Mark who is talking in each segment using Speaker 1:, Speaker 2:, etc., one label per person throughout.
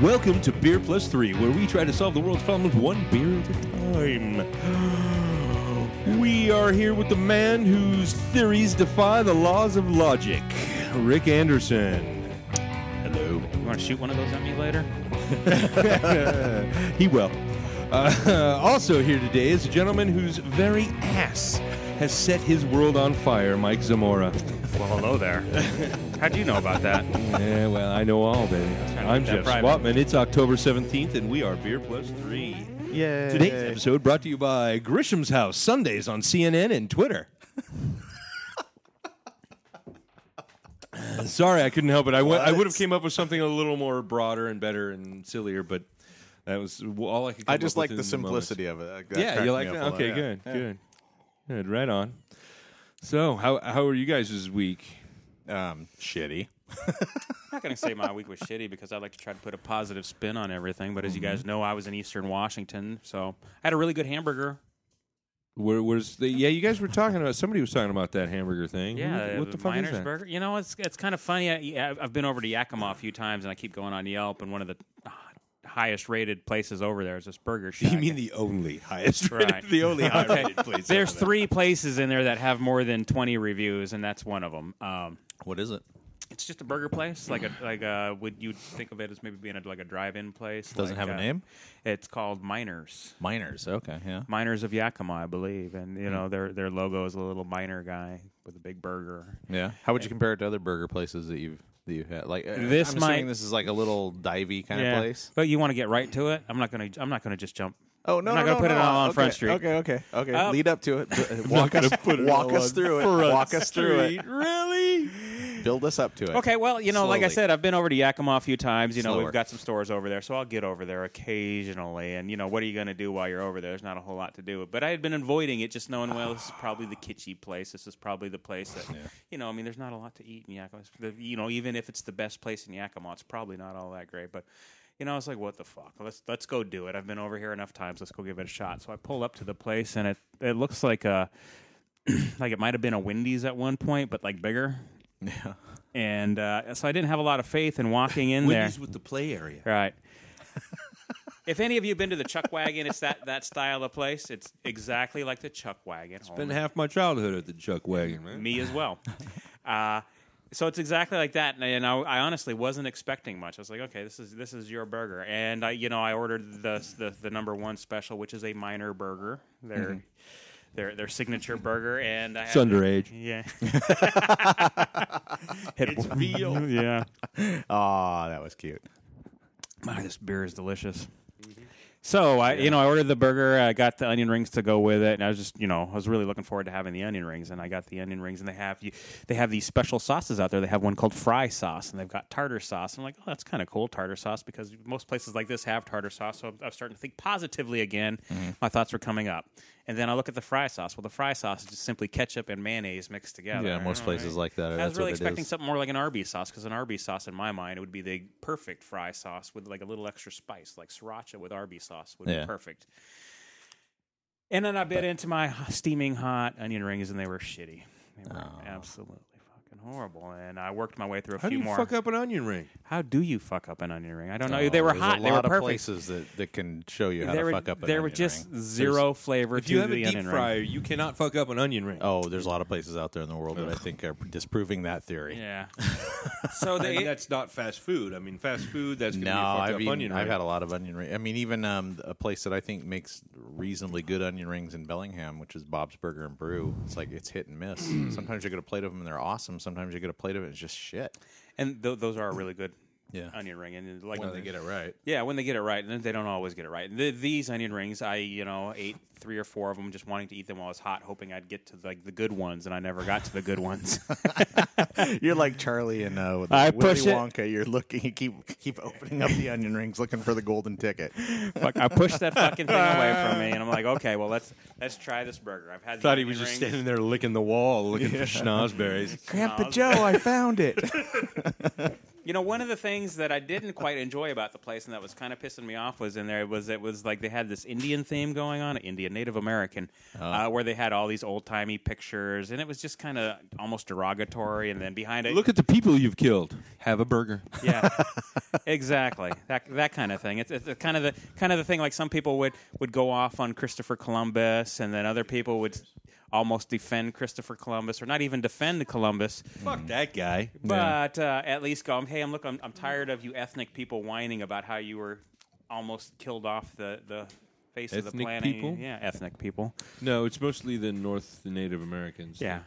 Speaker 1: Welcome to Beer Plus Three, where we try to solve the world's problems one beer at a time. We are here with the man whose theories defy the laws of logic, Rick Anderson. Hello.
Speaker 2: You want to shoot one of those at me later?
Speaker 1: he will. Uh, also here today is a gentleman whose very ass has set his world on fire, Mike Zamora.
Speaker 2: Well, hello there. How do you know about that?
Speaker 1: yeah, well, I know all, baby.
Speaker 2: trying to
Speaker 1: I'm
Speaker 2: keep
Speaker 1: Jeff
Speaker 2: that private.
Speaker 1: Swatman. It's October 17th, and we are Beer Plus Three.
Speaker 3: Yeah.
Speaker 1: Today's episode brought to you by Grisham's House Sundays on CNN and Twitter. Sorry, I couldn't help it. I went, I would have came up with something a little more broader and better and sillier, but that was all I could.
Speaker 3: I
Speaker 1: come
Speaker 3: just
Speaker 1: up
Speaker 3: like
Speaker 1: with in
Speaker 3: the
Speaker 1: moment.
Speaker 3: simplicity of it. That
Speaker 1: Yeah,
Speaker 3: cracked
Speaker 1: you
Speaker 3: me
Speaker 1: like
Speaker 3: up a
Speaker 1: that?
Speaker 3: lot.
Speaker 1: Okay,
Speaker 3: Yeah.
Speaker 1: good, good, good. Right on. So, how how are you guys this week?
Speaker 3: Um, shitty.
Speaker 2: I'm not going to say my week was shitty because I like to try to put a positive spin on everything. But as
Speaker 1: Mm-hmm.
Speaker 2: you guys know, I was in Eastern Washington, so I had a really good hamburger.
Speaker 1: Where, where's the? Yeah, you guys were talking about. Somebody was talking about that hamburger thing.
Speaker 2: Yeah,
Speaker 1: Who- Mm-hmm. what the fuck
Speaker 2: Miner's
Speaker 1: is that?
Speaker 2: Burger. You know, it's it's kind of funny. I, I've been over to Yakima a few times, and I keep going on Yelp, and one of the uh, highest rated places over there is this burger shack.
Speaker 1: You mean the only highest?
Speaker 2: Right.
Speaker 1: the only highest
Speaker 2: Okay.
Speaker 1: place.
Speaker 2: There's three places in there that have more than 20 reviews, and that's one of them. Um,
Speaker 3: What is it?
Speaker 2: It's just a burger place, like a like a would you think of it as maybe being a, like a drive-in place?
Speaker 3: Doesn't
Speaker 2: like,
Speaker 3: have a
Speaker 2: uh,
Speaker 3: name?
Speaker 2: It's called Miners,
Speaker 3: Miners. Okay. Yeah.
Speaker 2: Miners of Yakima, I believe, and you
Speaker 3: Hmm.
Speaker 2: know their their logo is a little miner guy with a big burger.
Speaker 3: Yeah. How would you compare it to other burger places that you've that you've had? Like uh,
Speaker 2: This
Speaker 3: I'm
Speaker 2: might-
Speaker 3: assuming this is like a little divey kind of place.
Speaker 2: but you want to get right to it. I'm not gonna I'm not gonna just jump.
Speaker 3: Oh no!
Speaker 2: I'm not
Speaker 3: no,
Speaker 2: gonna put
Speaker 3: no,
Speaker 2: it all on
Speaker 3: okay,
Speaker 2: Front Street.
Speaker 3: Okay. Okay. Okay.
Speaker 2: Uh,
Speaker 3: Lead up to it. Uh, Walk us. Walk us through it. Walk us through it.
Speaker 1: Really?
Speaker 3: Build us up to it.
Speaker 2: Okay, well, you know, like I
Speaker 3: Slowly.
Speaker 2: said, I've been over to Yakima a few times. You know,
Speaker 3: Slower.
Speaker 2: we've got some stores over there, so I'll get over there occasionally. And you know, what are you going to do while you're over there? There's not a whole lot to do. But I had been avoiding it, just knowing, well, this is probably the kitschy place. This is probably the place that, you know, I mean, there's not a lot to eat in Yakima. It's the- You know, even if it's the best place in Yakima, it's probably not all that great. But you know, I was like, what the fuck? Let's let's go do it. I've been over here enough times. Let's go give it a shot. So I pull up to the place, and it it looks like a like it might have been a Wendy's at one point, but like bigger
Speaker 3: Yeah.
Speaker 2: and uh, so I didn't have a lot of faith in walking in there.
Speaker 1: with the play area.
Speaker 2: Right. if any of you have been to the Chuck Wagon, it's that that style of place. It's exactly like the Chuck Wagon.
Speaker 1: Spent half my childhood at the Chuck Wagon, man.
Speaker 2: me as well. Uh, so it's exactly like that, and, and I, I honestly wasn't expecting much. I was like, okay, this is this is your burger, and I, you know, I ordered the the, the number one special, which is a minor burger, their their their signature burger, and I
Speaker 1: It's
Speaker 2: had-
Speaker 1: underage.
Speaker 2: yeah, it's veal, yeah.
Speaker 3: Oh, that was cute.
Speaker 2: My, this beer is delicious.
Speaker 3: Mm-hmm.
Speaker 2: So I, you know, I ordered the burger. I got the onion rings to go with it, and I was just, you know, I was really looking forward to having the onion rings. And I got the onion rings, and they have you, they have these special sauces out there. They have one called fry sauce, and they've got tartar sauce. I'm like, oh, that's kind of cool, tartar sauce, because most places like this have tartar sauce. So I'm, I'm starting to think positively again.
Speaker 3: Mm-hmm.
Speaker 2: My thoughts were coming up, and then I look at the fry sauce. Well, the fry sauce is just simply ketchup and mayonnaise mixed together.
Speaker 3: Yeah. Most
Speaker 2: All
Speaker 3: places
Speaker 2: right.
Speaker 3: like that.
Speaker 2: I
Speaker 3: that's
Speaker 2: was really
Speaker 3: what it
Speaker 2: expecting
Speaker 3: is.
Speaker 2: something more like an Arby's sauce because an Arby's sauce, in my mind, would be the perfect fry sauce with like a little extra spice, like sriracha with Arby's sauce would
Speaker 3: Yeah.
Speaker 2: be perfect. And then I bit into my steaming hot onion rings, and they were shitty. They were
Speaker 3: Oh.
Speaker 2: absolutely fucking horrible. And I worked my way through a
Speaker 1: How do
Speaker 2: few
Speaker 1: you
Speaker 2: more.
Speaker 1: fuck up an onion ring?
Speaker 2: How do you fuck up an onion ring? I don't know.
Speaker 3: Oh,
Speaker 2: they were
Speaker 3: there's
Speaker 2: hot.
Speaker 3: A
Speaker 2: They were
Speaker 3: lot of
Speaker 2: perfect.
Speaker 3: places that, that can show you how
Speaker 2: They
Speaker 3: to
Speaker 2: were,
Speaker 3: fuck up. An
Speaker 2: they were
Speaker 3: onion
Speaker 2: just
Speaker 3: ring.
Speaker 2: zero flavor
Speaker 1: If
Speaker 2: to
Speaker 1: you have
Speaker 2: the
Speaker 1: a deep
Speaker 2: onion
Speaker 1: fryer,
Speaker 2: ring.
Speaker 1: you cannot fuck up an onion ring.
Speaker 3: Oh, there's a lot of places out there in the world that I think are disproving that theory.
Speaker 2: Yeah. so
Speaker 1: I mean,
Speaker 2: they
Speaker 1: that's not fast food. I mean, fast food, that's going to
Speaker 3: No,
Speaker 1: be a fucked
Speaker 3: I've,
Speaker 1: up
Speaker 3: eaten-
Speaker 1: onion
Speaker 3: I've
Speaker 1: ring.
Speaker 3: had a lot of onion rings. I mean, even um, a place that I think makes reasonably good onion rings in Bellingham, which is Bob's Burger and Brew. It's like it's hit and miss.
Speaker 2: Mm.
Speaker 3: Sometimes you get a plate of them and they're awesome. Sometimes you get a plate of it and it's just shit.
Speaker 2: and th- those are really good
Speaker 4: Yeah.
Speaker 2: onion ring, and like
Speaker 4: when they get it right.
Speaker 2: yeah, when they get it right, and they don't always get it right. Th these onion rings, I you know ate three or four of them, just wanting to eat them while I was hot, hoping I'd get to like the good ones, and I never got to the good ones.
Speaker 3: You're like Charlie and uh, with
Speaker 2: I
Speaker 3: Willy
Speaker 2: push it.
Speaker 3: Wonka. You're looking, you keep keep opening up the onion rings, looking for the golden ticket.
Speaker 2: Fuck, I pushed that fucking thing away from me, and I'm like, okay, well let's let's try this burger. I've had the
Speaker 1: Thought he
Speaker 2: onion
Speaker 1: was just
Speaker 2: rings.
Speaker 1: standing there licking the wall, looking for schnozberries.
Speaker 3: Grandpa Joe, I found it.
Speaker 2: You know, one of the things that I didn't quite enjoy about the place and that was kind of pissing me off was in there was it was like they had this Indian theme going on, Indian Native American, uh, where they had all these old timey pictures, and it was just kind of almost derogatory. And then behind it,
Speaker 1: Look at the people you've killed. Have a burger.
Speaker 2: yeah, exactly that that kind of thing. It's, it's kind of the kind of the thing like some people would would go off on Christopher Columbus, and then other people would almost defend Christopher Columbus or not even defend Columbus.
Speaker 1: Fuck that guy.
Speaker 2: But uh, at least go, hey, I'm look, I'm, I'm tired of you ethnic people whining about how you were almost killed off the the face of the
Speaker 1: Ethnic
Speaker 2: planet.
Speaker 1: people?
Speaker 2: Yeah, ethnic people.
Speaker 1: No, it's mostly the North Native Americans.
Speaker 2: Yeah.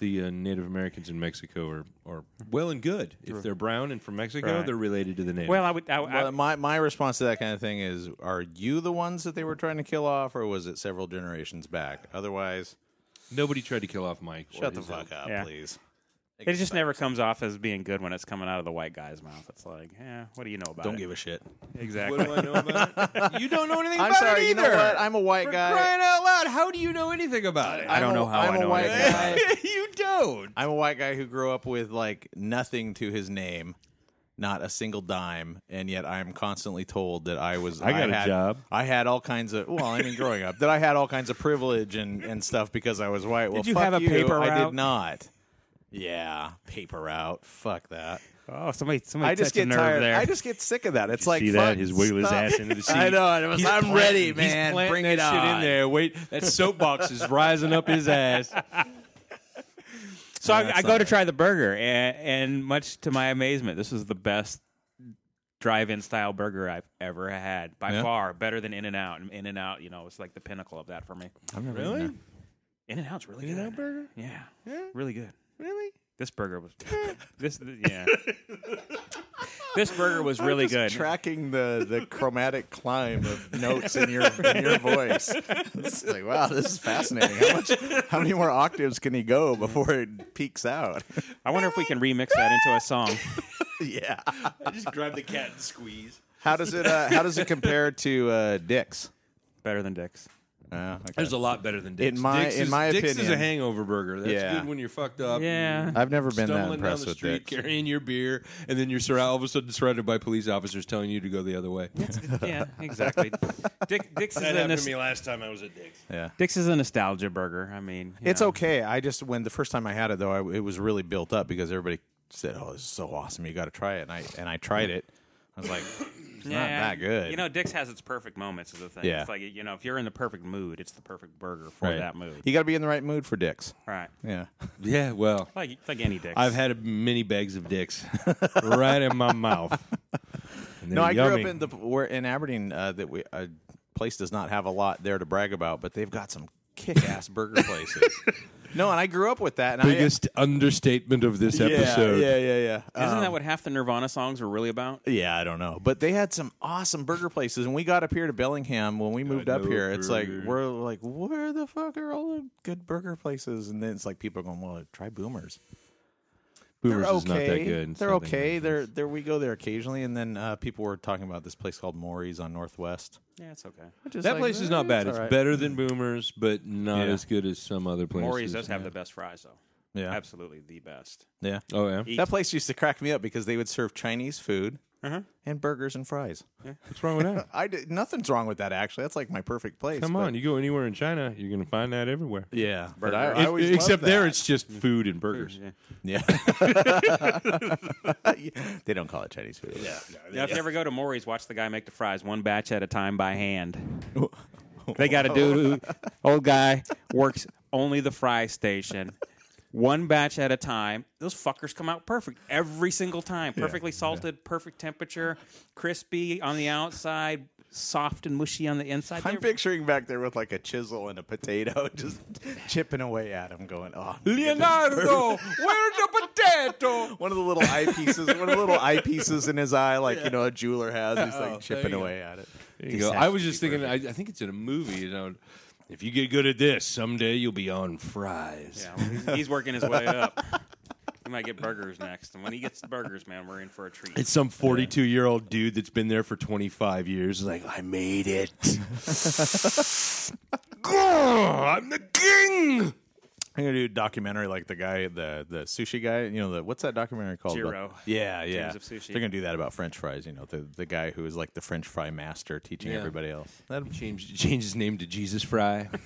Speaker 1: The uh, Native Americans in Mexico are, are well and good. If they're brown and from Mexico,
Speaker 2: Right.
Speaker 1: they're related to the Native.
Speaker 2: Well, I would. I, I,
Speaker 4: Well, my my response to that kind of thing is: Are you the ones that they were trying to kill off, or was it several generations back? Otherwise,
Speaker 1: Nobody tried to kill off Mike. or
Speaker 4: shut the
Speaker 1: his
Speaker 4: fuck up,
Speaker 2: Yeah.
Speaker 4: please.
Speaker 2: it just never comes off as being good when it's coming out of the white guy's mouth. It's like, yeah, what do you know about
Speaker 4: Don't
Speaker 2: it?
Speaker 4: give a shit.
Speaker 2: exactly.
Speaker 1: What do I know about it? You don't know anything
Speaker 4: I'm
Speaker 1: about
Speaker 4: sorry.
Speaker 1: it
Speaker 4: You
Speaker 1: either.
Speaker 4: know what? I'm a white
Speaker 1: For
Speaker 4: guy.
Speaker 1: Crying out loud! How do you know anything about it?
Speaker 2: I don't
Speaker 4: I'm
Speaker 2: know
Speaker 4: a-
Speaker 2: how
Speaker 4: I'm
Speaker 2: I
Speaker 4: a
Speaker 2: know
Speaker 4: white
Speaker 2: anything about
Speaker 4: guy.
Speaker 1: you don't.
Speaker 4: I'm a white guy who grew up with like nothing to his name, not a single dime, and yet I'm constantly told that I was.
Speaker 1: I got a
Speaker 4: had,
Speaker 1: job.
Speaker 4: I had all kinds of. Well, I mean, growing up, that I had all kinds of privilege and, and stuff because I was white. Well,
Speaker 2: you
Speaker 4: fuck
Speaker 2: have a
Speaker 4: you,
Speaker 2: paper
Speaker 4: I
Speaker 2: route?
Speaker 4: did not. Yeah, paper route. Fuck that.
Speaker 2: Oh, somebody, somebody
Speaker 3: I just
Speaker 2: touched a
Speaker 3: get
Speaker 2: nerve
Speaker 3: tired.
Speaker 2: there.
Speaker 3: I just get sick of that. It's like
Speaker 1: See
Speaker 3: fuck,
Speaker 1: that? His wiggle his
Speaker 3: stop.
Speaker 1: ass into the seat.
Speaker 4: I know. and It was,
Speaker 1: He's
Speaker 4: I'm
Speaker 1: planting-
Speaker 4: ready,
Speaker 1: he's
Speaker 4: man.
Speaker 1: planting
Speaker 4: Bring
Speaker 1: that
Speaker 4: it on.
Speaker 1: shit in there. Wait, that soapbox is rising up his ass.
Speaker 2: So I,
Speaker 4: that's
Speaker 2: I
Speaker 4: not
Speaker 2: go to
Speaker 4: it.
Speaker 2: try the burger, and, and much to my amazement, this is the best drive-in style burger I've ever had by
Speaker 4: Yeah.
Speaker 2: far. Better than In and Out. In and Out, you know, it's like the pinnacle of that for me.
Speaker 1: Really?
Speaker 2: In and Out's really
Speaker 1: You know,
Speaker 2: good.
Speaker 1: burger?
Speaker 2: Yeah, really good.
Speaker 1: Really?
Speaker 2: This burger was this. Yeah, this burger was really
Speaker 3: Just
Speaker 2: good.
Speaker 3: Tracking the the chromatic climb of notes in your in your voice. It's like wow, this is fascinating. How much? How many more octaves can he go before it peaks out?
Speaker 2: I wonder if we can remix that into a song.
Speaker 3: yeah.
Speaker 1: I just grab the cat and squeeze.
Speaker 3: How does it? Uh, how does it compare to uh, Dick's?
Speaker 2: Better than Dick's.
Speaker 3: Uh, okay.
Speaker 1: There's a lot better than Dick's.
Speaker 3: In my-
Speaker 1: Dick's
Speaker 3: in
Speaker 1: is,
Speaker 3: my
Speaker 1: Dick's is a
Speaker 3: opinion-
Speaker 1: hangover burger. That's
Speaker 3: Yeah.
Speaker 1: good when you're fucked up.
Speaker 2: Yeah.
Speaker 1: and
Speaker 3: I've never been that
Speaker 1: stumbling down
Speaker 3: impressed
Speaker 1: the
Speaker 3: with
Speaker 1: street,
Speaker 3: Dick's.
Speaker 1: carrying your beer, and then you're surrounded all of a sudden surrounded by police officers telling you to go the other way.
Speaker 2: Yeah, exactly. Dick, Dick's is
Speaker 5: That
Speaker 2: a
Speaker 5: happened
Speaker 2: nos-
Speaker 5: to me last time I was at Dick's.
Speaker 3: yeah.
Speaker 2: Dick's is a nostalgia burger. I mean, you
Speaker 3: It's
Speaker 2: know.
Speaker 3: okay. I just when the first time I had it though, I, it was really built up because everybody said, "Oh, this is so awesome! You got to try it." And I and I tried it. I was like, "It's not that good."
Speaker 2: You know, Dick's has its perfect moments. Is the thing.
Speaker 3: Yeah.
Speaker 2: It's like you know, if you're in the perfect mood, it's the perfect burger for
Speaker 3: Right.
Speaker 2: that mood.
Speaker 3: you got to be in the right mood for dicks.
Speaker 2: Right.
Speaker 3: Yeah.
Speaker 1: Yeah, well,
Speaker 2: Like like any Dick's.
Speaker 1: I've had many bags of Dick's right in my mouth. And
Speaker 3: No,
Speaker 1: they're
Speaker 3: I grew up
Speaker 1: yummy.
Speaker 3: in the we're in Aberdeen uh, that we a place does not have a lot there to brag about, but they've got some kick-ass burger places. No, and I grew up with that. And
Speaker 1: biggest understatement of this
Speaker 3: I, yeah,
Speaker 1: episode.
Speaker 3: Yeah, yeah, yeah. Uh,
Speaker 2: Isn't
Speaker 3: um,
Speaker 2: that what half the Nirvana songs were really about?
Speaker 3: Yeah, I don't know, but they had some awesome burger places, and we got up here to Bellingham when we moved up
Speaker 1: no
Speaker 3: here. It's like
Speaker 1: burgers.
Speaker 3: we're like, where the fuck are all the good burger places? And then it's like people are going, well, try Boomers.
Speaker 1: Boomers
Speaker 3: They're
Speaker 1: is not that
Speaker 3: okay.
Speaker 1: good. It's
Speaker 3: They're
Speaker 1: nothing
Speaker 3: okay.
Speaker 1: like
Speaker 3: They're there. We go there occasionally, and then uh, people were talking about this place called Maury's on Northwest.
Speaker 2: Yeah, it's okay.
Speaker 3: which is
Speaker 1: that
Speaker 3: like,
Speaker 1: place is
Speaker 3: eh,
Speaker 1: not bad. It's,
Speaker 3: all right.
Speaker 1: better than Boomers, but not
Speaker 3: Yeah.
Speaker 1: as good as some other places.
Speaker 2: Maury's does have the best fries though.
Speaker 3: Yeah.
Speaker 2: Absolutely the best.
Speaker 3: Yeah,
Speaker 1: Oh yeah,
Speaker 3: that place used to crack me up because they would serve Chinese food
Speaker 2: Uh-huh.
Speaker 3: and burgers and fries.
Speaker 1: what's wrong with that?
Speaker 3: I did, nothing's wrong with that actually. That's like my perfect place.
Speaker 1: Come
Speaker 3: but-
Speaker 1: on, you go anywhere in China, you're gonna find that everywhere.
Speaker 3: Yeah, but I,
Speaker 2: Burger.
Speaker 3: I always
Speaker 1: Except
Speaker 3: loved
Speaker 1: there,
Speaker 3: that.
Speaker 1: it's just food and burgers.
Speaker 2: Mm-hmm.
Speaker 3: Yeah. they don't call it Chinese food. Yeah.
Speaker 2: Now, if you ever go to Maury's, watch the guy make the fries one batch at a time by hand. They got a dude, who, old guy, works only the fry station. One batch at a time. Those fuckers come out perfect every single time. Perfectly salted, perfect temperature, crispy on the outside, soft and mushy on the inside.
Speaker 6: I'm
Speaker 2: They're-
Speaker 6: picturing back there with like a chisel and a potato, just chipping away at him, going, "Oh,
Speaker 1: Leonardo, where's the potato?
Speaker 6: One of the little eyepieces, one of the little eyepieces in his eye, like you know a jeweler has. He's like chipping
Speaker 1: Oh, you go.
Speaker 6: away at it.
Speaker 1: There you go. I was just thinking. I, I think it's in a movie. You know, if you get good at this, someday you'll be on fries.
Speaker 2: Yeah, well, he's, he's working his way up. He might get burgers next, and when he gets the burgers, man, we're in for a treat.
Speaker 1: It's some 42 year old dude that's been there for 25 years. is Like, I made it. Grr, I'm the king.
Speaker 3: I'm gonna do a documentary like the guy, the the sushi guy. You know, the what's that documentary called?
Speaker 2: Jiro.
Speaker 3: Yeah, yeah.
Speaker 2: of Sushi.
Speaker 3: They're gonna do that about French fries. You know, the the guy who is like the French fry master, teaching
Speaker 1: Yeah.
Speaker 3: everybody else.
Speaker 1: That'll change change his name to Jesus Fry.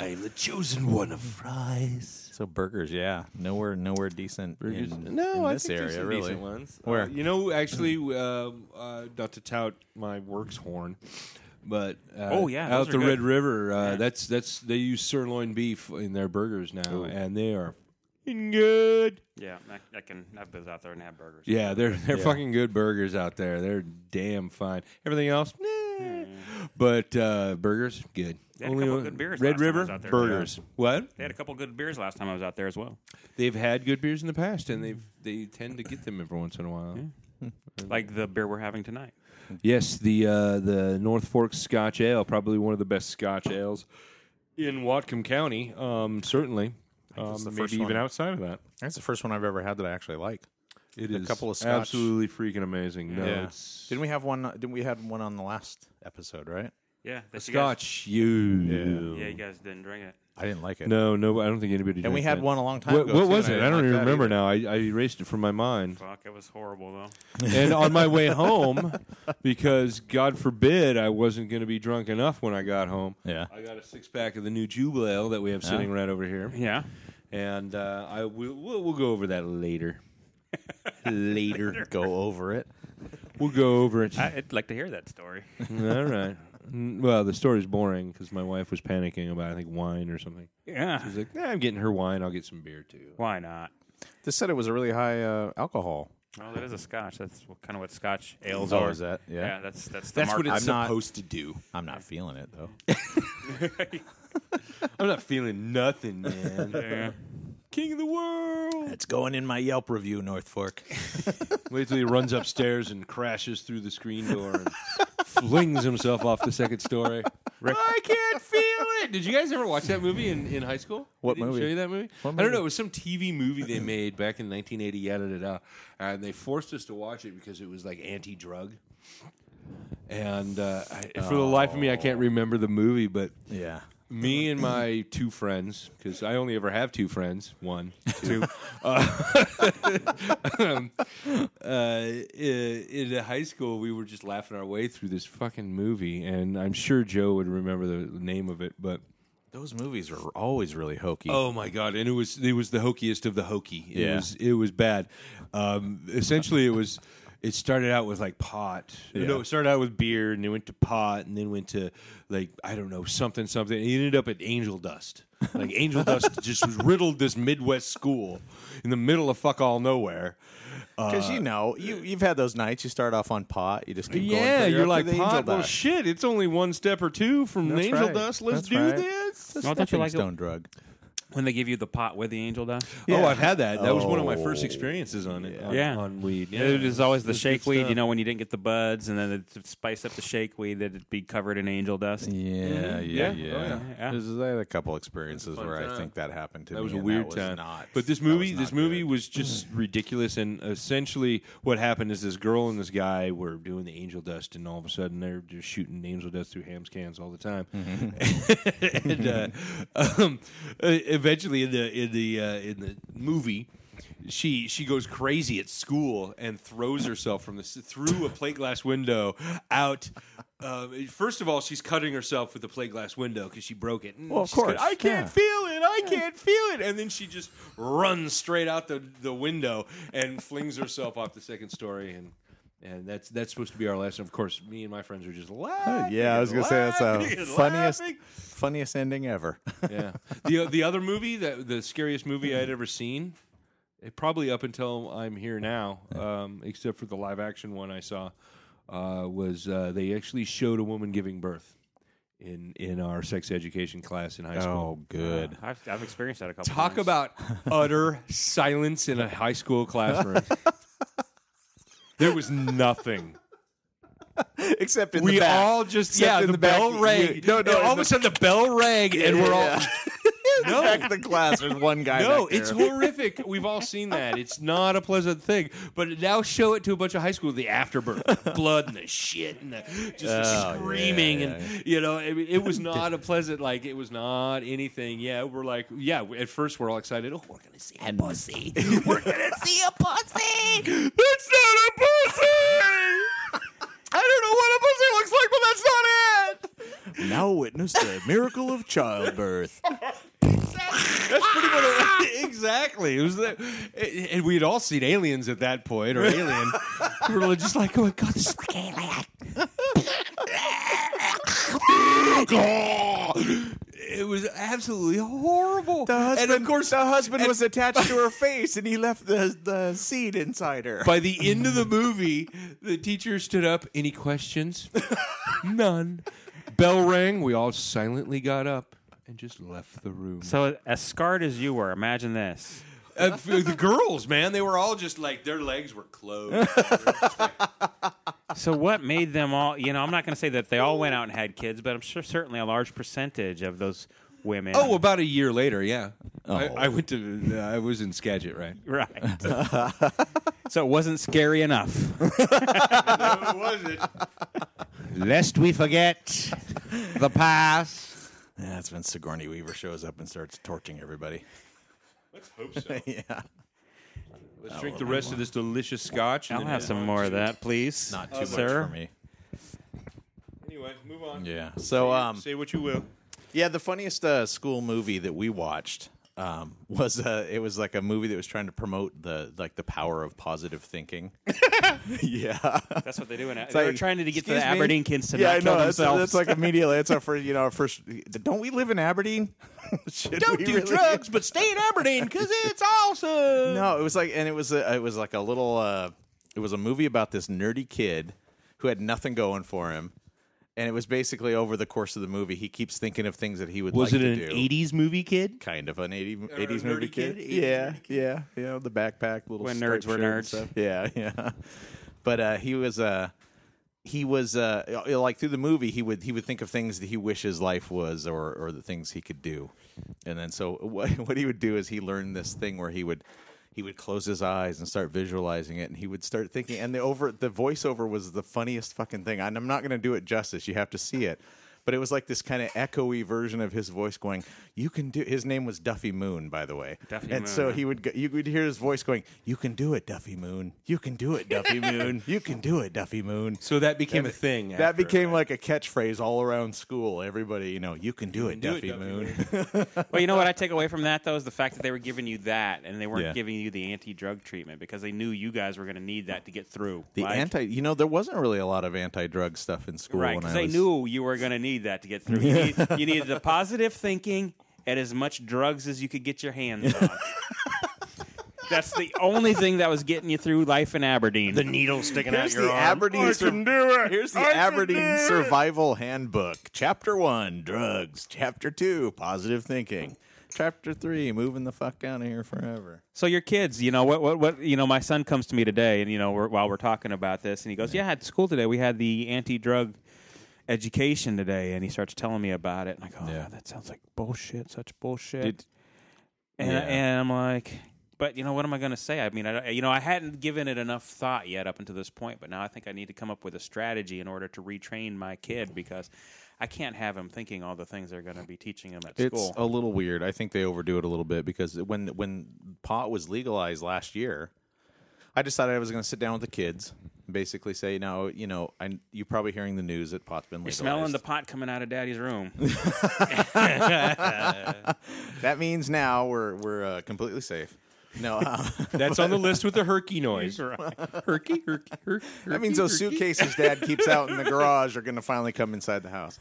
Speaker 1: I am the chosen one of fries.
Speaker 3: So burgers, yeah, nowhere nowhere decent in, in this area, really.
Speaker 1: ones. Uh,
Speaker 3: Where?
Speaker 1: you know, actually, um uh, not to tout my works horn, but uh,
Speaker 2: Oh, yeah,
Speaker 1: out
Speaker 2: those
Speaker 1: the
Speaker 2: are good.
Speaker 1: Red River, uh, that's that's they use sirloin beef in their burgers now, and they are fucking good.
Speaker 2: Yeah, I, I can. I've been out there and had burgers.
Speaker 1: Yeah, they're they're fucking good burgers out there. They're damn fine. Everything else, nah. but uh, burgers, good.
Speaker 2: Hmm. They had a couple good beers
Speaker 1: Red
Speaker 2: last time I
Speaker 1: River
Speaker 2: was out there.
Speaker 1: burgers. What?
Speaker 2: They had a couple good beers last time I was out there as well.
Speaker 1: They've had good beers in the past, and they've they tend to get them every once in a while.
Speaker 2: Like the beer we're having tonight.
Speaker 1: Yes, the uh, the North Fork Scotch Ale, probably one of the best Scotch ales in Whatcom County. Um, certainly, um,
Speaker 3: that's the first
Speaker 1: maybe even
Speaker 3: one.
Speaker 1: outside of that.
Speaker 3: That's the first one I've ever had that I actually like.
Speaker 1: It
Speaker 3: A
Speaker 1: is
Speaker 3: couple of Scotch.
Speaker 1: absolutely freaking amazing. No,
Speaker 3: Yeah.
Speaker 1: it's
Speaker 3: Didn't we have one? Didn't we have one on the last episode? Right?
Speaker 2: Yeah, that you guys-
Speaker 1: Scotch. You.
Speaker 2: yeah, you guys didn't drink it.
Speaker 3: I didn't like it.
Speaker 1: No, no, I don't think anybody.
Speaker 3: and we
Speaker 1: drank
Speaker 3: had
Speaker 1: that.
Speaker 3: one a long time
Speaker 1: What,
Speaker 3: ago.
Speaker 1: what
Speaker 3: too,
Speaker 1: was
Speaker 3: and
Speaker 1: it?
Speaker 3: I
Speaker 1: I don't
Speaker 3: didn't
Speaker 1: even
Speaker 3: like that
Speaker 1: remember
Speaker 3: either.
Speaker 1: now. I, I erased it from my mind.
Speaker 2: Fuck, it was horrible though.
Speaker 1: and on my way home, because God forbid I wasn't going to be drunk enough when I got home.
Speaker 3: Yeah.
Speaker 1: I got a six pack of the new Jubilee Ale that we have sitting right over here.
Speaker 2: Yeah,
Speaker 1: and uh, I will we'll, we'll go over that later. later,
Speaker 3: Go over it.
Speaker 1: we'll go over it.
Speaker 2: I, I'd like to hear that story.
Speaker 1: All right. Mm, Well, the story's boring because my wife was panicking about I think wine or something.
Speaker 2: Yeah,
Speaker 1: She's like, "Nah, I'm getting her wine. I'll get some beer too."
Speaker 2: why not?
Speaker 3: This said it was a really high uh, alcohol.
Speaker 2: Well, that is a Scotch. That's kind of what Scotch ales
Speaker 3: Oh,
Speaker 2: are.
Speaker 3: is that? Yeah.
Speaker 2: Yeah. that's that's the mark.
Speaker 3: it's not-
Speaker 1: to do.
Speaker 3: I'm not feeling it though.
Speaker 1: I'm not feeling nothing, man.
Speaker 2: Yeah.
Speaker 1: King of the world.
Speaker 3: It's going in my Yelp review, North Fork.
Speaker 1: Wait till he runs upstairs and crashes through the screen door and flings himself off the second story. I can't feel it. Did you guys ever watch that movie in, in high school?
Speaker 3: What
Speaker 1: Didn't
Speaker 3: movie?
Speaker 1: Show you that movie?
Speaker 3: What
Speaker 1: I don't
Speaker 3: movie?
Speaker 1: know. It was some TV movie they made back in 1980. Yada da da. And they forced us to watch it because it was like anti-drug. And uh, I, Oh. for the life of me, I can't remember the movie, but
Speaker 3: Yeah.
Speaker 1: me and my two friends, because I only ever have two friends, one, two, uh, um, uh, i- in high school, we were just laughing our way through this fucking movie, and I'm sure Joe would remember the name of it, but
Speaker 3: Those movies are always really hokey.
Speaker 1: oh my god! And it was it was the hokiest of the hokey. It
Speaker 3: Yeah.
Speaker 1: was it was bad. Um, essentially, it was. It started out with like pot. No, it started out with beer, and it went to pot, and then went to like I don't know something something. And it ended up at angel dust. Like angel dust just riddled this Midwest school in the middle of fuck all nowhere.
Speaker 3: Because you know, you you've had those nights. You start off on pot. You just keep going.
Speaker 1: yeah,
Speaker 3: further
Speaker 1: you're
Speaker 3: up
Speaker 1: like
Speaker 3: to the angel
Speaker 1: pot. Well,
Speaker 3: dust.
Speaker 1: shit, it's only one step or two from
Speaker 3: That's
Speaker 1: angel
Speaker 3: right.
Speaker 1: dust. Let's
Speaker 3: That's
Speaker 1: do
Speaker 3: right.
Speaker 1: this.
Speaker 3: It's a
Speaker 2: Oh, don't you
Speaker 3: stepping
Speaker 2: like it-
Speaker 3: stone drug?
Speaker 2: When they give you the pot with the angel dust.
Speaker 1: Oh, I've had that. That was one of my first
Speaker 3: Oh.
Speaker 1: experiences on it. On,
Speaker 2: Yeah.
Speaker 1: on weed. Yeah.
Speaker 2: It was always the
Speaker 1: It's good
Speaker 2: shake weed,
Speaker 1: stuff.
Speaker 2: you know, when you didn't get the buds, and then it'd- to spice up the shake weed, that it'd be covered in angel dust.
Speaker 3: Yeah,
Speaker 1: Yeah.
Speaker 3: Mm-hmm. yeah, yeah.
Speaker 1: Oh, yeah.
Speaker 2: Yeah.
Speaker 3: There's- I had a couple experiences
Speaker 1: fun
Speaker 3: where
Speaker 1: time.
Speaker 3: I think that happened to
Speaker 1: that
Speaker 3: me.
Speaker 1: was a
Speaker 3: and
Speaker 1: weird
Speaker 3: was
Speaker 1: time.
Speaker 3: Not,
Speaker 1: but this
Speaker 3: that was
Speaker 1: movie,
Speaker 3: not
Speaker 1: this movie
Speaker 3: good.
Speaker 1: was just ridiculous. And essentially, what happened is this girl and this guy were doing the angel dust, and all of a sudden they're just shooting angel dust through hams cans all the time.
Speaker 3: Mm-hmm.
Speaker 1: and uh, um, uh, eventually, in the in the uh, in the movie. She she goes crazy at school and throws herself from the s- through a plate glass window out. Um, first of all, she's cutting herself with the plate glass window because she broke it. And
Speaker 3: Well, of
Speaker 1: she's cut-
Speaker 3: course,
Speaker 1: I can't
Speaker 3: yeah.
Speaker 1: feel it. I can't feel it. And then she just runs straight out the, the window and flings herself off the second story. And and that's that's supposed to be our lesson. Of course, me and my friends are just laughing.
Speaker 3: Oh, Yeah, I was gonna say that's
Speaker 1: laughing
Speaker 3: the
Speaker 1: and
Speaker 3: funniest,
Speaker 1: laughing.
Speaker 3: funniest ending ever.
Speaker 1: Yeah. The uh, the other movie that the scariest movie I'd ever seen, eh, probably up until I'm here now, um, except for the live action one I saw, uh, was uh, they actually showed a woman giving birth in in our sex education class in high
Speaker 3: Oh,
Speaker 1: school.
Speaker 7: good.
Speaker 2: I've, I've experienced that a couple.
Speaker 1: Talk
Speaker 2: times.
Speaker 1: about utter silence in a high school classroom. there was nothing.
Speaker 3: Except in
Speaker 1: we
Speaker 3: the back.
Speaker 1: all just
Speaker 3: Except
Speaker 1: yeah.
Speaker 3: in
Speaker 1: The,
Speaker 3: the back,
Speaker 1: bell
Speaker 3: you-
Speaker 1: rang.
Speaker 3: you- no,
Speaker 1: And
Speaker 3: no,
Speaker 1: all
Speaker 3: in
Speaker 1: of
Speaker 3: the-
Speaker 1: a sudden the bell rang, and we're all
Speaker 3: no. back of the class. There's one guy.
Speaker 1: no.
Speaker 3: back there.
Speaker 1: It's horrific. We've all seen that. It's not a pleasant thing. But now show it to a bunch of high school. The afterbirth, the blood, and the shit, and the just the screaming, and you know, I mean, it was not a pleasant. Like it was not anything. Yeah, we're like, yeah. At first, we're all excited. Oh, we're gonna see a pussy. We're gonna see a pussy. That's not a pussy. I don't know what a pussy looks like, but that's not it.
Speaker 3: now witness the miracle of childbirth.
Speaker 1: That's pretty much it- exactly. It was that, and we had all seen aliens at that point, or alien. we were just like, oh my god, this is like alien. it was absolutely horrible.
Speaker 3: The husband,
Speaker 1: and of course,
Speaker 3: the husband was attached to her face, and he left the the seed inside her.
Speaker 1: by the end of the movie, the teacher stood up. Any questions? None. Bell rang. We all silently got up and just left the room.
Speaker 2: So as scarred as you were, imagine this.
Speaker 1: uh, f- the girls, man, they were all just like their legs were closed.
Speaker 2: So what made them all? You know, I'm not going to say that they all went out and had kids, but I'm sure certainly a large percentage of those women.
Speaker 1: Oh, about a year later, yeah. I, I went to. uh, I was in Skagit, right?
Speaker 2: right. so it wasn't scary enough.
Speaker 1: Oh, was it?
Speaker 7: Lest we forget the past.
Speaker 3: Yeah, that's when Sigourney Weaver shows up and starts torching everybody.
Speaker 1: Let's hope so.
Speaker 3: yeah,
Speaker 1: Let's drink the rest of this delicious scotch. And
Speaker 2: I'll
Speaker 1: then
Speaker 2: have some more of that, please. Uh,
Speaker 3: not too much
Speaker 2: sir.
Speaker 3: for me.
Speaker 1: Anyway, move on.
Speaker 3: Yeah. So um,
Speaker 1: Say what you will.
Speaker 3: Yeah, the funniest uh, school movie that we watched um, was uh, it was like a movie that was trying to promote the like the power of positive thinking. yeah,
Speaker 2: That's what they do. In, they're trying to get the
Speaker 3: Excuse me?
Speaker 2: Aberdeen kids to
Speaker 3: yeah, I
Speaker 2: not kill
Speaker 3: know. That's,
Speaker 2: themselves.
Speaker 3: that's like immediately. That's our first. You know, our first. Don't we live in Aberdeen? Should
Speaker 1: Don't
Speaker 3: we
Speaker 1: do
Speaker 3: really-
Speaker 1: drugs, but stay in Aberdeen because it's awesome.
Speaker 3: No, it was like, and it was a, it was like a little. Uh, it was a movie about this nerdy kid who had nothing going for him, and it was basically over the course of the movie he keeps thinking of things that he would. like to do.
Speaker 1: '80s movie kid?
Speaker 3: kind of an 80, 80s
Speaker 1: nerdy
Speaker 3: movie
Speaker 1: kid,
Speaker 3: kid.
Speaker 1: 80s
Speaker 3: Yeah, yeah, yeah. The backpack, little
Speaker 2: When
Speaker 3: striped
Speaker 2: nerds were
Speaker 3: shirt and
Speaker 2: nerds.
Speaker 3: stuff. Yeah, yeah. But uh, he was uh, he was uh, you know, like through the movie he would he would think of things that he wishes life was or or the things he could do, and then so what what he would do is he learned this thing where he would. He would close his eyes and start visualizing it, and he would start thinking. And the over the voiceover was the funniest fucking thing. And I'm not going to do it justice. You have to see it but it was like this kind of echoey version of his voice going, "You can do." His name was Duffy Moon, by the way.
Speaker 2: Duffy
Speaker 3: and
Speaker 2: Moon,
Speaker 3: so
Speaker 2: huh?
Speaker 3: he would go, you would hear his voice going, "You can do it, Duffy Moon. You can do it, Duffy Moon. You can do it, Duffy Moon."
Speaker 1: So that became a thing.
Speaker 3: That became like a catchphrase all around school. Everybody, you know, you can do it,
Speaker 1: do it,
Speaker 3: Duffy,
Speaker 1: Duffy
Speaker 3: Moon.
Speaker 2: Well, you know what I take away from that though is the fact that they were giving you that, and they weren't
Speaker 3: Yeah.
Speaker 2: giving you the anti-drug treatment because they knew you guys were going to need that to get through.
Speaker 3: the
Speaker 2: Like-
Speaker 3: anti, you know, there wasn't really a lot of anti-drug stuff in school.
Speaker 2: right?
Speaker 3: when I
Speaker 2: Because they
Speaker 3: was-
Speaker 2: knew you were going to need that to get through. You, need, you needed the positive thinking and as much drugs as you could get your hands on. That's the only thing that was getting you through life in Aberdeen. The needle sticking
Speaker 3: Here's the Aberdeen. sur- Here's the Aberdeen Survival Handbook, Chapter One: Drugs. Chapter Two: Positive Thinking. Chapter Three: Moving the fuck out of here forever.
Speaker 2: So your kids, you know what? What? What? You know, my son comes to me today, and you know, we're, while we're talking about this, and he goes, "Yeah, at school today, we had the anti-drug education today," and he starts telling me about it, and I go, oh,
Speaker 3: Yeah.
Speaker 2: "That sounds like bullshit, such bullshit."
Speaker 3: Did-
Speaker 2: and
Speaker 3: Yeah.
Speaker 2: and I'm like, "But you know, what am I going to say? I mean, I don't- you know, I hadn't given it enough thought yet up until this point, but now I think I need to come up with a strategy in order to retrain my kid because I can't have him thinking all the things they're going to be teaching him at
Speaker 3: It's
Speaker 2: school."
Speaker 3: a little weird. I think they overdo it a little bit because when when pot was legalized last year, I decided I was going to sit down with the kids, and basically say, "Now, you know, I you're probably hearing the news that pot's been legalized.
Speaker 2: Smelling the pot coming out of daddy's room.
Speaker 3: that means now we're we're uh, completely safe. No, uh,
Speaker 1: That's on the list with the herky noise. Herky, herky, herky.
Speaker 3: That means those suitcases dad keeps out in the garage are going to finally come inside the house.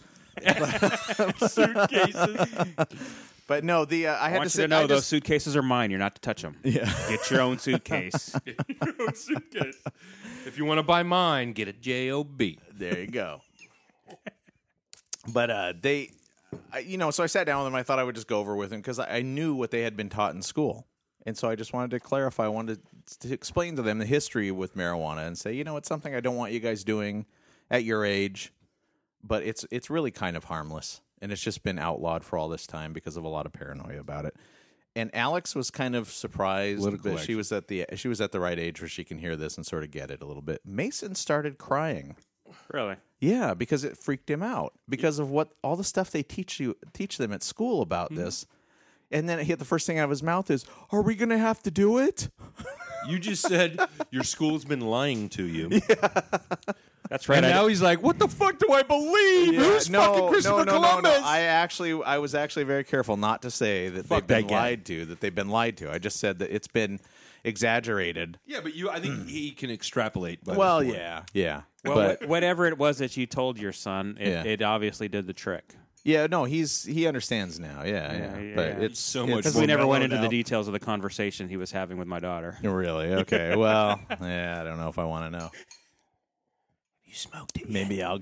Speaker 1: suitcases.
Speaker 3: But no, the uh, I
Speaker 2: I
Speaker 3: had
Speaker 2: want
Speaker 3: to
Speaker 2: you
Speaker 3: sit.
Speaker 2: to know
Speaker 3: I
Speaker 2: those
Speaker 3: just-
Speaker 2: suitcases are mine. You're not to touch them. Yeah. Get your own suitcase.
Speaker 1: suitcase. If you want to buy mine, get a job.
Speaker 3: There you go. but uh, they, I, you know, so I sat down with them. I thought I would just go over with them because I, I knew what they had been taught in school, and so I just wanted to clarify. I wanted to, to explain to them the history with marijuana and say, you know, it's something I don't want you guys doing at your age, but it's it's really kind of harmless, and it's just been outlawed for all this time because of a lot of paranoia about it. And Alex was kind of surprised
Speaker 8: Political
Speaker 3: that she
Speaker 8: action.
Speaker 3: was at the she was at the right age where she can hear this and sort of get it a little bit. Mason started crying.
Speaker 2: really?
Speaker 3: Yeah, because it freaked him out because of what all the stuff they teach you teach them at school about this. And then he had the first thing out of his mouth is, "Are we going to have to do it?"
Speaker 1: You just said your school's been lying to you.
Speaker 2: That's right.
Speaker 1: And
Speaker 2: I-
Speaker 1: now he's like, what the fuck do I believe? Who's
Speaker 3: no,
Speaker 1: fucking Christopher
Speaker 3: no, no,
Speaker 1: Columbus?
Speaker 3: No, no. I actually, I was actually very careful not to say that
Speaker 1: Fuck
Speaker 3: they've been
Speaker 1: that guy.
Speaker 3: lied to. That they've been lied to. I just said that it's been exaggerated.
Speaker 1: yeah, but you, I think he can extrapolate. By
Speaker 3: Well,
Speaker 1: this point.
Speaker 3: yeah, yeah,
Speaker 2: well,
Speaker 3: but
Speaker 2: wh- whatever it was that you told your son, it,
Speaker 3: Yeah.
Speaker 2: it obviously did the trick.
Speaker 3: yeah, no, he's he understands now. Yeah, yeah,
Speaker 2: Yeah,
Speaker 3: but
Speaker 2: yeah.
Speaker 3: it's
Speaker 1: So
Speaker 3: it's-
Speaker 1: much
Speaker 2: Because
Speaker 1: Well,
Speaker 2: we never went
Speaker 1: mellowed
Speaker 2: into the
Speaker 1: out.
Speaker 2: details of the conversation he was having with my daughter.
Speaker 3: Really? Okay. Well, yeah, I don't know if I want to know.
Speaker 1: You smoked it.
Speaker 3: Maybe I'll.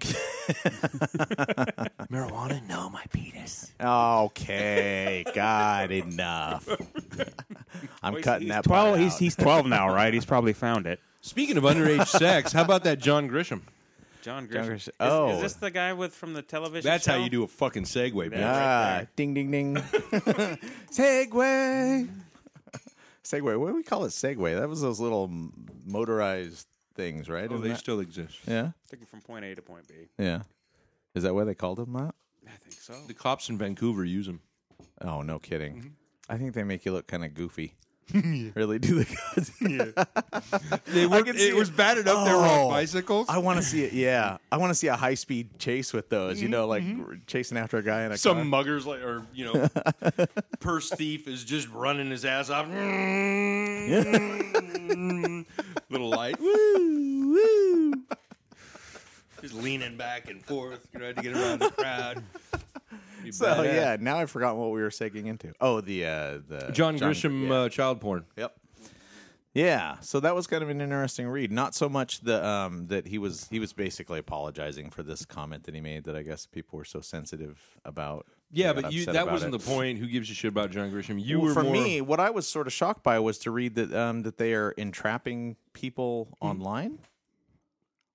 Speaker 1: Marijuana? No, my penis.
Speaker 3: Okay, God, enough. I'm cutting that part
Speaker 2: he's,
Speaker 3: out.
Speaker 2: he's 12 now, right? He's probably found it.
Speaker 1: Speaking of underage sex, how about that John Grisham?
Speaker 2: John Grisham.
Speaker 3: Grisham.
Speaker 2: Is- Is,
Speaker 3: Oh.
Speaker 2: this the guy with from the television
Speaker 1: That's how
Speaker 2: show?
Speaker 1: you do a fucking segue, man.
Speaker 2: Yeah.
Speaker 3: ah,
Speaker 2: right there.
Speaker 3: ding, ding, ding. Segway. Segway. What do we call it? Segway. That was those little m- motorized things, right?
Speaker 1: Oh,
Speaker 3: Isn't
Speaker 1: they
Speaker 3: that-
Speaker 1: still exist.
Speaker 3: yeah,
Speaker 2: Taking from point A to point B.
Speaker 3: yeah. Is that why they called them that?
Speaker 2: I think so.
Speaker 1: The cops in Vancouver use them.
Speaker 3: Oh, no kidding.
Speaker 2: Mm-hmm.
Speaker 3: I think they make you look kind of goofy. Really do the
Speaker 1: They were,
Speaker 3: can
Speaker 1: it
Speaker 3: see it.
Speaker 1: was batted up. They were on
Speaker 3: Oh.
Speaker 1: bicycles.
Speaker 3: I want to see it. Yeah, I want to see a high speed chase with those.
Speaker 2: Mm-hmm,
Speaker 3: You know, like r- chasing after a guy in a
Speaker 1: Some
Speaker 3: car.
Speaker 1: muggers, like, or you know, purse thief is just running his ass off. Little light,
Speaker 3: Woo, woo.
Speaker 1: just leaning back and forth, you know, to get around the crowd. Be
Speaker 3: So
Speaker 1: badass.
Speaker 3: yeah, now I've forgotten what we were segging into. Oh, the uh, the
Speaker 1: John Grisham uh, child porn.
Speaker 3: Yep. Yeah, so that was kind of an interesting read. Not so much the um, that he was he was basically apologizing for this comment that he made that I guess people were so sensitive about.
Speaker 1: Yeah,
Speaker 3: They got
Speaker 1: but you,
Speaker 3: upset
Speaker 1: that
Speaker 3: about
Speaker 1: wasn't
Speaker 3: it.
Speaker 1: the point. Who gives a shit about John Grisham? You
Speaker 3: Well,
Speaker 1: were
Speaker 3: for
Speaker 1: more,
Speaker 3: me. What I was sort of shocked by was to read that um, that they are entrapping people
Speaker 1: Hmm.
Speaker 3: online.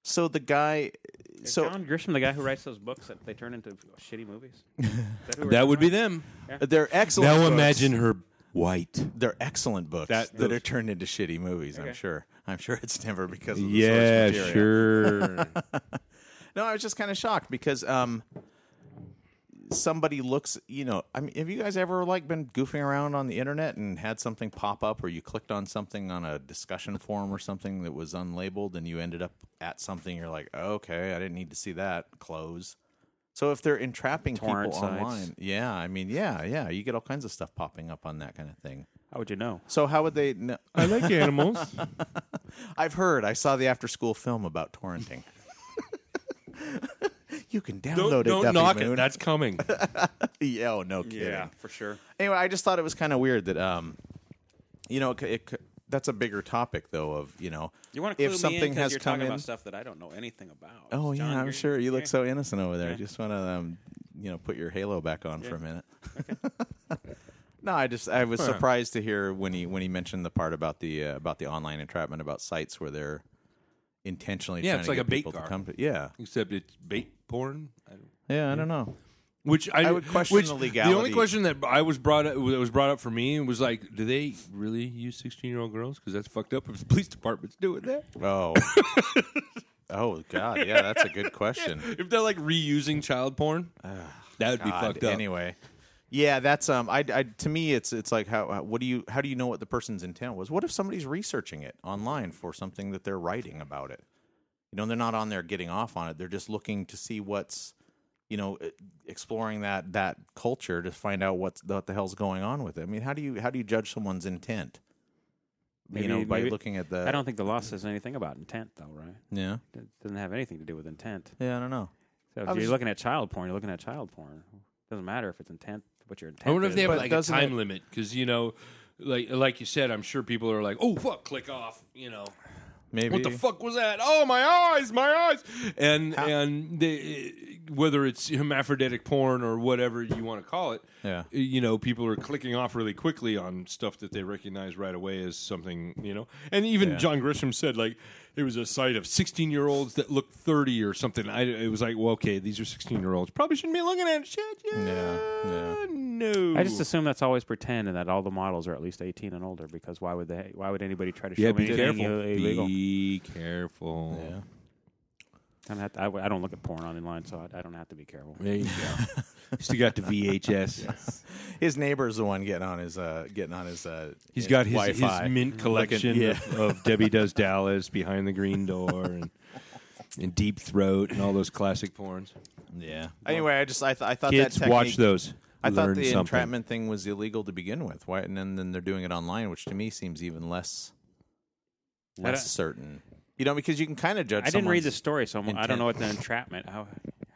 Speaker 3: So the guy, so
Speaker 2: John Grisham, the guy who writes those books that they turn into shitty movies.
Speaker 1: That would be them.
Speaker 3: they're excellent.
Speaker 1: Now
Speaker 3: books.
Speaker 1: imagine her white.
Speaker 3: they're excellent books that,
Speaker 1: That-
Speaker 3: are
Speaker 1: those-
Speaker 3: turned into shitty movies. I'm sure. I'm sure it's never because of the source material.
Speaker 1: sure.
Speaker 3: No, I was just kind of shocked because um, somebody looks. You know, I mean, have you guys ever like been goofing around on the internet and had something pop up, or you clicked on something on a discussion forum or something that was unlabeled, and you ended up at something? You're like, oh, okay, I didn't need to see that. Close. So if they're entrapping
Speaker 2: Torrent
Speaker 3: people
Speaker 2: sites.
Speaker 3: online, yeah, I mean, yeah, yeah, you get all kinds of stuff popping up on that kind of thing.
Speaker 2: How would you know?
Speaker 3: So how would they? Know?
Speaker 1: I like animals.
Speaker 3: I've heard. I saw the after-school film about torrenting. you can download
Speaker 1: Don't,
Speaker 3: it.
Speaker 1: don't
Speaker 3: Duffy
Speaker 1: knock
Speaker 3: Moon.
Speaker 1: it. That's coming.
Speaker 3: Yeah, oh, no kidding.
Speaker 2: for sure.
Speaker 3: Anyway, I just thought it was kind of weird that, um, you know, it, c- it, c- that's a bigger topic though. Of you know,
Speaker 2: You want to
Speaker 3: if something has
Speaker 2: you're
Speaker 3: come
Speaker 2: talking
Speaker 3: in.
Speaker 2: about stuff that I don't know anything about.
Speaker 3: oh yeah,
Speaker 2: John
Speaker 3: I'm
Speaker 2: Grisham.
Speaker 3: sure you look
Speaker 2: Yeah.
Speaker 3: so innocent over there. I just want to, um, you know, put your halo back on for a minute. no, I just I was surprised to hear when he when he mentioned the part about the uh, about the online entrapment about sites where they're intentionally
Speaker 1: Yeah,
Speaker 3: trying
Speaker 1: it's
Speaker 3: to
Speaker 1: like
Speaker 3: get
Speaker 1: a bait
Speaker 3: people to
Speaker 1: car.
Speaker 3: come to yeah
Speaker 1: Except it's bait porn. I don't-
Speaker 3: yeah I don't know
Speaker 1: Which I,
Speaker 3: I would question
Speaker 1: which
Speaker 3: the
Speaker 1: The
Speaker 3: legality.
Speaker 1: only question that I was brought up, that was brought up for me was like, do they really use sixteen year old girls? Because that's fucked up if the police department's doing that.
Speaker 3: oh oh god yeah that's a good question.
Speaker 1: If they're like reusing child porn, that would be
Speaker 3: Ah, God,
Speaker 1: fucked up.
Speaker 3: Anyway, yeah, that's um. I, I to me, it's it's like how how- what do you how do you know what the person's intent was? What if somebody's researching it online for something that they're writing about it? You know, they're not on there getting off on it. They're just looking to see what's you know e- exploring that that culture to find out what's what the hell's going on with it. I mean, how do you how do you judge someone's intent?
Speaker 2: Maybe-
Speaker 3: you know, by
Speaker 2: maybe-
Speaker 3: looking at the
Speaker 2: I don't think the law says anything about intent, though, right?
Speaker 3: yeah
Speaker 2: It doesn't have anything to do with intent.
Speaker 3: yeah I don't know.
Speaker 2: So if
Speaker 3: I was-
Speaker 2: you're looking at child porn, you're looking at child porn. doesn't matter if it's intent
Speaker 9: what
Speaker 1: I
Speaker 9: your intent
Speaker 1: wonder if
Speaker 9: is.
Speaker 1: they have
Speaker 9: but
Speaker 1: like a
Speaker 9: doesn't
Speaker 1: time
Speaker 9: it-
Speaker 1: limit because you know, like like you said, I'm sure people are like, "Oh fuck, click off," you know.
Speaker 3: Maybe
Speaker 1: What the fuck was that? Oh my eyes, my eyes, and and they, whether it's hermaphroditic porn or whatever you want to call it,
Speaker 3: Yeah.
Speaker 1: you know, people are clicking off really quickly on stuff that they recognize right away as something, you know. And even John Grisham said like it was a site of sixteen year olds that looked thirty or something. I it was like, well, okay, these are sixteen year olds, probably shouldn't be looking at shit. Yeah,
Speaker 3: Yeah, yeah.
Speaker 1: no.
Speaker 2: I just assume that's always pretend, and that all the models are at least eighteen and older. Because why would they? Why would anybody try to show
Speaker 1: yeah,
Speaker 2: me
Speaker 1: be
Speaker 2: anything
Speaker 1: careful.
Speaker 2: illegal?
Speaker 1: Be careful.
Speaker 3: Yeah.
Speaker 2: I don't, have to, I, I don't look at porn online, so I, I don't have to be careful.
Speaker 1: There you go. Still got the VHS.
Speaker 3: His neighbor's the one getting on his uh getting on his uh
Speaker 1: He's got his, his
Speaker 3: Wi-Fi. Mm-hmm.
Speaker 1: mint collection of, of Debbie Does Dallas, Behind the Green Door, and, and Deep Throat, and all those classic porns.
Speaker 3: yeah. Anyway, I just I, th- I thought
Speaker 1: Kids,
Speaker 3: that technique,
Speaker 1: watch those.
Speaker 3: I thought
Speaker 1: Learn
Speaker 3: the
Speaker 1: something.
Speaker 3: entrapment thing was illegal to begin with. Why and then, then they're doing it online, which to me seems even less
Speaker 2: don't-
Speaker 3: less certain. You know, because you can kind of judge.
Speaker 2: I didn't read the
Speaker 3: someone's-
Speaker 2: story, so I'm- I don't
Speaker 3: intent.
Speaker 2: know what the entrapment. How,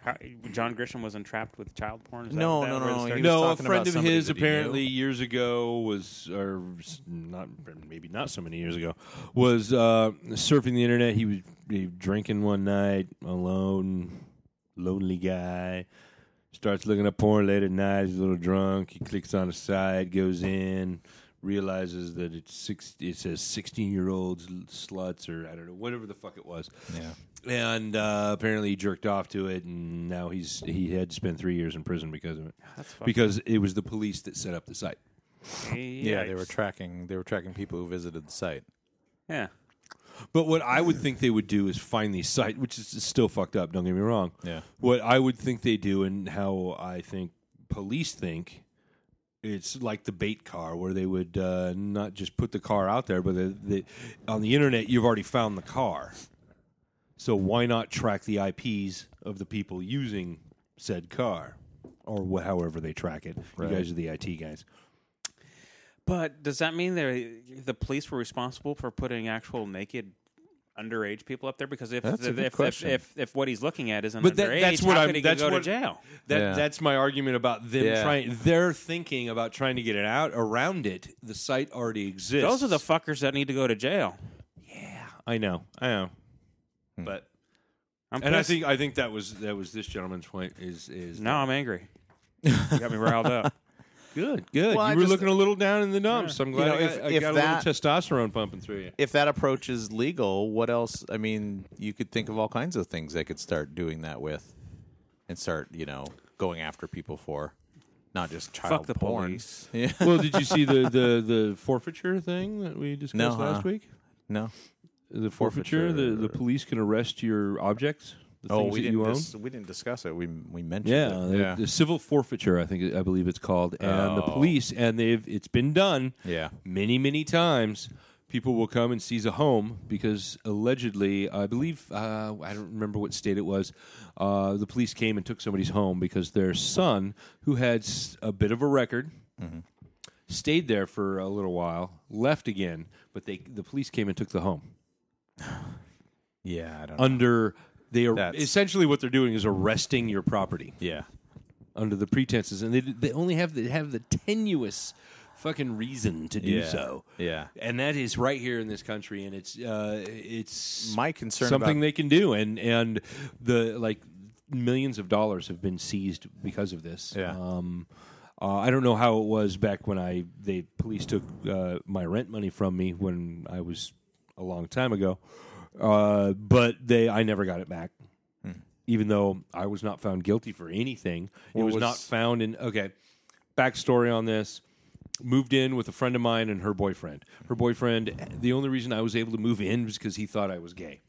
Speaker 2: how John Grisham was entrapped with child porn? Is that-
Speaker 3: No,
Speaker 2: that
Speaker 3: no,
Speaker 2: where
Speaker 3: no,
Speaker 2: the
Speaker 3: he
Speaker 2: story-
Speaker 3: was
Speaker 1: No, a
Speaker 3: talking about
Speaker 1: friend of
Speaker 3: somebody
Speaker 1: his
Speaker 3: that he knew.
Speaker 1: apparently years ago was, or s- not, maybe not so many years ago, was uh, surfing the internet. He was, he was drinking one night alone, lonely guy. Starts looking up porn late at night. He's a little drunk. He clicks on a site, goes in, realizes that it's six. It says sixteen year olds sluts or I don't know whatever the fuck it was.
Speaker 3: Yeah.
Speaker 1: And uh, apparently he jerked off to it, and now he's he had to spend three years in prison because of it. because it was the police that set up the site.
Speaker 3: Yeah, they were tracking. They were tracking people who visited the site.
Speaker 2: Yeah.
Speaker 1: But what I would think they would do is find the site, which is still fucked up. Don't get me wrong.
Speaker 3: Yeah.
Speaker 1: What I would think they do, and how I think police think, it's like the bait car, where they would uh, not just put the car out there, but they, they, on the internet you've already found the car. So why not track the IPs of the people using said car, or wh- however they track it? You guys are the IT guys.
Speaker 2: But does that mean they the police were responsible for putting actual naked underage people up there? Because if
Speaker 3: That's a
Speaker 2: if,
Speaker 3: good
Speaker 2: if, if,
Speaker 3: question.
Speaker 2: if if what he's looking at isn't
Speaker 1: But that-
Speaker 2: underage,
Speaker 1: that's what
Speaker 2: how
Speaker 1: I'm-
Speaker 2: could he
Speaker 1: that's
Speaker 2: go
Speaker 1: what-
Speaker 2: to jail?
Speaker 1: That
Speaker 3: Yeah.
Speaker 1: that's my argument about them
Speaker 3: Yeah.
Speaker 1: trying. They're thinking about trying to get it out around it. The site already exists.
Speaker 2: Those are the fuckers that need to go to jail.
Speaker 1: I know. I know.
Speaker 2: Hmm.
Speaker 1: But
Speaker 2: I'm
Speaker 1: and I
Speaker 2: pissed.
Speaker 1: think I think that was that was this gentleman's point. Is is
Speaker 2: now I'm angry. You got me riled up.
Speaker 1: good? Good.
Speaker 3: Well,
Speaker 1: you
Speaker 3: I
Speaker 1: were
Speaker 3: just-
Speaker 1: looking a little down in the dumps. I'm glad
Speaker 3: know,
Speaker 1: I got,
Speaker 3: if-
Speaker 1: I
Speaker 3: if
Speaker 1: got
Speaker 3: that-
Speaker 1: a little testosterone pumping through you.
Speaker 3: If that approach is legal, what else? I mean, you could think of all kinds of things they could start doing that with, and start you know going after people for, not just child
Speaker 2: Fuck the
Speaker 3: porn.
Speaker 2: police.
Speaker 3: Yeah.
Speaker 1: well, did you see the, the the forfeiture thing that we discussed
Speaker 3: No, huh?
Speaker 1: last week?
Speaker 3: No.
Speaker 1: The uh, forfeiture. The the
Speaker 3: Forfeiture.
Speaker 1: police can arrest your objects. The
Speaker 3: Oh,
Speaker 1: things
Speaker 3: we
Speaker 1: that you
Speaker 3: didn't.
Speaker 1: own.
Speaker 3: Dis- we didn't discuss it. We we mentioned.
Speaker 1: Yeah,
Speaker 3: it.
Speaker 1: the, the civil forfeiture, I think I believe it's called, and the
Speaker 3: Oh.
Speaker 1: police, and they've it's been done.
Speaker 3: Yeah.
Speaker 1: many many times. People will come and seize a home because allegedly, I believe, uh, I don't remember what state it was. Uh, the police came and took somebody's home because their son, who had s- a bit of a record, stayed there for a little while, left again, but they the police came and took the home
Speaker 3: Yeah, I don't. know.
Speaker 1: under. They are
Speaker 3: That's-
Speaker 1: essentially what they're doing is arresting your property
Speaker 3: yeah.
Speaker 1: under the pretenses, and they they only have the, have the tenuous fucking reason to do
Speaker 3: Yeah.
Speaker 1: so.
Speaker 3: Yeah.
Speaker 1: and that is right here in this country, and it's uh, it's
Speaker 3: My concern
Speaker 1: something
Speaker 3: about-
Speaker 1: they can do, and and the like millions of dollars have been seized because of this.
Speaker 3: Yeah.
Speaker 1: Um, uh, I don't know how it was back when I the police took uh, my rent money from me when I was a long time ago, uh, but they I never got it back even though I was not found guilty for anything. it was,
Speaker 3: was-
Speaker 1: not found in. Okay, backstory on this. Moved in with a friend of mine and her boyfriend. Her boyfriend, the only reason I was able to move in was because he thought I was gay.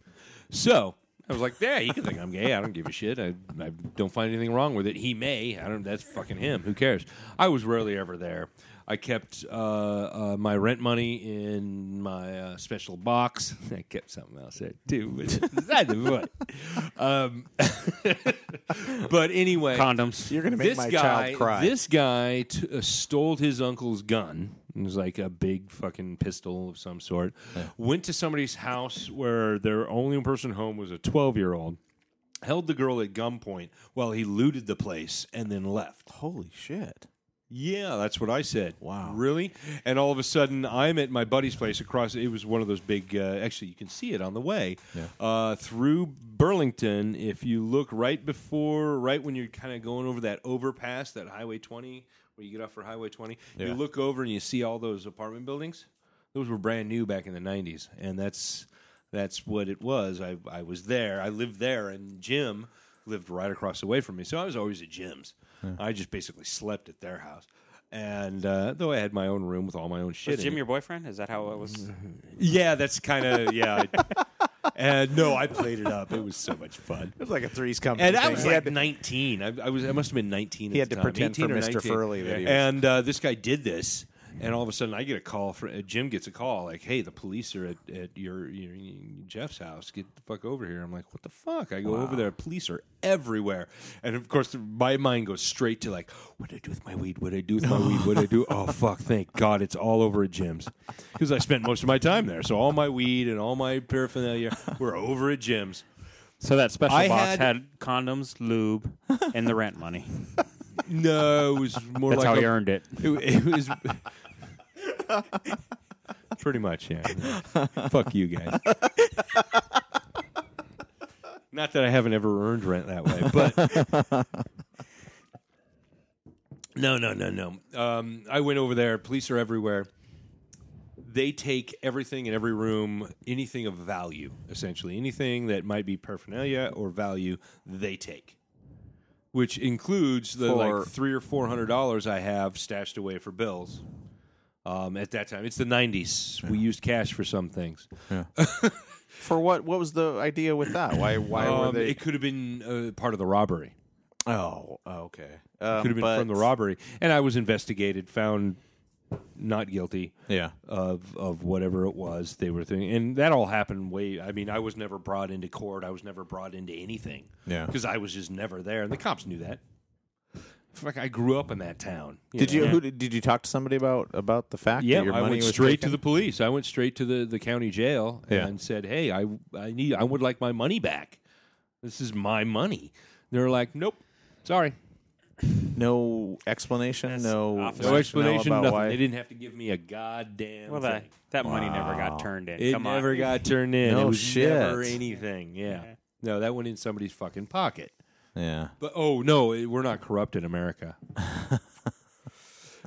Speaker 1: So I was like, yeah, he can think I'm gay. I don't give a shit. I, I don't find anything wrong with it. He may. I don't. That's fucking him. Who cares? I was rarely ever there. I kept uh, uh, my rent money in my uh, special box. I kept something else there too. But it's beside the point. Um, but anyway,
Speaker 2: Condoms.
Speaker 3: You're gonna make
Speaker 1: this
Speaker 3: my
Speaker 1: guy,
Speaker 3: child cry.
Speaker 1: This guy t- uh, stole his uncle's gun. It was like a big fucking pistol of some sort. Went to somebody's house where their only person home was a 12 year old. Held the girl at gunpoint while he looted the place and then left.
Speaker 3: Holy shit.
Speaker 1: Yeah, that's what I said.
Speaker 3: Wow.
Speaker 1: Really? And all of a sudden, I'm at my buddy's place across. It was one of those big. Uh, actually, you can see it on the way uh, through Burlington. If you look right before, right when you're kind of going over that overpass, that Highway 20, where you get off for Highway 20, you look over and you see all those apartment buildings. Those were brand new back in the 90s, and that's that's what it was. I I was there. I lived there, and Jim lived right across the way from me, so I was always at Jim's. I just basically slept at their house. And uh, though I had my own room with all my own shit,
Speaker 2: Is
Speaker 1: in
Speaker 2: Jim
Speaker 1: it.
Speaker 2: your boyfriend? Is that how it was?
Speaker 1: yeah, that's kind of yeah. I- and no, I played it up. It was so much fun.
Speaker 3: It was like a threes company.
Speaker 1: And I
Speaker 3: thing.
Speaker 1: was
Speaker 3: He
Speaker 1: like
Speaker 3: had to-
Speaker 1: 19. I, I was. I must have been 19. at
Speaker 3: He had
Speaker 1: the
Speaker 3: to
Speaker 1: time,
Speaker 3: pretend for
Speaker 1: 18 or
Speaker 3: Mr.
Speaker 1: 19.
Speaker 3: Furley that he was-
Speaker 1: And uh, this guy did this, and all of a sudden I get a call from uh, Jim. Gets a call like, "Hey, the police are at, at your, your Jeff's house. Get the fuck over here." I'm like, "What the fuck?" I go over there. Police are everywhere, and of course my mind goes straight to like, "What did I do with my weed? What did I do with my weed? What did I do?" Oh fuck! Thank God it's all over at Jim's because I spent most of my time there. So all my weed and all my paraphernalia were over at Jim's.
Speaker 2: So that special
Speaker 1: I
Speaker 2: box
Speaker 1: had-
Speaker 2: had... condoms, lube, and the rent money.
Speaker 1: No, it was more
Speaker 2: That's
Speaker 1: like
Speaker 2: how
Speaker 1: a-
Speaker 2: he earned it.
Speaker 1: It, it was pretty much, yeah. Fuck you guys. Not that I haven't ever earned rent that way, but no, no, no, no. Um, I went over there. Police are everywhere. They take everything in every room, anything of value, essentially, anything that might be paraphernalia or value, they take which includes the
Speaker 3: For-
Speaker 1: like three or four hundred dollars I have stashed away for bills. Um, at that time, it's the '90s. We used cash for some things.
Speaker 3: for what? What was the idea with that? Why? Why were
Speaker 1: Um,
Speaker 3: they?
Speaker 1: It could have been uh, part of the robbery.
Speaker 3: oh, okay.
Speaker 1: It
Speaker 3: Um,
Speaker 1: could have been
Speaker 3: but-
Speaker 1: from the robbery, and I was investigated, found not guilty
Speaker 3: Yeah.
Speaker 1: of of whatever it was they were thinking, and that all happened way. I mean, I was never brought into court. I was never brought into anything.
Speaker 3: Yeah.
Speaker 1: because I was just never there, and the cops knew that. Fuck, I grew up in that town.
Speaker 3: Did
Speaker 1: know?
Speaker 3: you? Who did, did you talk to somebody about about the fact
Speaker 1: Yeah,
Speaker 3: that your
Speaker 1: I
Speaker 3: money
Speaker 1: went
Speaker 3: was
Speaker 1: straight
Speaker 3: taken?
Speaker 1: to the police. I went straight to the, the county jail
Speaker 3: Yeah.
Speaker 1: and said, "Hey, I I need I would like my money back. This is my money." They're like, "Nope, sorry,
Speaker 3: No explanation. no.
Speaker 2: officer.
Speaker 1: no
Speaker 2: Rationale
Speaker 1: explanation.
Speaker 3: about
Speaker 1: Nothing.
Speaker 3: why-
Speaker 1: They didn't have to give me a goddamn
Speaker 2: Well, that
Speaker 1: thing.
Speaker 2: that money never got turned in.
Speaker 1: It
Speaker 2: Come
Speaker 1: never
Speaker 2: on.
Speaker 1: got turned in.
Speaker 3: No
Speaker 1: it was
Speaker 3: shit.
Speaker 1: never anything. Yeah. no, that went in somebody's fucking pocket.
Speaker 3: Yeah.
Speaker 1: But oh no, it- we're not corrupt in America.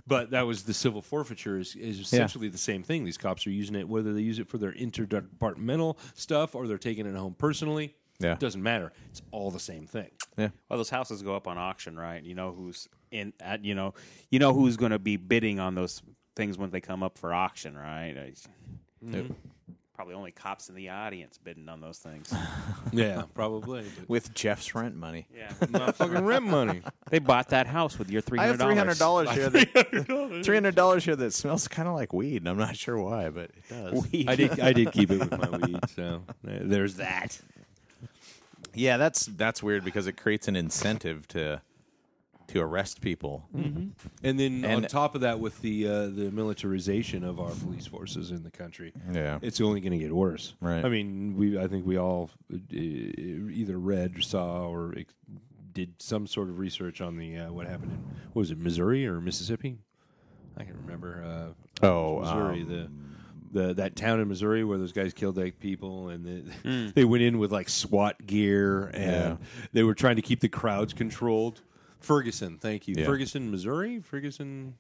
Speaker 1: but that was the civil forfeiture is, is essentially the same thing. These cops are using it whether they use it for their interdepartmental stuff or they're taking it home personally.
Speaker 3: Yeah.
Speaker 1: doesn't matter. It's all the same thing.
Speaker 2: Well, those houses go up on auction, right? You know who's in at you know you know who's going to be bidding on those things when they come up for auction, right? I-
Speaker 1: Mm-hmm.
Speaker 2: Probably only cops in the audience bidding on those things.
Speaker 1: Yeah, probably.
Speaker 3: With Jeff's rent money.
Speaker 2: yeah,
Speaker 1: Not fucking rent money.
Speaker 2: they bought that house with your three
Speaker 3: I have
Speaker 2: hundred
Speaker 3: three hundred dollars here.
Speaker 2: dollars.
Speaker 3: Three hundred dollars here that smells kind of like weed, and I'm not sure why, but it does.
Speaker 1: I did. I did keep it with my weed. So there- there's that.
Speaker 3: Yeah, that's that's weird because it creates an incentive to to arrest people.
Speaker 1: And then on
Speaker 3: And-
Speaker 1: top of that, with the uh, the militarization of our police forces in the country,
Speaker 3: Yeah.
Speaker 1: it's only going to get worse.
Speaker 3: Right.
Speaker 1: I mean, we I think we all uh, either read, or saw, or ex- did some sort of research on the uh, what happened in what was it Missouri or Mississippi? I can remember. Uh,
Speaker 3: Oh,
Speaker 1: Missouri the. The, that town in Missouri where those guys killed eight people and the, they went in with like SWAT gear and they were trying to keep the crowds controlled. Ferguson, thank you. Ferguson, Missouri? Ferguson,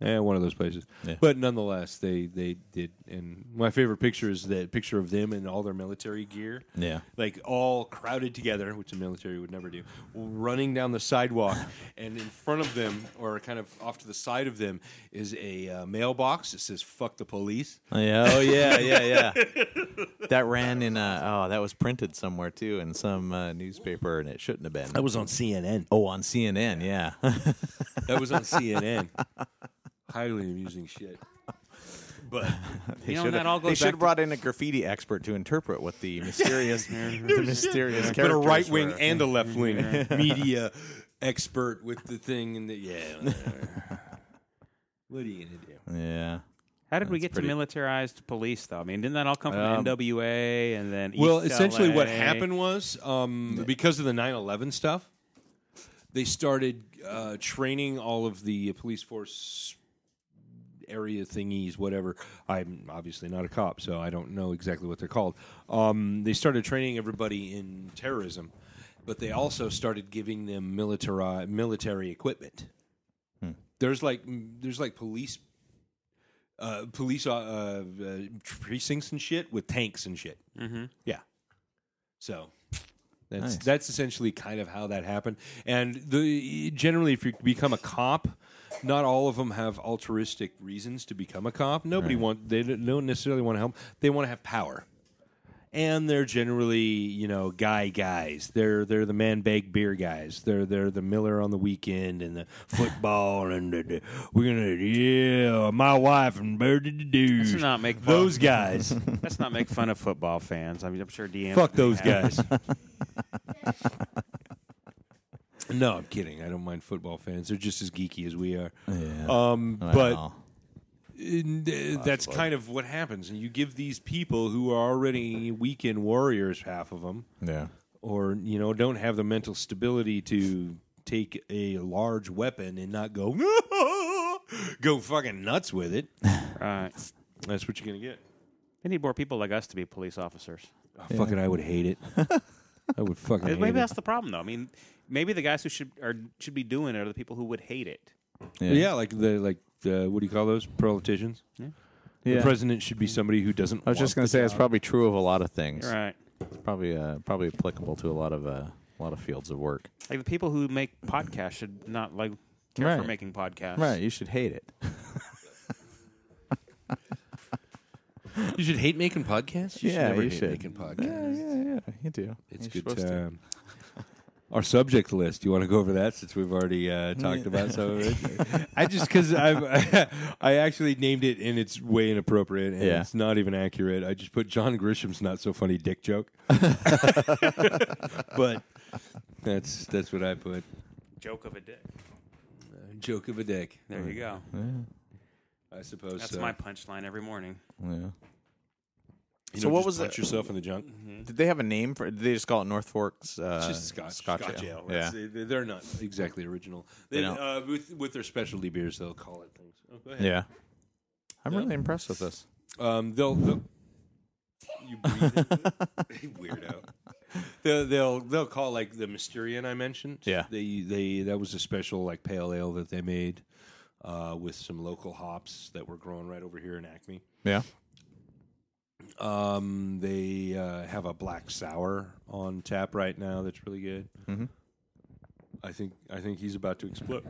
Speaker 1: yeah, Eh, one of those places. But nonetheless, they they did. And my favorite picture is that picture of them in all their military gear.
Speaker 3: Yeah.
Speaker 1: like all crowded together, which the military would never do, running down the sidewalk, and in front of them, or kind of off to the side of them, is a uh, mailbox that says "fuck the police."
Speaker 3: Yeah, oh yeah, yeah, yeah. that ran in. Uh, oh, that was printed somewhere too in some uh, newspaper, and it shouldn't have been.
Speaker 1: That was on CNN.
Speaker 3: oh, on CNN. Yeah,
Speaker 1: That was on CNN. Highly amusing shit. But
Speaker 2: You know, and that all
Speaker 3: they
Speaker 2: goes
Speaker 3: should
Speaker 2: back.
Speaker 3: have brought in a graffiti expert to interpret what the mysterious, the mysterious
Speaker 1: but a
Speaker 3: characters
Speaker 1: right wing
Speaker 3: were. Mm-hmm.
Speaker 1: and a left wing media expert with the thing and the yeah. what are you gonna do?
Speaker 3: Yeah.
Speaker 2: How did we get to militarized police, though? I mean, didn't that all come from NWA and then?
Speaker 1: Um, Well,
Speaker 2: East
Speaker 1: essentially, what
Speaker 2: LA?
Speaker 1: happened was um, because of the 9 11 stuff, they started uh, training all of the police force area thingies, whatever. I'm obviously not a cop, so I don't know exactly what they're called. Um, they started training everybody in terrorism, but they also started giving them military military equipment. There's like there's like police uh, police uh, uh, precincts and shit with tanks and shit. Mm-hmm. Yeah. So that's that's essentially kind of how that happened. And the generally, if you become a cop, not all of them have altruistic reasons to become a cop. Nobody want they don't don't necessarily want to help. They want to have power. And they're generally, you know, guy guys. They're they're the man bag beer guys. They're they're the Miller on the weekend and the football and the, the- we're gonna yeah, my wife and bird the dudes.
Speaker 2: Let's not make fun.
Speaker 1: those guys.
Speaker 2: Let's not make fun of football fans. I mean, I'm sure DM.
Speaker 1: Fuck those guys. no, I'm kidding. I don't mind football fans. They're just as geeky as we are. Um, but in- uh, that's kind of what happens. And you give these people who are already weekend warriors, half of them,
Speaker 3: yeah,
Speaker 1: or you know, don't have the mental stability to take a large weapon and not go go fucking nuts with it.
Speaker 2: Right.
Speaker 1: That's what you're gonna get.
Speaker 2: They need more people like us to be police officers.
Speaker 1: Oh, Fucking, I would hate it. I would fucking. Hate
Speaker 2: Maybe
Speaker 1: it.
Speaker 2: that's the problem, though. I mean, maybe the guys who should are should be doing it are the people who would hate it.
Speaker 1: Yeah, like the like the what do you call those politicians? The
Speaker 3: Yeah.
Speaker 1: president should be somebody who doesn't.
Speaker 3: I was just going to say it's probably true of a lot of things.
Speaker 2: Right.
Speaker 3: It's probably uh, probably applicable to a lot of uh, a lot of fields of work.
Speaker 2: Like the people who make podcasts should not like care for
Speaker 3: Right.
Speaker 2: making podcasts.
Speaker 3: Right, you should hate it.
Speaker 1: you should hate making podcasts. You
Speaker 3: Yeah,
Speaker 1: should never
Speaker 3: you
Speaker 1: hate
Speaker 3: should.
Speaker 1: making podcasts.
Speaker 3: Oh, yeah, yeah, you do.
Speaker 1: It's
Speaker 3: You're
Speaker 1: good
Speaker 3: supposed to.
Speaker 1: time. Our subject list. You want to go over that since we've already uh, talked about some of it? I just because I I actually named it and it's way inappropriate and
Speaker 3: Yeah.
Speaker 1: it's not even accurate. I just put John Grisham's not so funny dick joke, but that's that's what I put.
Speaker 2: Joke of a dick.
Speaker 1: Joke of a dick,
Speaker 2: There you go.
Speaker 1: I suppose.
Speaker 2: That's
Speaker 1: so.
Speaker 2: my punchline every morning.
Speaker 3: uh, Yeah.
Speaker 1: You
Speaker 3: So
Speaker 1: know,
Speaker 3: what
Speaker 1: just
Speaker 3: was
Speaker 1: punch
Speaker 3: the- Mm-hmm.
Speaker 1: yourself in the junk?
Speaker 3: Hmm? Did they have a name for? Did they just call it North Forks? Uh,
Speaker 1: just Scotch,
Speaker 3: Scotch, ale. Yeah.
Speaker 1: It's- they- They're not exactly original. They,
Speaker 3: don't.
Speaker 1: uh, with, with their specialty beers, they'll call it things. Oh, go ahead.
Speaker 3: Yeah. I'm really impressed with this.
Speaker 1: Um, they'll, they'll you breathe into it? weirdo. They'll, they'll they'll call like the Mysterian I mentioned.
Speaker 3: Yeah.
Speaker 1: they they that was a special like pale ale that they made uh, with some local hops that were grown right over here in Acme.
Speaker 3: Yeah.
Speaker 1: Um, they uh, have a black sour on tap right now that's really good. I think I think he's about to explode.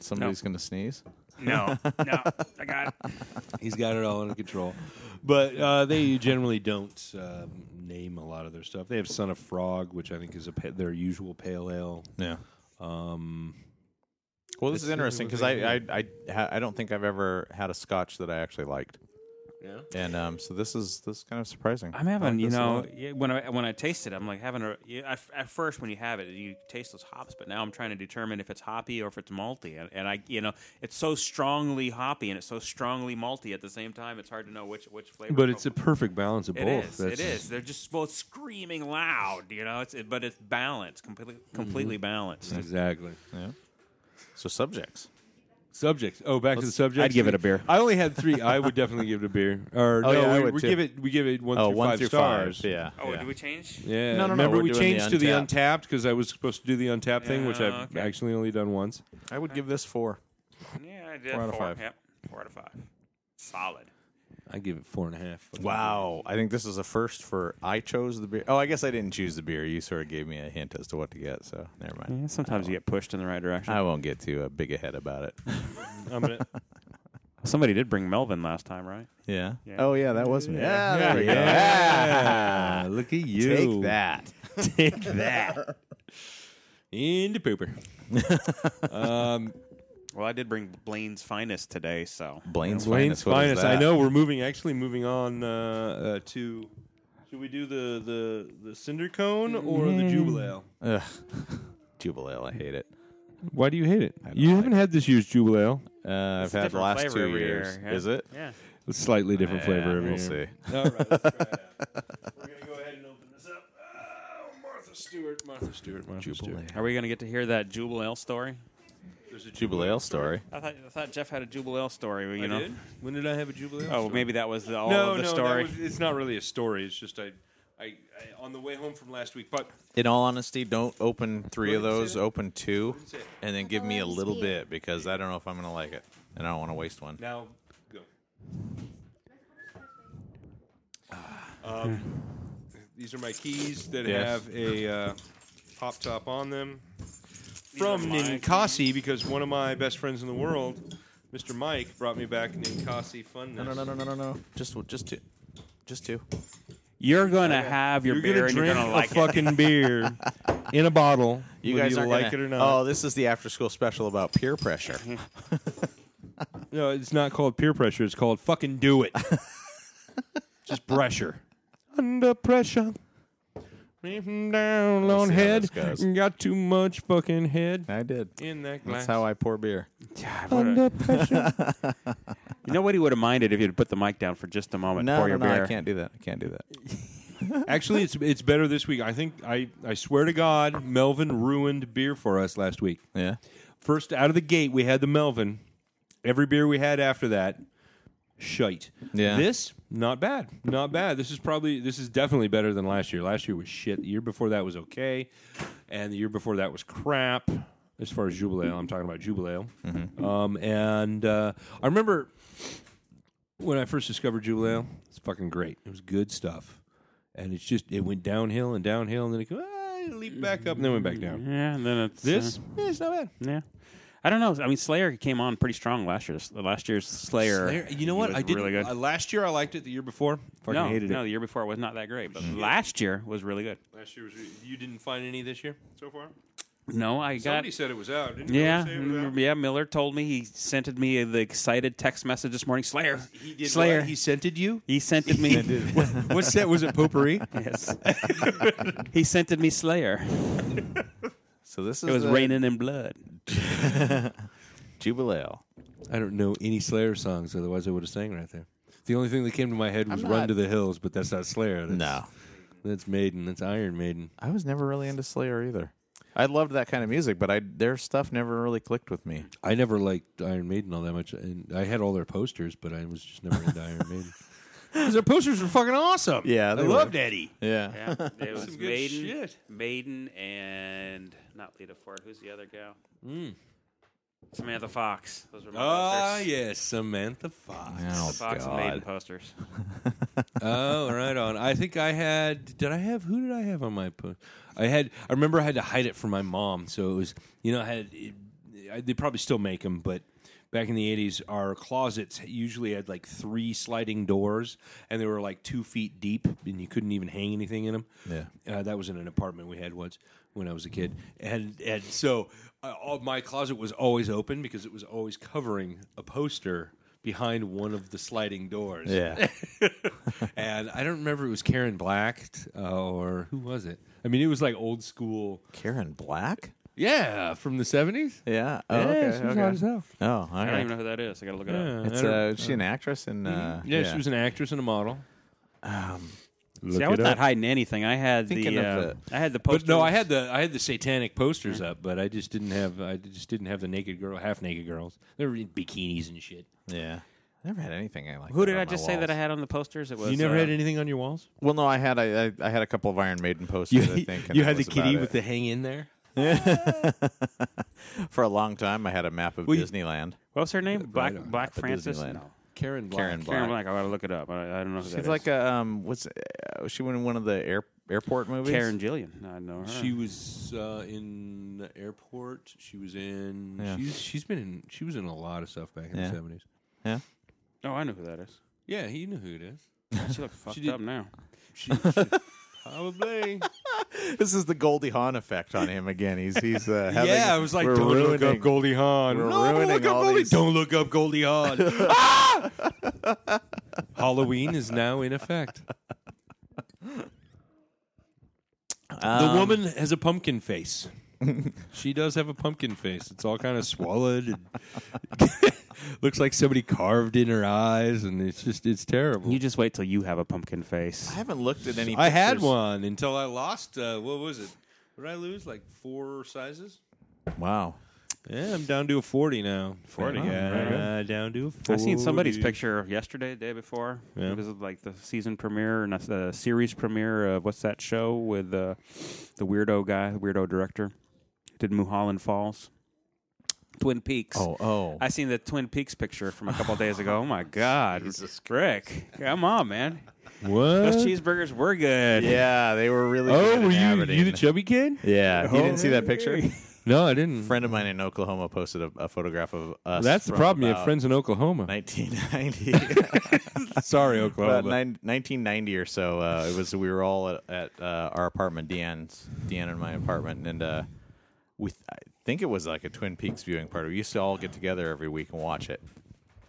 Speaker 3: Somebody's going to sneeze.
Speaker 2: No, no, I got it.
Speaker 1: He's got it all under control. But uh, they generally don't um, name a lot of their stuff. They have Son of Frog, which I think is a pa- their usual pale ale.
Speaker 3: Yeah.
Speaker 1: Um,
Speaker 3: Well, this is
Speaker 1: That's the only
Speaker 3: interesting
Speaker 1: one
Speaker 3: because I
Speaker 1: thing
Speaker 3: I, I ha- I don't think I've ever had a Scotch that I actually liked,
Speaker 1: yeah.
Speaker 3: and um, so this is this is kind of surprising.
Speaker 2: I'm having,
Speaker 3: I like
Speaker 2: you
Speaker 3: this a
Speaker 2: know,
Speaker 3: lot.
Speaker 2: yeah, when I when I taste it, I'm like having a. yeah, At, at first, when you have it, you taste those hops, but now I'm trying to determine if it's hoppy or if it's malty. And, and I, you know, it's so strongly hoppy and it's so strongly malty at the same time. It's hard to know which which flavor.
Speaker 1: But it's a
Speaker 2: profile.
Speaker 1: perfect balance of
Speaker 2: It
Speaker 1: both.
Speaker 2: is. It is. They're just both screaming loud, you know. It's it, but it's balanced, completely completely balanced.
Speaker 1: Exactly.
Speaker 3: so subjects.
Speaker 1: Subjects. Oh, back to the subject.
Speaker 2: I'd give it a beer.
Speaker 1: I only had three. I would definitely give it a beer. Or no,
Speaker 3: Oh, yeah, I
Speaker 1: we,
Speaker 3: would
Speaker 1: we
Speaker 3: too.
Speaker 1: give it. We give it one
Speaker 3: Oh,
Speaker 1: through
Speaker 3: one
Speaker 1: five
Speaker 3: through
Speaker 1: stars.
Speaker 3: five. Yeah.
Speaker 2: Oh,
Speaker 3: yeah.
Speaker 2: do we change?
Speaker 1: Yeah.
Speaker 3: No, no, no,
Speaker 1: Remember
Speaker 3: we're
Speaker 1: we
Speaker 3: doing the
Speaker 1: changed to the
Speaker 3: untapped.
Speaker 1: untapped because I was supposed to do the untapped thing, which
Speaker 2: Yeah,
Speaker 1: I've
Speaker 2: okay.
Speaker 1: actually only done once.
Speaker 3: I would give this four.
Speaker 2: Yeah, I did
Speaker 3: Four out of
Speaker 2: four.
Speaker 3: five.
Speaker 2: Yep, four out of five. Solid.
Speaker 1: I give it four and a half.
Speaker 3: Wow, I think this is a first for I chose the beer. Oh, I guess I didn't choose the beer. You sort of gave me a hint as to what to get, so never mind.
Speaker 2: sometimes you get pushed in the right direction.
Speaker 3: I won't get too uh, big ahead about it.
Speaker 1: I'm gonna.
Speaker 2: Somebody did bring Melvin last time, right?
Speaker 3: Yeah.
Speaker 2: Yeah.
Speaker 3: Oh yeah, that was me. Yeah. there we go.
Speaker 1: Yeah, look at you.
Speaker 3: Take that. Take that.
Speaker 1: Into pooper.
Speaker 2: Well, I did bring Blaine's finest today, so
Speaker 3: Blaine's,
Speaker 1: Blaine's
Speaker 3: finest. what is
Speaker 1: finest. I
Speaker 3: that?
Speaker 1: know we're moving. Actually, moving on uh, uh, to. Should we do the the the cinder cone or the Jubilee? Ale?
Speaker 3: Ugh. Jubal Ale, I hate it.
Speaker 1: Why do you hate it?
Speaker 3: don't
Speaker 1: You
Speaker 3: like
Speaker 1: haven't had this year's Jubilee. Ale.
Speaker 3: Uh, I've
Speaker 2: It's a
Speaker 3: had the
Speaker 2: different
Speaker 3: last
Speaker 2: flavor
Speaker 3: two
Speaker 2: every
Speaker 3: years.
Speaker 2: year, yeah.
Speaker 3: Is it?
Speaker 2: yeah.
Speaker 1: It's slightly different flavor.
Speaker 3: Yeah,
Speaker 1: every
Speaker 3: we'll
Speaker 1: year.
Speaker 3: see.
Speaker 1: All right, let's try it out. We're gonna go ahead and open this up. Oh, Martha Stewart, Martha Stewart, Martha Stewart.
Speaker 2: Are we going to get to hear that Jubal Ale story?
Speaker 1: There's a ju-
Speaker 3: Jubilee story.
Speaker 2: I thought, I thought Jeff had a Jubal Ale story. You
Speaker 1: I
Speaker 2: know?
Speaker 1: did? When did I have a jubilee?
Speaker 2: Oh, maybe that was the, all
Speaker 1: no,
Speaker 2: of the
Speaker 1: no, that
Speaker 2: story.
Speaker 1: was- it's not really a story. It's just I, I, I, on the way home from last week. But
Speaker 3: In all honesty, don't open three of
Speaker 1: What did you say
Speaker 3: those.
Speaker 1: there?
Speaker 3: Open two,
Speaker 1: What did you say?
Speaker 3: and then give me a
Speaker 9: Let me
Speaker 3: little
Speaker 9: see.
Speaker 3: bit because I don't know if I'm going to like it, and I don't want to waste one.
Speaker 1: now, go.
Speaker 3: Ah.
Speaker 1: Um, these are my keys that
Speaker 3: Yes.
Speaker 1: have a uh, pop top on them from
Speaker 2: are my
Speaker 1: Ninkasi because one of my best friends in the world, Mr. Mike, brought me back Ninkasi Fun Nest.
Speaker 3: No, no, no, no, no, no. Just just two, just two.
Speaker 2: You're going to have your
Speaker 1: You're
Speaker 2: beer
Speaker 1: gonna
Speaker 2: and you're
Speaker 1: drink
Speaker 2: going to
Speaker 1: a
Speaker 2: like it.
Speaker 1: fucking beer in a bottle.
Speaker 3: You
Speaker 1: whether
Speaker 3: guys
Speaker 1: you
Speaker 3: aren't
Speaker 1: like
Speaker 3: gonna-
Speaker 1: it or not.
Speaker 3: Oh, this is the after school special about peer pressure.
Speaker 1: No, it's not called peer pressure. It's called fucking do it. Just pressure. Under pressure. Down on
Speaker 3: see how
Speaker 1: head.
Speaker 3: this goes.
Speaker 1: Got too much fucking head
Speaker 3: I did.
Speaker 1: in that glass.
Speaker 3: That's how I pour beer.
Speaker 1: Under pressure.
Speaker 2: You know what he would have minded if you'd put the mic down for just a moment
Speaker 3: No,
Speaker 2: for
Speaker 3: no,
Speaker 2: your
Speaker 3: no,
Speaker 2: beer.
Speaker 3: I can't do that. I can't do that.
Speaker 1: Actually, it's it's better this week. I think I I swear to God, Melvin ruined beer for us last week.
Speaker 3: Yeah.
Speaker 1: First out of the gate, we had the Melvin. Every beer we had after that, shite.
Speaker 3: Yeah.
Speaker 1: This not bad, not bad. This is probably this is definitely better than last year. Last year was shit. The year before that was okay, and the year before that was crap. As far as Jubilee, I'm talking about Jubilee. Um, and uh, I remember when I first discovered Jubilee, it's fucking great. It was good stuff, and it's just it went downhill and downhill, and then it, ah, it leaped back up and then went back down.
Speaker 2: Yeah, and then it's,
Speaker 1: This
Speaker 2: uh,
Speaker 1: eh, it's not bad.
Speaker 2: yeah. I don't know. I mean, Slayer came on pretty strong last year. Last year's Slayer,
Speaker 1: Slayer- You know what?
Speaker 2: was
Speaker 1: I did
Speaker 2: really good.
Speaker 1: Uh, last year I liked it. The year before, fucking
Speaker 2: no,
Speaker 1: hated
Speaker 2: no,
Speaker 1: it. Mm-hmm.
Speaker 2: the year before was not that great, but last year was really good.
Speaker 1: Last year was you didn't find any this year so far.
Speaker 2: No, I got
Speaker 1: Somebody said it was out. Didn't
Speaker 2: yeah,
Speaker 1: They say it was out?
Speaker 2: mm, yeah. Miller told me he sent me the excited text message this morning. Slayer,
Speaker 1: He did
Speaker 2: Slayer.
Speaker 1: what? He scented you.
Speaker 2: He scented me.
Speaker 1: what set was it? Potpourri.
Speaker 2: yes, he scented me Slayer.
Speaker 3: So this is
Speaker 2: It was
Speaker 3: the
Speaker 2: raining in blood.
Speaker 3: Jubilee. Ale.
Speaker 1: I don't know any Slayer songs, otherwise I would have sang right there. The only thing that came to my head was
Speaker 3: I'm
Speaker 1: "Run
Speaker 3: not-
Speaker 1: to the Hills," but that's not Slayer. That's,
Speaker 3: No,
Speaker 1: that's Maiden. That's Iron Maiden.
Speaker 3: I was never really into Slayer either. I loved that kind of music, but I their stuff never really clicked with me.
Speaker 1: I never liked Iron Maiden all that much, and I had all their posters, but I was just never into Iron Maiden. 'Cause their posters were fucking awesome.
Speaker 3: Yeah,
Speaker 1: I
Speaker 3: they were.
Speaker 1: loved Eddie.
Speaker 3: Yeah.
Speaker 2: it was
Speaker 1: good
Speaker 2: Maiden,
Speaker 1: shit.
Speaker 2: Maiden, and not Lita Ford. Who's the other gal? Samantha Fox. Those were my
Speaker 1: Ah,
Speaker 2: posters.
Speaker 1: yes, Samantha Fox.
Speaker 3: Oh
Speaker 2: Fox and Maiden
Speaker 3: God.
Speaker 2: posters.
Speaker 1: oh, right on. I think I had. Did I have? Who did I have on my? Po- I had. I remember I had to hide it from my mom. So it was. You know, I had. It, I, they probably still make them, but back in the eighties, our closets usually had like three sliding doors, and they were like two feet deep, and you couldn't even hang anything in them.
Speaker 3: Yeah.
Speaker 1: Uh, that was in an apartment we had once when I was a kid, and and so uh, all, my closet was always open because it was always covering a poster behind one of the sliding doors
Speaker 3: Yeah.
Speaker 1: and I don't remember if it was Karen Black uh, or who was it? I mean, it was like old school.
Speaker 3: Karen Black.
Speaker 1: Yeah, from the seventies.
Speaker 3: Yeah. Oh,
Speaker 1: yeah,
Speaker 3: okay,
Speaker 1: she was
Speaker 3: okay.
Speaker 1: hot as hell.
Speaker 3: Oh, all
Speaker 2: I don't even
Speaker 3: right.
Speaker 2: know who that is. I gotta look it
Speaker 1: Yeah,
Speaker 2: up.
Speaker 1: I
Speaker 3: It's
Speaker 1: don't-
Speaker 3: uh, is she an actress and uh,
Speaker 1: yeah, she was an actress and a model.
Speaker 3: Um,
Speaker 2: See, I was not hiding anything. I had
Speaker 3: Thinking
Speaker 2: the,
Speaker 3: of
Speaker 2: uh,
Speaker 3: the-
Speaker 2: I had the
Speaker 1: But
Speaker 2: posters.
Speaker 1: no, I had the I had the satanic posters up, but I just didn't have I just didn't have the naked girl, half naked girls. They were in bikinis and shit.
Speaker 3: yeah. I never had anything I like.
Speaker 2: Who did I just say that I had on the posters? It was
Speaker 1: you never
Speaker 2: uh,
Speaker 1: had anything on your walls?
Speaker 3: Well, no, um, I had I, I, I had a couple of Iron Maiden posters. I think and that was about it.
Speaker 1: the hang in there.
Speaker 3: For a long time, I had a map of
Speaker 1: Well, you-
Speaker 3: Disneyland.
Speaker 2: What was her name? Black
Speaker 3: on,
Speaker 2: Black
Speaker 3: at
Speaker 2: Francis.
Speaker 3: Disneyland.
Speaker 2: No.
Speaker 1: Karen Black.
Speaker 3: Karen Black.
Speaker 2: Karen Black. I gotta look it up. I, I don't know who that
Speaker 3: She's
Speaker 2: is.
Speaker 3: like a um. What's uh, was she in one of the air, airport movies?
Speaker 2: Karen Gillian. I know her.
Speaker 1: She was uh, in the airport. She was in.
Speaker 3: Yeah.
Speaker 1: She's, she's been in. She was in a lot of stuff back in
Speaker 3: Yeah.
Speaker 1: the seventies.
Speaker 2: oh, I know who that is.
Speaker 1: Yeah, he knew who it is.
Speaker 2: She looks fucked
Speaker 1: did-
Speaker 2: up now.
Speaker 1: She, probably.
Speaker 3: This is the Goldie Hawn effect on him again. He's he's uh, having,
Speaker 1: yeah, I was like,
Speaker 3: we're
Speaker 1: don't look
Speaker 3: ruining-
Speaker 1: up Goldie Hawn.
Speaker 3: we're
Speaker 1: No, don't
Speaker 3: ruining
Speaker 1: look up
Speaker 3: all
Speaker 1: Goldie.
Speaker 3: these-
Speaker 1: Don't look up Goldie Hawn. Ah! Halloween is now in effect. the
Speaker 3: Um,
Speaker 1: woman has a pumpkin face. she does have a pumpkin face. It's all kind of swallowed. And looks like somebody carved in her eyes, and it's just it's terrible.
Speaker 2: You just wait till you have a pumpkin face.
Speaker 3: I haven't looked at any.
Speaker 1: I had
Speaker 3: pictures.
Speaker 1: one until I lost. Uh, what was it? Would I lose like four sizes?
Speaker 3: Wow.
Speaker 1: Yeah, I'm down to a 40 now.
Speaker 2: 40,
Speaker 1: yeah. Uh, down to a 40.
Speaker 2: I seen somebody's picture yesterday, the day before.
Speaker 1: Yeah.
Speaker 2: It was like the season premiere and the series premiere of what's that show with uh, the weirdo guy, the weirdo director, did Mulholland Falls, Twin Peaks.
Speaker 3: Oh, oh.
Speaker 2: I seen the Twin Peaks picture from a couple days ago. Oh my God, Rick, come on, man!
Speaker 1: What?
Speaker 2: Those cheeseburgers were good.
Speaker 3: Uh, yeah, they were really.
Speaker 1: Oh,
Speaker 3: good
Speaker 1: were
Speaker 3: in
Speaker 1: you, Oh.
Speaker 3: Aberdeen.
Speaker 1: you the chubby kid?
Speaker 3: yeah, you didn't see that picture.
Speaker 1: No, I didn't.
Speaker 3: friend of mine in Oklahoma posted a, a photograph of us.
Speaker 1: That's the
Speaker 3: from
Speaker 1: problem. You have
Speaker 3: about
Speaker 1: friends in Oklahoma.
Speaker 3: 1990,
Speaker 1: Sorry,
Speaker 3: about
Speaker 1: Oklahoma.
Speaker 3: nine, 1990 or so. Uh, it was we were all at, at uh, our apartment, Deanne's, Deanne and my apartment, and uh, we th- I think it was like a Twin Peaks viewing party. We used to all get together every week and watch it,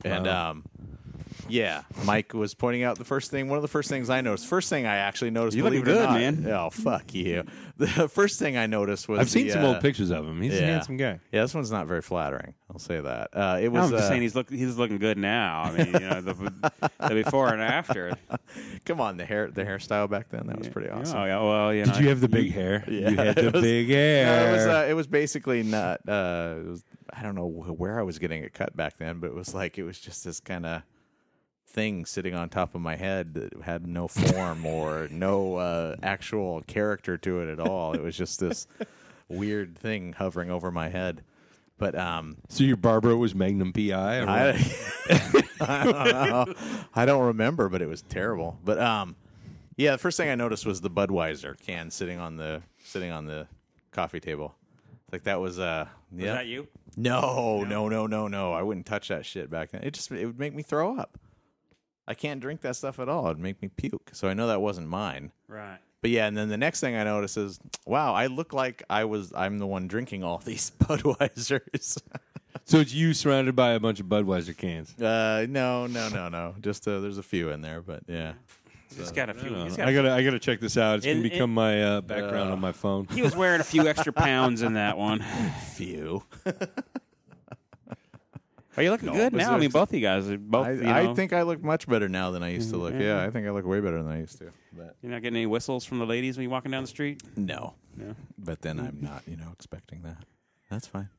Speaker 3: and um, yeah, Mike was pointing out the first thing. One of the first things I noticed. First thing I actually noticed.
Speaker 2: You look
Speaker 3: believe it or
Speaker 2: good,
Speaker 3: not-
Speaker 2: man.
Speaker 3: Oh fuck you! The first thing I noticed was
Speaker 1: I've seen
Speaker 3: the,
Speaker 1: some
Speaker 3: uh,
Speaker 1: old pictures of him. He's a handsome guy.
Speaker 3: yeah, this one's not very flattering. I'll say that. Uh, it
Speaker 2: I'm
Speaker 3: was.
Speaker 2: just
Speaker 3: uh,
Speaker 2: saying he's look he's looking good now. I mean, you know, the, the before and after.
Speaker 3: come on, the hair, the hairstyle back then that was pretty awesome.
Speaker 2: Oh yeah, well, you know,
Speaker 1: Did you have the big hair?
Speaker 3: Yeah.
Speaker 1: You had the
Speaker 3: It was-
Speaker 1: big hair.
Speaker 3: No, it was. Uh, it was basically not. Uh, it was, I don't know wh- where I was getting it cut back then, but it was like it was just this kind of thing sitting on top of my head that had no form or no uh, actual character to it at all. It was just this weird thing hovering over my head. But um,
Speaker 1: so your Barbara was Magnum PI? or what?
Speaker 3: I, I don't know. I don't remember, but it was terrible. But um, yeah, the first thing I noticed was the Budweiser can sitting on the sitting on the coffee table. Like that was uh, yeah.
Speaker 2: is that you?
Speaker 3: No, no, no, no, no. I wouldn't touch that shit back then. It just it would make me throw up. I can't drink that stuff at all. It'd make me puke. So I know that wasn't mine.
Speaker 2: Right.
Speaker 3: But yeah, and then the next thing I notice is, wow, I look like I was I'm the one drinking all these Budweisers.
Speaker 1: so it's you surrounded by a bunch of Budweiser cans.
Speaker 3: Uh, no, no, no, no. Just uh, there's a few in there, but yeah.
Speaker 2: He's got a few.
Speaker 1: I
Speaker 2: He's got a
Speaker 1: gotta, I gotta check this out. It's gonna
Speaker 2: And-
Speaker 1: become my uh, background on my phone.
Speaker 2: He was wearing a few extra pounds in that one.
Speaker 3: Few.
Speaker 2: Are you looking good now? I mean, both of you guys are both.
Speaker 3: I,
Speaker 2: you know,
Speaker 3: I think I look much better now than I used to look. Yeah, I think I look way better than I used to. But
Speaker 2: you're not getting any whistles from the ladies when you're walking down the street.
Speaker 3: no, But then I'm not, you know, expecting that. That's fine.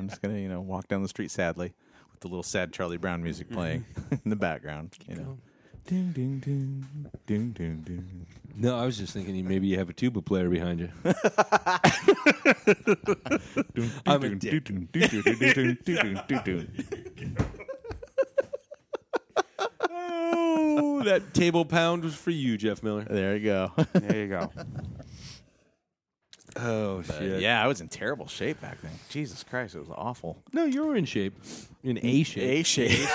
Speaker 3: I'm just gonna, you know, walk down the street sadly with the little sad Charlie Brown music playing in the background. You know. Ding ding ding ding ding ding.
Speaker 1: No, I was just thinking you- maybe you have a tuba player behind you. I'm a dick. Oh, that table pound was for you, Jeff Miller.
Speaker 3: There you go.
Speaker 2: There you go.
Speaker 1: Oh shit!
Speaker 3: yeah, I was in terrible shape back then. Jesus Christ, it was awful.
Speaker 1: No, you were in shape, in A shape.
Speaker 3: A E shape.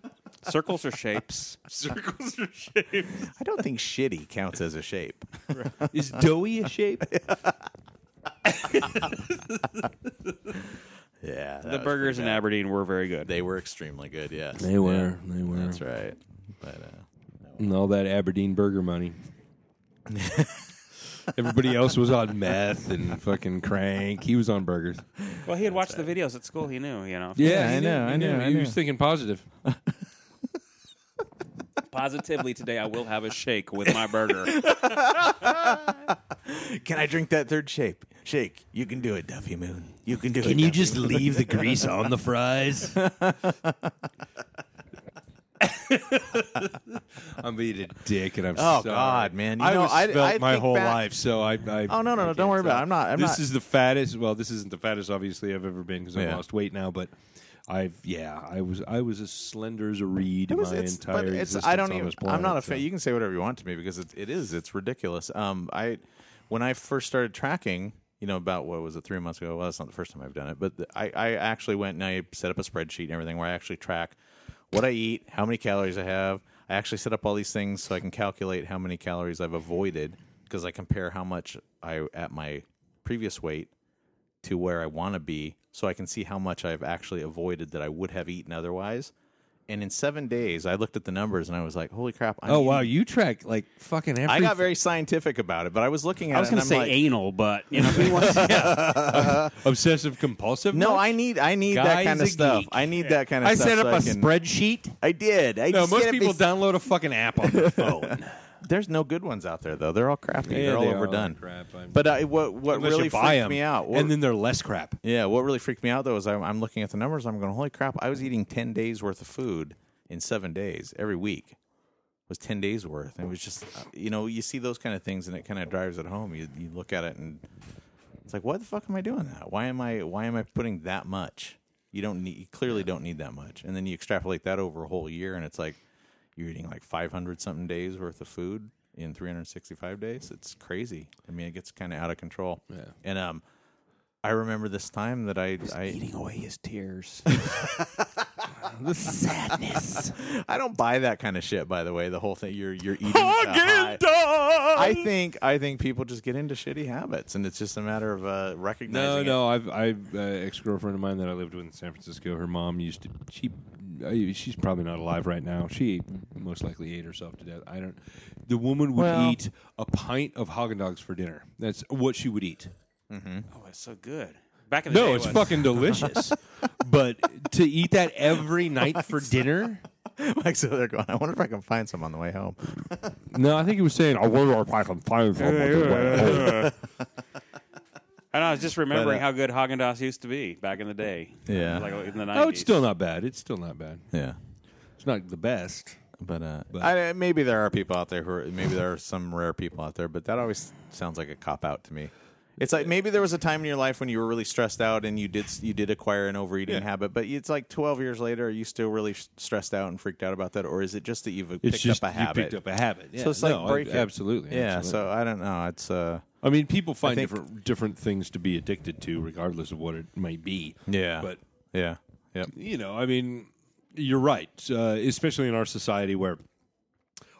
Speaker 2: Circles or shapes? Circles or shapes.
Speaker 3: I don't think shitty counts as a shape.
Speaker 1: Is doughy a shape?
Speaker 3: Yeah.
Speaker 2: The burgers in Aberdeen were very good.
Speaker 3: They were extremely good, yes.
Speaker 1: They were. They were.
Speaker 3: That's right. But uh,
Speaker 1: And all that Aberdeen burger money. Everybody else was on meth and fucking crank. He was on burgers.
Speaker 2: Well, he had watched the videos at school. He knew, you know,
Speaker 1: Yeah,
Speaker 3: I
Speaker 1: he
Speaker 3: know,
Speaker 1: He
Speaker 3: I know, I
Speaker 1: He
Speaker 3: know.
Speaker 1: was thinking positive.
Speaker 2: positively today I will have a shake with my burger.
Speaker 3: can I drink that third shape? Shake. You can do it, Duffy Moon. You can do it.
Speaker 1: Can you just leave the grease on the fries? I'm being a dick, and I'm
Speaker 3: Oh,
Speaker 1: sorry.
Speaker 3: God, man. You
Speaker 1: I
Speaker 3: know,
Speaker 1: was
Speaker 3: I-
Speaker 1: svelte
Speaker 3: I
Speaker 1: my
Speaker 3: think
Speaker 1: whole
Speaker 3: back-
Speaker 1: life, so I. I
Speaker 3: Oh no, no, no! Don't worry about it. I'm not. I'm
Speaker 1: this
Speaker 3: not.
Speaker 1: is the fattest. Well, this isn't the fattest, obviously, I've ever been because I've
Speaker 3: Yeah.
Speaker 1: lost weight now. But I've, yeah, I was, I was as slender as a reed
Speaker 3: It was-
Speaker 1: my
Speaker 3: it's-
Speaker 1: entire
Speaker 3: but it's-
Speaker 1: existence
Speaker 3: I don't
Speaker 1: on
Speaker 3: even.
Speaker 1: this planet,
Speaker 3: I'm not a
Speaker 1: so.
Speaker 3: fan. You can say whatever you want to me because it, it is. It's ridiculous. Um, I when I first started tracking, you know, about what was it three months ago? Well, that's not the first time I've done it, but th- I I actually went and I set up a spreadsheet and everything where I actually track what I eat, how many calories I have. I actually set up all these things so I can calculate how many calories I've avoided because I compare how much I at my previous weight to where I want to be so I can see how much I've actually avoided that I would have eaten otherwise. And in seven days, I looked at the numbers and I was like, holy crap. I'm
Speaker 1: Oh wow,
Speaker 3: eating-
Speaker 1: you track like fucking everything.
Speaker 3: I got very scientific about it, but I was looking at
Speaker 2: I was
Speaker 3: it
Speaker 2: going
Speaker 3: and
Speaker 2: to
Speaker 3: I'm
Speaker 2: say
Speaker 3: like,
Speaker 2: anal, but you know, if he wants- yeah.
Speaker 1: obsessive compulsive.
Speaker 3: No, I need I need that
Speaker 1: Guy's
Speaker 3: kind
Speaker 1: a
Speaker 3: of stuff.
Speaker 1: geek.
Speaker 3: I need that kind of
Speaker 1: I
Speaker 3: stuff.
Speaker 1: set up
Speaker 3: so
Speaker 1: a
Speaker 3: I can-
Speaker 1: spreadsheet.
Speaker 3: I did. I
Speaker 1: No,
Speaker 3: just
Speaker 1: most
Speaker 3: set up
Speaker 1: people
Speaker 3: this-
Speaker 1: download a fucking app on their phone.
Speaker 3: There's no good ones out there though. They're all crappy.
Speaker 1: Yeah,
Speaker 3: they're all
Speaker 1: they are all
Speaker 3: overdone.
Speaker 1: crap. I'm-
Speaker 3: But I, what what
Speaker 1: Unless
Speaker 3: really
Speaker 1: you buy
Speaker 3: freaked
Speaker 1: 'em,
Speaker 3: me out? What,
Speaker 1: and then they're less crap.
Speaker 3: yeah, what really freaked me out though is I'm, I'm looking at the numbers. I'm going, holy crap! I was eating ten days worth of food in seven days every week. Was ten days worth. And it was just uh, you know you see those kind of things and it kind of drives it home. You you look at it and it's like, why the fuck am I doing that? Why am I why am I putting that much? You don't need you clearly don't need that much. And then you extrapolate that over a whole year and it's like you're eating like 500 something days worth of food in 365 days. It's crazy. I mean, it gets kind of out of control. Yeah. And um I remember this time that I I,
Speaker 2: away his tears.
Speaker 3: I don't buy that kind of shit by the way. The whole thing you're you're eating to hide. I think I think people just get into shitty habits and it's just a matter of uh recognizing
Speaker 1: No,
Speaker 3: it.
Speaker 1: no. I've I've uh, ex girlfriend of mine that I lived with in San Francisco. Her mom used to. She, uh, she's probably not alive right now. She most likely ate herself to death. I don't. The woman would eat a pint of Haagen Dogs for dinner. That's what she would eat.
Speaker 2: oh, it's so good. Back in the day,
Speaker 1: No,
Speaker 2: it
Speaker 1: it's
Speaker 2: was.
Speaker 1: fucking delicious. but to eat that every night for dinner.
Speaker 3: Like so they're going. I wonder if I can find some on the way home.
Speaker 1: No, I think he was saying, "I wonder if I can find some."
Speaker 2: And I was just remembering
Speaker 3: uh,
Speaker 2: how good Haagen Dazs used to be back in the day.
Speaker 3: Yeah.
Speaker 2: like in the nineties.
Speaker 1: Oh, it's still not bad. It's still not bad.
Speaker 3: Yeah.
Speaker 1: It's not the best.
Speaker 3: But, uh, I, maybe there are people out there who are, maybe there are some rare people out there, but that always sounds like a cop out to me. It's like maybe there was a time in your life when you were really stressed out and you did you did acquire an overeating habit, but it's like twelve years later, are you still really s- stressed out and freaked out about that, or is it just that you've uh,
Speaker 1: It's
Speaker 3: picked
Speaker 1: just
Speaker 3: up a habit?
Speaker 1: you picked up a habit. Yeah,
Speaker 3: so it's like
Speaker 1: no,
Speaker 3: break it.
Speaker 1: absolutely.
Speaker 3: Yeah.
Speaker 1: absolutely.
Speaker 3: So I don't know. It's uh.
Speaker 1: I mean, people find
Speaker 3: think-
Speaker 1: different different things to be addicted to, regardless of what it might be.
Speaker 3: Yeah.
Speaker 1: But
Speaker 3: Yeah. Yep.
Speaker 1: you know, I mean, you're right, uh, especially in our society where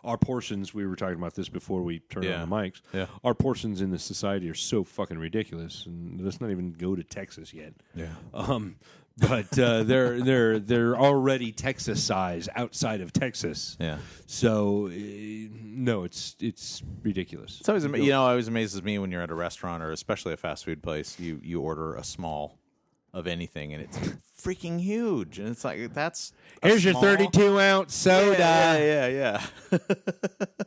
Speaker 1: our portions. We were talking about this before we turned
Speaker 3: Yeah.
Speaker 1: on the mics.
Speaker 3: Yeah.
Speaker 1: Our portions in this society are so fucking ridiculous, and let's not even go to Texas yet.
Speaker 3: Yeah.
Speaker 1: Um, but uh, they're they're they're already Texas size outside of Texas.
Speaker 3: Yeah.
Speaker 1: So uh, no, it's it's ridiculous.
Speaker 3: It's always ama- you know it always amazes me when you're at a restaurant or especially a fast food place. You you order a small of anything and it's freaking huge and it's like that's a small-
Speaker 1: ounce
Speaker 3: Yeah, yeah, yeah, yeah.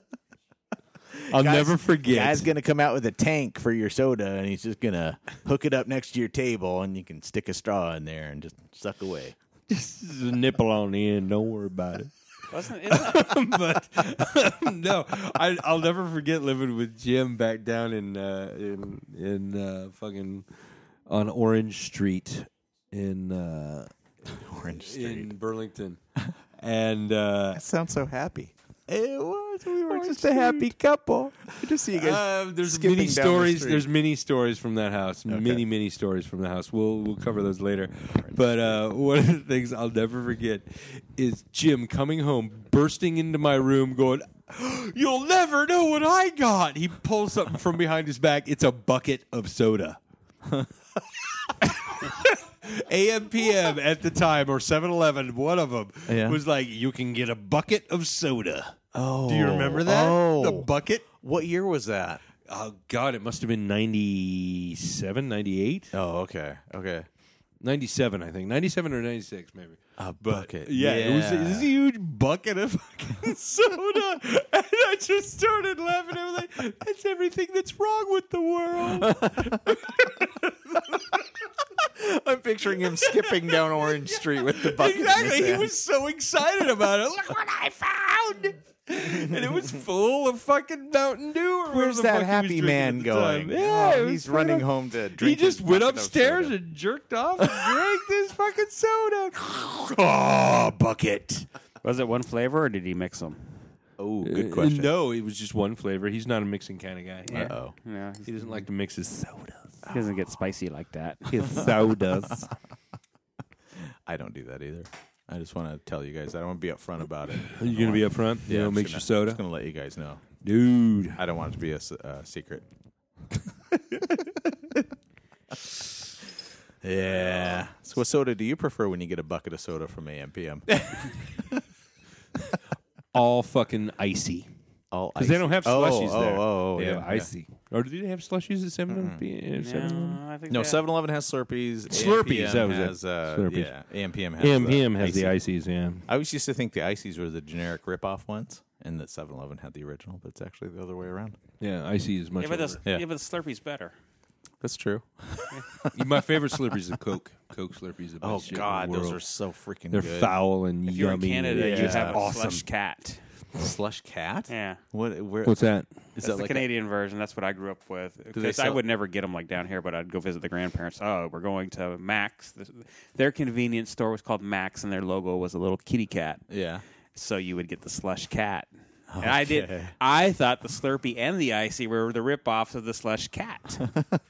Speaker 1: I'll never forget.
Speaker 3: Guy's gonna come out with a tank for your soda and he's just gonna hook it up next to your table and you can stick a straw in there and just suck away.
Speaker 1: This is a nipple on the end. Don't worry about it.
Speaker 2: Wasn't, isn't it?
Speaker 1: but no, I, I'll never forget living with Jim back down in uh, in in uh, fucking on Orange Street in uh,
Speaker 3: Orange Street.
Speaker 1: in Burlington, and uh,
Speaker 3: Sounds so happy. It was. We were just
Speaker 1: Street.
Speaker 3: a happy couple. I just see you guys.
Speaker 1: Uh, there's
Speaker 3: skipping
Speaker 1: many
Speaker 3: down the
Speaker 1: stories.
Speaker 3: street.
Speaker 1: there's many stories from that house. Many many stories from the house. We'll we'll cover those later. But uh, one of the things I'll never forget is Jim coming home, bursting into my room, going, "You'll never know what I got." He pulls something from behind his back. It's a bucket of soda. AM PM at the time or 7-Eleven, one of them
Speaker 3: Yeah.
Speaker 1: was like, "You can get a bucket of soda."
Speaker 3: oh,
Speaker 1: Uh, Do you remember that?
Speaker 3: Oh.
Speaker 1: The bucket
Speaker 3: What year was that?
Speaker 1: Oh God, it must have been 97, 98?
Speaker 3: Oh, okay, okay.
Speaker 1: 97, I think. 97 or 96, maybe.
Speaker 3: A
Speaker 1: Yeah, it was this huge bucket of fucking soda. and I just started laughing. I was like, that's everything that's wrong with the world.
Speaker 3: I'm picturing him skipping down Orange Street with the bucket. in his
Speaker 1: exactly. He
Speaker 3: hand.
Speaker 1: was so excited about it. Look what I found. and it was full of fucking Mountain Dew. Or whatever
Speaker 3: Where's
Speaker 1: the
Speaker 3: that
Speaker 1: fuck he was
Speaker 3: happy
Speaker 1: drinking
Speaker 3: man
Speaker 1: at the
Speaker 3: going?
Speaker 1: time. Yeah, it
Speaker 3: Oh,
Speaker 1: was
Speaker 3: he's
Speaker 1: fucking-
Speaker 3: running home to
Speaker 1: He
Speaker 3: drink.
Speaker 1: just
Speaker 3: his
Speaker 1: went
Speaker 3: bucket of
Speaker 1: upstairs
Speaker 3: soda.
Speaker 1: and jerked off and drank this fucking soda. oh, bucket.
Speaker 2: was it one flavor or did he mix them?
Speaker 3: oh, good question.
Speaker 1: Uh, No, it was just one flavor. He's not a mixing kind of guy.
Speaker 3: Uh oh.
Speaker 2: Yeah,
Speaker 1: He doesn't like to mix his sodas.
Speaker 2: he doesn't get spicy like that.
Speaker 1: His sodas.
Speaker 3: I don't do that either. I just want to tell you guys. I don't want to be upfront about it.
Speaker 1: Are you gonna be up front? You know,
Speaker 3: I'm
Speaker 1: mix
Speaker 3: just
Speaker 1: your
Speaker 3: gonna-
Speaker 1: soda,
Speaker 3: Just gonna let you guys know.
Speaker 1: dude.
Speaker 3: I don't want it to be a s- uh, secret. yeah. So, what soda do you prefer when you get a bucket of soda from AMPM?
Speaker 1: All fucking icy.
Speaker 3: All
Speaker 1: Because they don't have
Speaker 3: Oh,
Speaker 1: slushies
Speaker 3: oh,
Speaker 1: there.
Speaker 3: oh, oh,
Speaker 1: they
Speaker 3: yeah,
Speaker 1: have
Speaker 3: yeah.
Speaker 1: icy. Or do they have slushies at Seven Eleven?
Speaker 2: No, I think
Speaker 3: No,
Speaker 2: that-
Speaker 3: 7 Eleven has Slurpees.
Speaker 1: Slurpees,
Speaker 3: AMPM
Speaker 1: that was it.
Speaker 3: has, Uh,
Speaker 1: Slurpees.
Speaker 3: Yeah, AMPM has.
Speaker 1: AMPM
Speaker 3: the
Speaker 1: has the
Speaker 3: icy.
Speaker 1: ices. Yeah.
Speaker 3: I always used to think the ices were the generic rip-off ones, and that 7-Eleven had the original, but it's actually the other way around.
Speaker 1: Yeah, icy is much.
Speaker 2: Yeah, but the,
Speaker 3: Yeah.
Speaker 2: yeah. but the Slurpee's better.
Speaker 3: That's true.
Speaker 1: My favorite Slurpee's the Coke. Coke Slurpee's the best.
Speaker 3: Oh
Speaker 1: shit in the
Speaker 3: God, those
Speaker 1: world.
Speaker 3: are so freaking
Speaker 1: they're
Speaker 3: good.
Speaker 1: foul and
Speaker 2: If you're
Speaker 1: yummy.
Speaker 2: in Canada, you
Speaker 3: Yeah.
Speaker 2: have a
Speaker 3: Awesome.
Speaker 2: slush cat.
Speaker 3: Slush cat?
Speaker 2: Yeah.
Speaker 3: What? Where?
Speaker 1: What's that?
Speaker 3: Is
Speaker 2: That's
Speaker 3: that
Speaker 2: the
Speaker 3: like a-
Speaker 2: Canadian version. That's what I grew up with.
Speaker 3: they
Speaker 2: Because I
Speaker 3: sell-
Speaker 2: would never get them like down here, but I'd go visit the grandparents. Oh, we're going to Max. This- Their convenience store was called Max, and their logo was a little kitty cat.
Speaker 3: yeah.
Speaker 2: So you would get the slush cat. And I did. I thought the Slurpee and the icy were the ripoffs of the slush cat.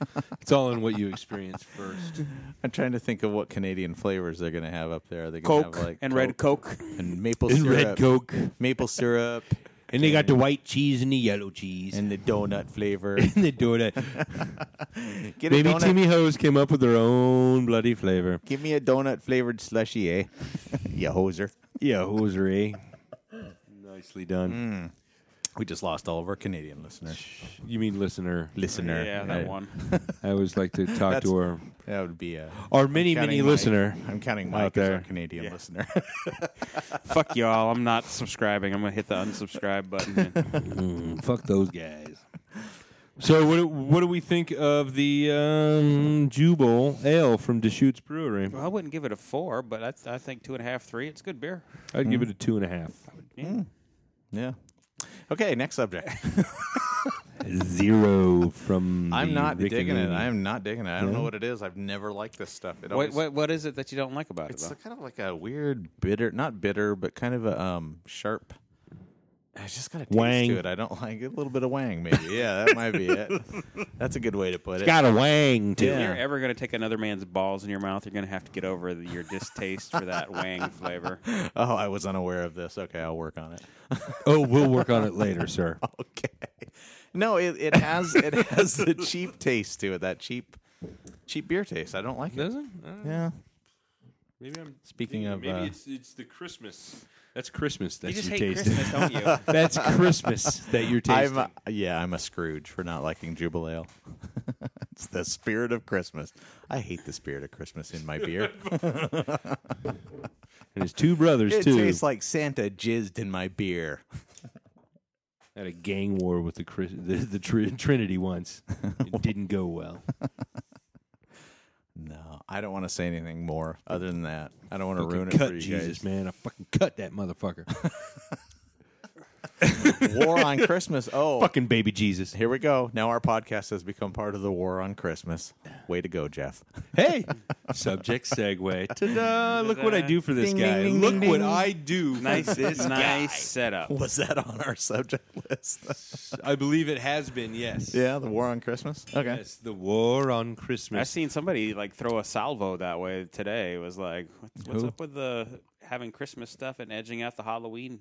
Speaker 1: It's all in what you experience first.
Speaker 3: I'm trying to think of what Canadian flavors they're gonna have up there. Are they gonna
Speaker 2: Coke
Speaker 3: have like
Speaker 2: and red Coke.
Speaker 3: and maple
Speaker 1: And
Speaker 3: syrup,
Speaker 1: red Coke,
Speaker 3: maple syrup,
Speaker 1: and they got the white cheese and the yellow cheese, and
Speaker 3: and the donut flavor.
Speaker 1: they do that.
Speaker 3: Get a
Speaker 1: Maybe
Speaker 3: donut.
Speaker 1: Timmy Hose came up with their own bloody flavor.
Speaker 3: Give me a donut flavored slushy, eh? you hoser.
Speaker 1: Yeah, hosiery. Nicely done.
Speaker 3: We just lost all of our Canadian listeners.
Speaker 1: You mean listener?
Speaker 3: Listener,
Speaker 2: Yeah,
Speaker 3: right?
Speaker 2: that one.
Speaker 1: I always like to talk
Speaker 3: That's-
Speaker 1: to our
Speaker 3: That would be a
Speaker 1: our many many listener.
Speaker 3: I'm counting
Speaker 1: out
Speaker 3: Mike as our
Speaker 1: there.
Speaker 3: Canadian listener.
Speaker 2: Fuck y'all. I'm not subscribing. I'm gonna hit the unsubscribe button.
Speaker 1: Mm, Fuck those guys. So what do, what do we think of the um, Jubal Ale from Deschutes Brewery?
Speaker 2: well, I wouldn't give it a four, but I, th- I think two and a half, three. It's good beer.
Speaker 1: I'd give it a two and a half.
Speaker 2: Mm.
Speaker 3: yeah. Okay, next subject.
Speaker 1: Zero from.
Speaker 3: I'm
Speaker 1: the
Speaker 3: not
Speaker 1: Rick and
Speaker 3: digging it.
Speaker 1: Morty.
Speaker 3: I am not digging it. I don't know what it is. I've never liked this stuff. It
Speaker 2: What,
Speaker 3: always,
Speaker 2: what what is it that you don't like about it?
Speaker 3: It's
Speaker 2: Though?
Speaker 3: kind of like a weird bitter, not bitter, but kind of a um sharp. I just got a taste
Speaker 1: Wang.
Speaker 3: to it. I don't like it. A little bit of wang, maybe. Yeah, that might be it. That's a good way to put it.
Speaker 1: got a wang to
Speaker 3: Yeah.
Speaker 2: If you're ever going to take another man's balls in your mouth, you're going to have to get over the, your distaste for that wang flavor.
Speaker 3: Oh, I was unaware of this. Okay, I'll work on it.
Speaker 1: it. Oh, we'll work on it later, sir.
Speaker 3: Okay. No, it, it has it has the cheap taste to it. That cheap cheap beer taste. I don't like it.
Speaker 1: it?
Speaker 3: Yeah.
Speaker 1: Maybe I'm
Speaker 3: Speaking of
Speaker 1: Maybe
Speaker 3: uh,
Speaker 1: it's it's the Christmas. That's Christmas. That's
Speaker 2: you just
Speaker 1: your
Speaker 2: hate
Speaker 1: taste.
Speaker 2: Christmas, don't you?
Speaker 1: That's Christmas that you're tasting.
Speaker 3: I'm uh, a, yeah, I'm a Scrooge for not liking Jubilale. it's the spirit of Christmas. I hate the spirit of Christmas in my beer.
Speaker 1: and his two brothers
Speaker 3: it
Speaker 1: too.
Speaker 3: tastes like Santa jizzed in my beer.
Speaker 1: had a gang war with the Chris, the, the tr- Trinity once. It didn't go well.
Speaker 3: No, I don't want to say anything more other than that. I don't want to ruin it
Speaker 1: cut
Speaker 3: for you
Speaker 1: Jesus, man! I fucking cut that motherfucker.
Speaker 3: guys. War on Christmas. Oh,
Speaker 1: fucking baby Jesus.
Speaker 3: here we go. Now our podcast has become part of the war on Christmas. Way to go, Jeff.
Speaker 1: Hey, subject segue. Ta-da! Look what I do for this
Speaker 3: Ding,
Speaker 1: guy.
Speaker 3: ding, ding,
Speaker 1: Look
Speaker 3: ding,
Speaker 1: what
Speaker 3: ding.
Speaker 1: I do. for
Speaker 2: Nice,
Speaker 1: this guy.
Speaker 2: nice setup.
Speaker 3: Was that on our subject list?
Speaker 1: I believe it has been. Yes.
Speaker 3: yeah, the war on Christmas. Okay.
Speaker 1: Yes. The war on
Speaker 2: I've
Speaker 1: Christmas.
Speaker 2: seen somebody like throw a salvo that way today. It was like, what- what's up with the having Christmas stuff and edging out the Halloween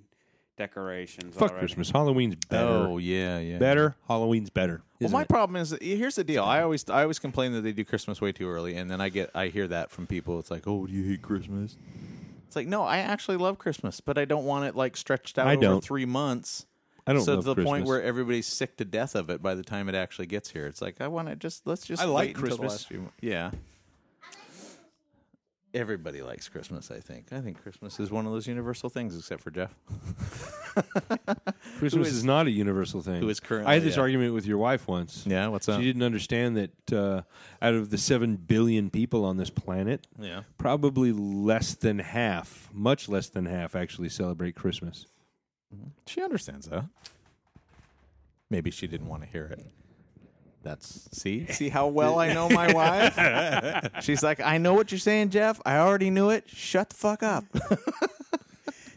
Speaker 2: decorations?
Speaker 1: Fuck
Speaker 2: already?
Speaker 1: Christmas. Halloween's better.
Speaker 3: Oh yeah, yeah.
Speaker 1: Better. Halloween's better.
Speaker 3: Well,
Speaker 1: isn't
Speaker 3: my
Speaker 1: it?
Speaker 3: problem is here's the deal. I always I always complain that they do Christmas way too early, and then I get I hear that from people. It's like, oh, do you hate Christmas? It's like, no, I actually love Christmas, but I don't want it like stretched out
Speaker 1: I
Speaker 3: over
Speaker 1: don't.
Speaker 3: three months.
Speaker 1: I don't
Speaker 3: so
Speaker 1: love
Speaker 3: to the point
Speaker 1: Christmas.
Speaker 3: where everybody's sick to death of it by the time it actually gets here. It's like I want to just let's just
Speaker 1: I like
Speaker 3: wait until the
Speaker 1: Christmas.
Speaker 3: last few mo- yeah. Everybody likes Christmas. I think. I think Christmas is one of those universal things, except for Jeff.
Speaker 1: Christmas is, not a universal thing.
Speaker 3: who is currently-
Speaker 1: I had this
Speaker 3: yeah.
Speaker 1: argument with your wife once.
Speaker 3: Yeah, what's up?
Speaker 1: She didn't understand that uh, out of the seven billion people on this planet,
Speaker 3: Yeah.
Speaker 1: probably less than half, much less than half, actually celebrate Christmas.
Speaker 3: She understands that. Maybe she didn't want to hear it. That's see, see how well I know my wife. She's like, I know what you're saying, Jeff. I already knew it. Shut the fuck up.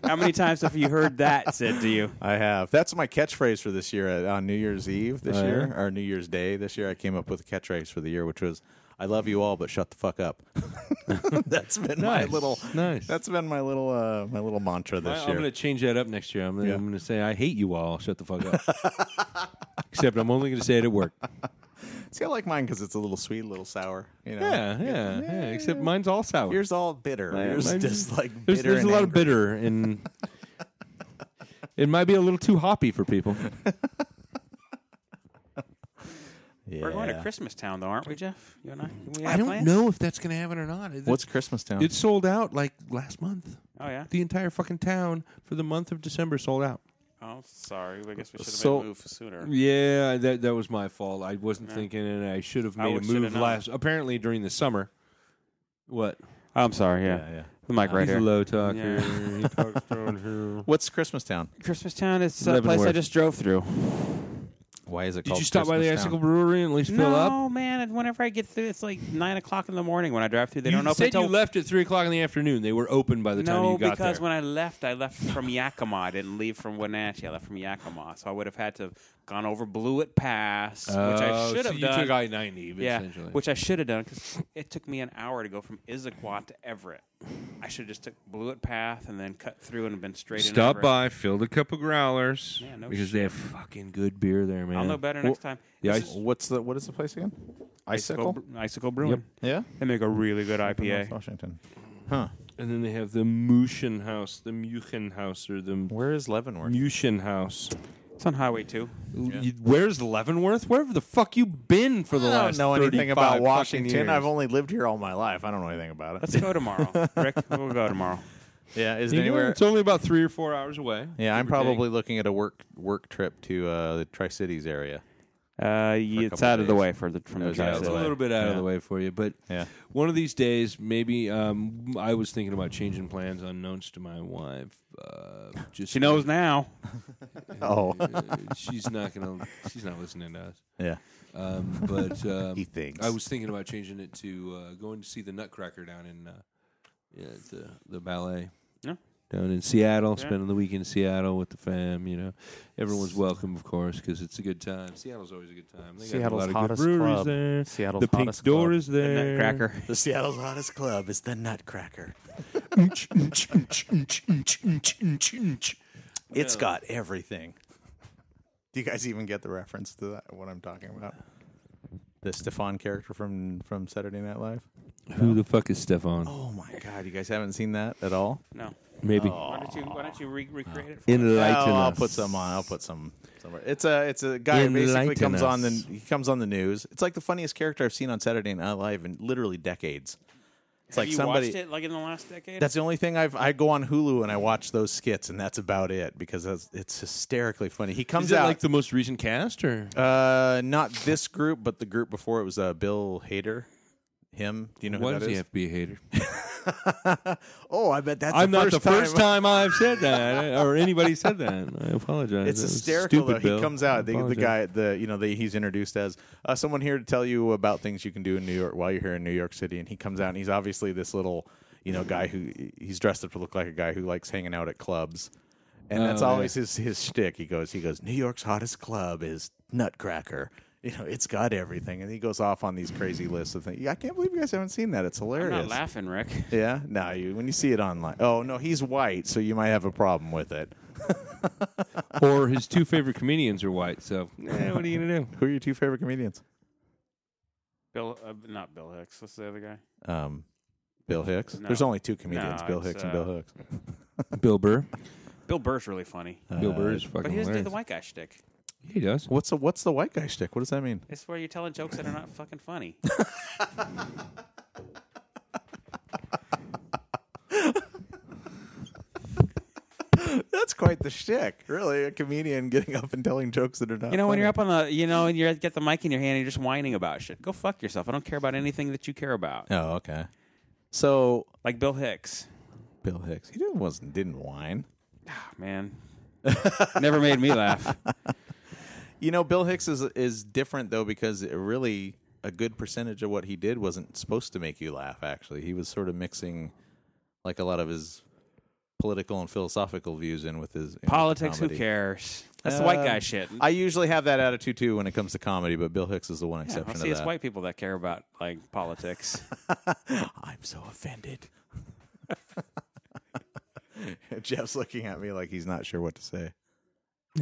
Speaker 2: How many times have you heard that said to you?
Speaker 3: I have. That's my catchphrase for this year uh, on New Year's Eve this
Speaker 1: Oh,
Speaker 3: year or New Year's Day this year. I came up with a catchphrase for the year, which was, "I love you all, but shut the fuck up." that's been my
Speaker 1: Nice.
Speaker 3: little
Speaker 1: Nice.
Speaker 3: That's been my little uh, my little mantra
Speaker 1: I,
Speaker 3: this
Speaker 1: am
Speaker 3: year.
Speaker 1: going to change that up next year. I'm going
Speaker 3: Yeah.
Speaker 1: to say, I hate you all. Shut the fuck up. Except I'm only going to say it at work.
Speaker 3: See, I like mine because it's a little sweet, a little sour. You know.
Speaker 1: Yeah, yeah, yeah. Except mine's all sour.
Speaker 3: Yours all bitter. Yours
Speaker 1: mine-
Speaker 3: just like
Speaker 1: there's
Speaker 3: bitter.
Speaker 1: there's a
Speaker 3: and
Speaker 1: lot of
Speaker 3: angry.
Speaker 1: bitter, and it might be a little too hoppy for people.
Speaker 2: We're going to
Speaker 3: Yeah.
Speaker 2: Christmas Town, though, aren't we, Jeff? You and I? We
Speaker 1: Mm-hmm. I
Speaker 2: have
Speaker 1: don't
Speaker 2: plans?
Speaker 1: know if that's going to happen or not. It-
Speaker 3: What's Christmas Town?
Speaker 1: it sold out like last month.
Speaker 2: Oh, yeah.
Speaker 1: The entire fucking town for the month of December sold out.
Speaker 2: Oh, sorry. I guess we should have
Speaker 1: So- Mm.
Speaker 2: made a move sooner.
Speaker 1: Yeah, that that was my fault. I wasn't thinking, and I should have
Speaker 2: I
Speaker 1: made a
Speaker 2: would shoulda
Speaker 1: move
Speaker 2: known.
Speaker 1: last. Apparently during the summer. What?
Speaker 2: Oh, I'm sorry. Yeah,
Speaker 3: yeah.
Speaker 2: the mic right
Speaker 1: He's
Speaker 2: here.
Speaker 1: a low talker.
Speaker 2: Yeah.
Speaker 1: He talks down here.
Speaker 3: What's Christmas Town?
Speaker 2: Christmas Town is
Speaker 1: Leavenworth.
Speaker 2: just drove through.
Speaker 3: Why is it
Speaker 1: Did
Speaker 3: called
Speaker 1: you stop by the
Speaker 3: Christmas
Speaker 1: Icicle
Speaker 3: Town?
Speaker 1: Brewery and at least fill up?
Speaker 2: No, man. and Whenever I get through, it's like nine o'clock in the morning when I drive through. They
Speaker 1: you
Speaker 2: don't open
Speaker 1: said
Speaker 2: till
Speaker 1: you left at three o'clock in the afternoon. They were open by the time
Speaker 2: no,
Speaker 1: you got
Speaker 2: because
Speaker 1: there.
Speaker 2: when I left, I left from Yakima. I didn't leave from Wenatchee. I left from Yakima, so I would have had to have gone over Blewett Pass, which I
Speaker 1: Oh,
Speaker 2: should
Speaker 1: so
Speaker 2: have
Speaker 1: you
Speaker 2: done.
Speaker 1: took I ninety.
Speaker 2: yeah,
Speaker 1: essentially.
Speaker 2: which I should have done because it took me an hour to go from Issaquah to Everett. I should have just took Blewett Path and then cut through and been straight. in
Speaker 1: Stop
Speaker 2: Everett.
Speaker 1: by, filled a couple growlers
Speaker 2: Yeah, no
Speaker 1: because they have fucking good beer there, man.
Speaker 2: I'll know better next time.
Speaker 1: yeah,
Speaker 2: This
Speaker 1: I-
Speaker 2: is
Speaker 3: What's the what is the place again? Icicle.
Speaker 2: Bre- Icicle Brewing.
Speaker 3: Yeah.
Speaker 2: They make a really good
Speaker 3: North
Speaker 2: IPA.
Speaker 3: Washington. Huh.
Speaker 1: And then they have the Mushin House, the Muchen House, or the
Speaker 3: Where is Leavenworth?
Speaker 1: Mushin House.
Speaker 2: It's on Highway Two.
Speaker 1: You- Where's Leavenworth? Wherever the fuck you been for the
Speaker 3: I
Speaker 1: last
Speaker 3: don't know
Speaker 1: 35
Speaker 3: anything about
Speaker 1: fucking
Speaker 3: Washington.
Speaker 1: years?
Speaker 3: I've only lived here all my life. I don't know anything about it.
Speaker 2: Let's go tomorrow, Rick. We'll go tomorrow.
Speaker 3: Yeah, is it
Speaker 1: You know,
Speaker 3: anywhere?
Speaker 1: it's only about three or four hours away.
Speaker 3: Yeah,
Speaker 1: give or
Speaker 3: I'm
Speaker 1: take.
Speaker 3: probably looking at a work work trip to uh, the Tri Cities area.
Speaker 2: Uh, yeah, it's
Speaker 3: couple
Speaker 2: out of the
Speaker 3: days.
Speaker 2: way for the from
Speaker 3: It
Speaker 2: the
Speaker 3: was out
Speaker 2: drive.
Speaker 3: of the
Speaker 1: It's a
Speaker 3: way.
Speaker 1: little bit out of
Speaker 3: Yeah.
Speaker 1: the way for you, but
Speaker 3: Yeah.
Speaker 1: one of these days, maybe um, I was thinking about changing plans unbeknownst to my wife. Uh, just
Speaker 2: She knows now.
Speaker 3: Oh,
Speaker 1: uh, she's not gonna. She's not listening to us.
Speaker 3: yeah.
Speaker 1: Um, but um,
Speaker 3: He thinks.
Speaker 1: I was thinking about changing it to uh, going to see the Nutcracker down in uh, yeah, at the the ballet.
Speaker 2: Yeah.
Speaker 1: Down in Seattle,
Speaker 2: Yeah.
Speaker 1: spending the week in Seattle with the fam. You know, everyone's welcome, of course, because it's a good time. Seattle's always a good time. They
Speaker 3: Seattle's
Speaker 1: got a lot of
Speaker 3: hottest
Speaker 1: good breweries
Speaker 3: club.
Speaker 1: there.
Speaker 3: Seattle's
Speaker 1: the Pink
Speaker 3: hottest
Speaker 1: Door
Speaker 3: club.
Speaker 1: is there.
Speaker 2: Nutcracker.
Speaker 3: The Seattle's hottest club is the Nutcracker. it's got everything. Do you guys even get the reference to that? What I'm talking about? The Stefan character from from Saturday Night Live.
Speaker 1: Who the fuck is Stefan?
Speaker 3: Oh my God! You guys haven't seen that at all?
Speaker 2: No.
Speaker 1: Maybe
Speaker 2: Why don't you Why don't you re- recreate it? For
Speaker 1: enlighten
Speaker 3: Oh, I'll
Speaker 1: us.
Speaker 3: put some on. I'll put some somewhere. It's a it's a guy who
Speaker 1: Enlighten
Speaker 3: basically comes on the
Speaker 1: us.
Speaker 3: he comes on the news. It's like the funniest character I've seen on Saturday Night Live in literally decades. It's
Speaker 2: Have
Speaker 3: like
Speaker 2: you
Speaker 3: somebody
Speaker 2: watched it like in the last decade?
Speaker 3: That's the only thing I've I go on Hulu and I watch those skits and that's about it because that's, it's hysterically funny. He comes
Speaker 1: Is it
Speaker 3: out
Speaker 1: like the most recent cast or?
Speaker 3: uh, not this group but the group before it was uh, Bill Hader. Him, do you know
Speaker 1: Why
Speaker 3: who that
Speaker 1: does he
Speaker 3: is?
Speaker 1: have to be a hater?
Speaker 3: Oh, I bet that's
Speaker 1: I'm
Speaker 3: the
Speaker 1: not
Speaker 3: first
Speaker 1: the first time I've said that, or anybody said that. I apologize.
Speaker 3: It's
Speaker 1: That was
Speaker 3: hysterical
Speaker 1: stupid,
Speaker 3: though.
Speaker 1: Bill.
Speaker 3: He comes out. The, the
Speaker 1: Apologize.
Speaker 3: guy, the you know, the, he's introduced as uh, someone here to tell you about things you can do in New York while you're here in New York City. And he comes out, and he's obviously this little, you know, guy who he's dressed up to look like a guy who likes hanging out at clubs, and that's
Speaker 1: Oh, yeah.
Speaker 3: always his his shtick. He goes, he goes, New York's hottest club is Nutcracker. You know, it's got everything, and he goes off on these crazy lists of things. Yeah, I can't believe you guys haven't seen that. It's
Speaker 2: I'm
Speaker 3: hilarious.
Speaker 2: not laughing, Rick.
Speaker 3: Yeah, no, you when you see it online. Oh no, he's white, so you might have a problem with it.
Speaker 1: or his two favorite comedians are white. So eh, what are you gonna do?
Speaker 3: Who are your two favorite comedians?
Speaker 2: Bill, uh, not Bill Hicks. What's the other guy?
Speaker 3: um, Bill Hicks.
Speaker 2: No.
Speaker 3: There's only two comedians,
Speaker 2: No,
Speaker 3: Bill
Speaker 2: it's,
Speaker 3: Hicks and Bill
Speaker 2: uh,
Speaker 3: Hicks.
Speaker 1: Bill Burr.
Speaker 2: Bill Burr's really funny,
Speaker 1: Bill Burr
Speaker 3: Uh,
Speaker 1: is
Speaker 2: but
Speaker 1: fucking
Speaker 2: he doesn't do
Speaker 1: hilarious.
Speaker 2: the white guy shtick.
Speaker 1: He does.
Speaker 3: What's the what's the white guy shtick? What does that mean?
Speaker 2: It's where you're telling jokes that are not fucking funny.
Speaker 3: That's quite the shtick, really. A comedian getting up and telling jokes that are not.
Speaker 2: You know, when you're up on the, you know, and you get the mic in your hand and you're just whining about shit. Go fuck yourself. I don't care about anything that you care about.
Speaker 3: Oh, okay. So
Speaker 2: Like Bill Hicks,
Speaker 3: Bill Hicks, he didn't wasn't didn't whine.
Speaker 2: Ah, man, never made me laugh.
Speaker 3: You know, Bill Hicks is is different though because it really a good percentage of what he did wasn't supposed to make you laugh. Actually, he was sort of mixing like a lot of his political and philosophical views in with his in
Speaker 2: Politics,
Speaker 3: With
Speaker 2: who
Speaker 3: cares?
Speaker 2: cares? That's the white
Speaker 3: Uh,
Speaker 2: guy shit.
Speaker 3: I usually have that attitude too when it comes to comedy, but Bill Hicks is the one
Speaker 2: Yeah,
Speaker 3: exception
Speaker 2: well,
Speaker 3: to
Speaker 2: see, it's
Speaker 3: that.
Speaker 2: white people that care about like politics.
Speaker 3: I'm so offended. Jeff's looking at me like he's not sure what to say.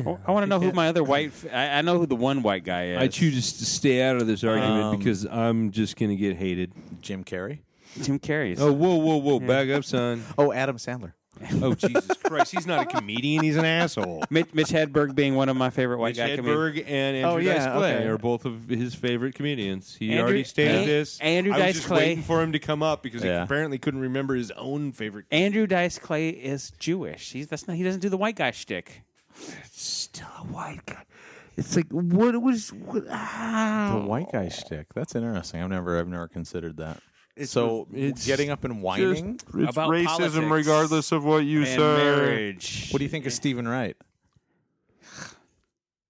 Speaker 2: Oh, I want to know who my other white. f- I, I know who the one white guy is.
Speaker 1: I choose just to stay out of this argument
Speaker 3: Um,
Speaker 1: because I'm just gonna get hated.
Speaker 3: Jim Carrey?
Speaker 2: Jim Carrey's.
Speaker 1: Oh whoa whoa whoa! Back up, son.
Speaker 3: Oh, Adam Sandler.
Speaker 1: Oh Jesus Christ! He's not a comedian. He's an asshole.
Speaker 2: Mitch, Mitch Hedberg being one of my favorite white
Speaker 1: Mitch
Speaker 2: guy comedians.
Speaker 1: Hedberg and Andrew
Speaker 3: Oh, yeah,
Speaker 1: Dice Clay
Speaker 3: okay.
Speaker 1: are both of his favorite comedians. He
Speaker 2: Andrew-
Speaker 1: already stated
Speaker 2: An-
Speaker 1: this.
Speaker 2: Andrew
Speaker 1: I was
Speaker 2: Dice
Speaker 1: just
Speaker 2: Clay-
Speaker 1: waiting for him to come up because he
Speaker 3: Yeah.
Speaker 1: apparently couldn't remember his own favorite.
Speaker 2: Andrew Dice Clay is Jewish. He's that's not. He doesn't do the white guy shtick.
Speaker 10: Still
Speaker 1: Oh,
Speaker 10: a white guy. It's like what was what,
Speaker 3: The
Speaker 2: Oh.
Speaker 10: ah.
Speaker 3: white guy shtick. That's interesting. I've never, I've never considered that. so
Speaker 10: it's
Speaker 3: getting up and
Speaker 10: just,
Speaker 3: whining.
Speaker 10: it's
Speaker 2: About
Speaker 10: racism,
Speaker 2: politics
Speaker 10: regardless of what you
Speaker 2: and
Speaker 10: say.
Speaker 2: marriage.
Speaker 3: What do you think of Stephen Wright?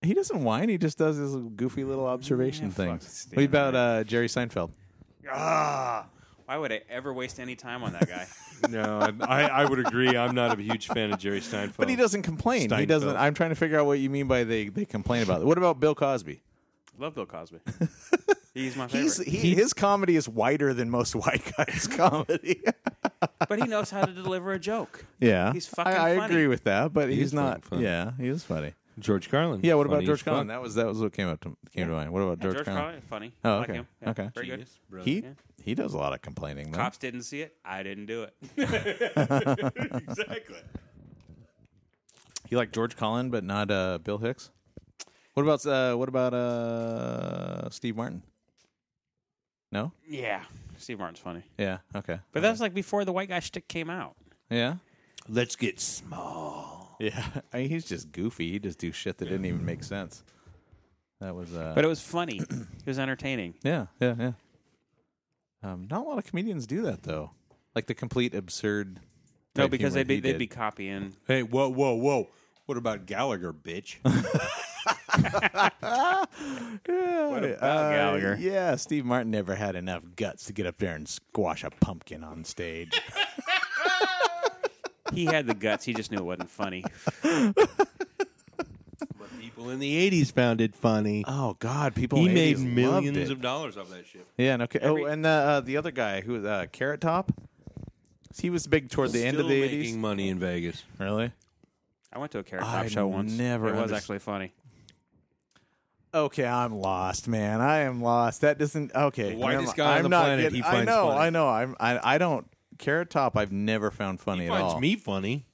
Speaker 3: He doesn't whine. He just does his goofy little observation
Speaker 2: Yeah, fuck
Speaker 3: things.
Speaker 2: Stephen
Speaker 3: What about uh, Jerry Seinfeld?
Speaker 2: Ah, why would I ever waste any time on that guy?
Speaker 1: No, I'm- I, I would agree. I'm not a huge fan of Jerry Steinfeld.
Speaker 2: Oh.
Speaker 3: But he doesn't complain. He
Speaker 1: Steinfeld.
Speaker 3: doesn't. I'm trying to figure out what you mean by they, they complain about it. What about Bill Cosby?
Speaker 2: Love Bill Cosby. He's my favorite.
Speaker 3: He's he, his comedy is wider than most white guys' comedy.
Speaker 2: but he knows how to deliver a joke.
Speaker 3: yeah,
Speaker 2: He's fucking
Speaker 3: I, I
Speaker 2: funny.
Speaker 3: agree with that, but he's,
Speaker 1: fucking
Speaker 3: not.
Speaker 1: funny.
Speaker 3: Yeah, he is funny.
Speaker 1: George Carlin.
Speaker 3: Yeah. What
Speaker 1: Funny
Speaker 3: about George
Speaker 1: as fuck.
Speaker 3: Carlin? That was that was what came up to came to mind. What about George,
Speaker 2: George
Speaker 3: Carlin?
Speaker 2: Carlin, funny.
Speaker 3: Oh,
Speaker 2: Like
Speaker 3: okay.
Speaker 2: him. Yeah,
Speaker 3: Okay.
Speaker 2: Very good.
Speaker 3: He
Speaker 2: Yeah.
Speaker 3: he does a lot of complaining. Though.
Speaker 2: Cops didn't see it. I didn't do it. exactly.
Speaker 3: You like George Collin, but not uh, Bill Hicks. What about uh, what about uh, Steve Martin? No.
Speaker 2: Yeah. Steve Martin's funny.
Speaker 3: Yeah. Okay.
Speaker 2: But that's like before the white guy shtick came out.
Speaker 3: Yeah.
Speaker 10: Let's get small.
Speaker 3: Yeah. I mean, he's just goofy. He just do shit that didn't even make sense. That was. Uh,
Speaker 2: But it was funny. it was entertaining.
Speaker 3: yeah. Yeah. Yeah. Um, not a lot of comedians do that though. Like the complete absurd.
Speaker 2: No,
Speaker 3: type
Speaker 2: because
Speaker 3: humor
Speaker 2: they'd be,
Speaker 3: he
Speaker 2: they'd
Speaker 3: did.
Speaker 2: be copying.
Speaker 10: Hey, whoa, whoa, whoa! What about Gallagher, bitch?
Speaker 3: Yeah, uh,
Speaker 2: about Gallagher?
Speaker 3: Yeah, Steve Martin never had enough guts to get up there and squash a pumpkin on stage.
Speaker 2: He had the guts. He just knew it wasn't funny.
Speaker 10: People in the '80s found it funny.
Speaker 3: oh God, people!
Speaker 1: He
Speaker 3: in the
Speaker 1: made
Speaker 3: 80s loved
Speaker 1: millions
Speaker 3: it.
Speaker 1: of dollars off that shit.
Speaker 3: Yeah, no kid- Oh, and uh, uh, the other guy who was uh, Carrot Top, he was big toward the end of
Speaker 1: Still
Speaker 3: the
Speaker 1: making
Speaker 3: eighties.
Speaker 1: money in Vegas.
Speaker 3: Really?
Speaker 2: I went to a Carrot
Speaker 3: I
Speaker 2: Top show once.
Speaker 3: never
Speaker 2: It was
Speaker 3: underst-
Speaker 2: actually funny.
Speaker 3: Okay, I'm lost, man. I am lost. That doesn't. Okay,
Speaker 1: The whitest
Speaker 3: I'm,
Speaker 1: guy on
Speaker 3: I'm
Speaker 1: the
Speaker 3: not
Speaker 1: planet,
Speaker 3: getting-
Speaker 1: he
Speaker 3: I
Speaker 1: finds
Speaker 3: know.
Speaker 1: funny.
Speaker 3: I know. I'm. I, I don't. Carrot Top, I've never found funny at
Speaker 1: Finds
Speaker 3: all.
Speaker 1: me funny.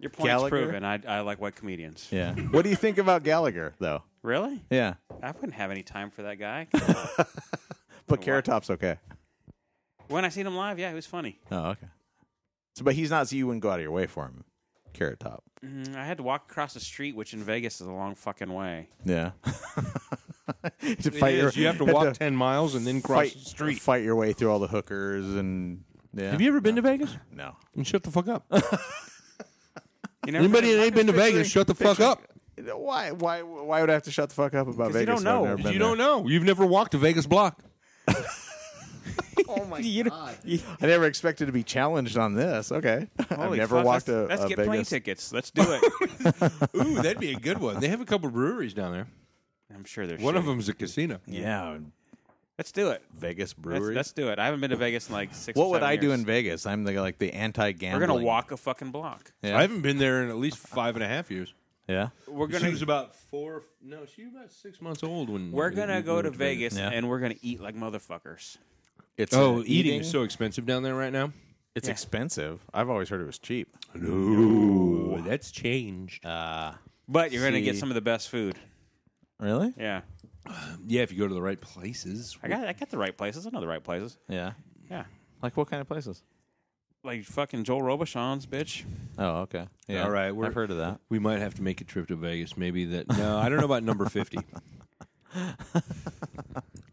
Speaker 2: Your point's
Speaker 3: Gallagher?
Speaker 2: proven. I, I like white comedians.
Speaker 3: Yeah. what do you think about Gallagher though?
Speaker 2: Really?
Speaker 3: Yeah,
Speaker 2: I wouldn't have any time for that guy.
Speaker 3: but Carrot Top's okay.
Speaker 2: when I seen him live, yeah, he was funny.
Speaker 3: Oh, okay. So, but he's not. So you wouldn't go out of your way for him. Carrot Top.
Speaker 2: Mm, I had to walk across the street, which in Vegas is a long fucking way.
Speaker 3: Yeah. to
Speaker 1: It is. you have to walk
Speaker 3: to
Speaker 1: ten miles and then cross
Speaker 3: fight
Speaker 1: the street.
Speaker 3: fight your way through all the hookers and. Yeah.
Speaker 1: Have you ever been to Vegas?
Speaker 3: No.
Speaker 1: And shut the fuck up.
Speaker 2: You never
Speaker 1: Anybody that ain't been to
Speaker 3: picturing-
Speaker 1: Vegas, shut the fuck up.
Speaker 3: Why? Why? Why would I have to shut the fuck up about
Speaker 2: Because you don't
Speaker 3: Vegas?
Speaker 2: know.
Speaker 3: when I've never been
Speaker 1: You don't know. You've never walked a Vegas block.
Speaker 3: there? I never expected to be challenged on this. Okay, I've
Speaker 2: Holy
Speaker 3: never
Speaker 2: fuck,
Speaker 3: walked
Speaker 2: let's, Let's
Speaker 3: a, a
Speaker 2: get
Speaker 3: Vegas.
Speaker 2: plane tickets. Let's do it.
Speaker 1: Ooh, that'd be a good one. They have a couple breweries down there.
Speaker 2: I'm sure there's
Speaker 1: One of them's a casino.
Speaker 3: Yeah,
Speaker 2: Let's do it.
Speaker 3: Vegas
Speaker 2: Let's,
Speaker 3: brewery.
Speaker 2: let's do it. I haven't been to Vegas in like six. or
Speaker 3: what would
Speaker 2: seven
Speaker 3: I do
Speaker 2: years.
Speaker 3: in Vegas? I'm the, like the anti-gambling.
Speaker 2: We're gonna walk a fucking block.
Speaker 3: Yeah.
Speaker 1: I haven't been there in at least five and a half years.
Speaker 3: Yeah.
Speaker 2: We're
Speaker 1: she
Speaker 2: gonna
Speaker 1: was about four. No, she was about six months old when
Speaker 2: we're
Speaker 1: we-
Speaker 2: gonna
Speaker 1: we
Speaker 2: go
Speaker 1: went
Speaker 2: to Vegas
Speaker 3: Yeah.
Speaker 2: and we're gonna eat like motherfuckers.
Speaker 3: It's
Speaker 1: Oh,
Speaker 3: uh,
Speaker 1: eating, is so expensive down there right now.
Speaker 3: it's expensive. I've always heard it was cheap.
Speaker 1: No, that's changed.
Speaker 3: Uh,
Speaker 2: But you're gonna get
Speaker 3: See.
Speaker 2: some of the best food.
Speaker 3: Really?
Speaker 2: Yeah,
Speaker 1: yeah, if you go to the right places.
Speaker 2: I got I got the right places. I know the right places.
Speaker 3: Yeah.
Speaker 2: Yeah,
Speaker 3: Like what kind of places?
Speaker 2: like fucking Joel Robichon's bitch.
Speaker 3: Oh, okay. Yeah.
Speaker 1: All right, we're-
Speaker 3: I've heard of that.
Speaker 1: We might have to make a trip to Vegas. Maybe that. No, I don't know about number 50.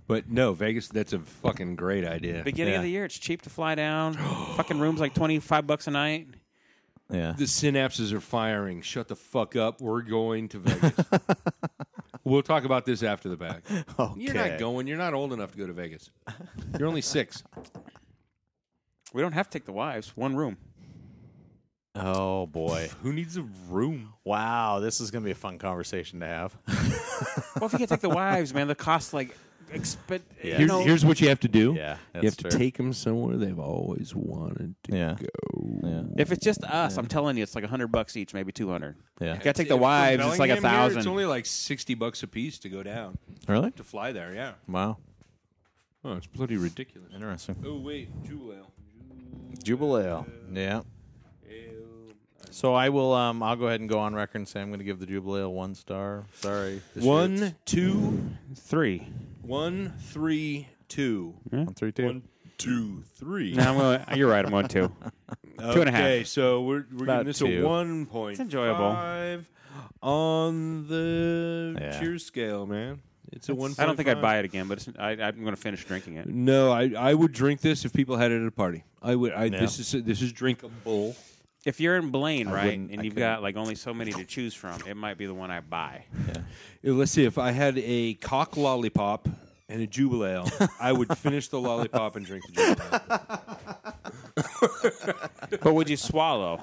Speaker 1: but no, Vegas, that's a fucking great idea.
Speaker 2: Beginning
Speaker 3: Yeah.
Speaker 2: of the year, it's cheap to fly down. fucking rooms like twenty five bucks a night.
Speaker 3: Yeah.
Speaker 1: The synapses are firing. Shut the fuck up. We're going to Vegas. we'll talk about this after the back. You're
Speaker 3: Okay.
Speaker 1: not going. You're not old enough to go to Vegas. You're only six.
Speaker 2: We don't have to take the wives. One room.
Speaker 3: Oh boy.
Speaker 1: Who needs a room?
Speaker 3: wow. This is gonna be a fun conversation to have.
Speaker 2: Well, if you can take the wives, man, the cost like expen-
Speaker 3: Yeah.
Speaker 2: you
Speaker 1: Here-
Speaker 2: know,
Speaker 1: here's what you have to do.
Speaker 3: Yeah,
Speaker 1: you
Speaker 3: that's
Speaker 1: have to
Speaker 3: fair.
Speaker 1: take them somewhere they've always wanted to
Speaker 3: Yeah.
Speaker 1: go.
Speaker 2: if it's just us, I'm telling you, it's like hundred bucks each, maybe two hundred.
Speaker 3: Yeah.
Speaker 2: You gotta take the wives. It's like a thousand.
Speaker 1: It's only like sixty bucks a piece to go down
Speaker 3: Really?
Speaker 1: to fly there. Yeah.
Speaker 3: Wow.
Speaker 1: Oh, it's bloody ridiculous.
Speaker 3: Interesting.
Speaker 1: Oh wait, Jewel.
Speaker 3: Jubileo. Yeah. So I will. Um, I'll go ahead and go on record and say I'm going to give the Jubileo one star. Sorry. This year
Speaker 1: One, two,
Speaker 2: Three.
Speaker 1: one, three, two.
Speaker 3: it's- one, three, two.
Speaker 1: One,
Speaker 10: two, three.
Speaker 2: No, I'm going you're right. I'm going two. Two and a half.
Speaker 1: Okay, so we're we're giving this
Speaker 3: two.
Speaker 1: a one point.
Speaker 2: It's enjoyable.
Speaker 1: on the
Speaker 3: Yeah.
Speaker 1: cheers scale, man. It's a one.
Speaker 2: I don't think I'd buy it again, but it's, I, I'm going to finish drinking it.
Speaker 1: No, I, I would drink this if people had it at a party. I would. I, This is this is drinkable.
Speaker 2: If you're in Blaine, right,
Speaker 3: wouldn't-
Speaker 2: and
Speaker 3: I
Speaker 2: you've
Speaker 3: couldn't.
Speaker 2: got like only so many to choose from, it might be the one I buy.
Speaker 1: Uh, Let's see. If I had a cock lollipop and a Jubilee, Ale, I would finish the lollipop and drink the Jubilee. Ale.
Speaker 2: but would you swallow?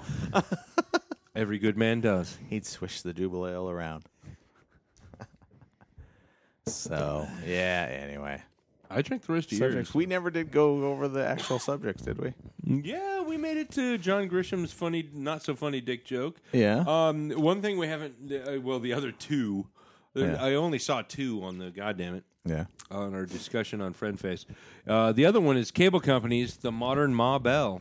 Speaker 1: Every good man does.
Speaker 3: He'd swish the Jubilee all around. so yeah. Anyway,
Speaker 1: I drink the rest of yours.
Speaker 3: subjects. We never did go over the actual subjects, did we?
Speaker 1: Yeah, we made it to John Grisham's funny, not so funny dick joke.
Speaker 3: Yeah.
Speaker 1: Um, one thing we haven't. Uh, well, the other two. Uh,
Speaker 3: Yeah.
Speaker 1: I only saw two on the goddamn it.
Speaker 3: Yeah.
Speaker 1: on our discussion on FriendFace. Uh, the other one is cable companies, the modern Ma Bell.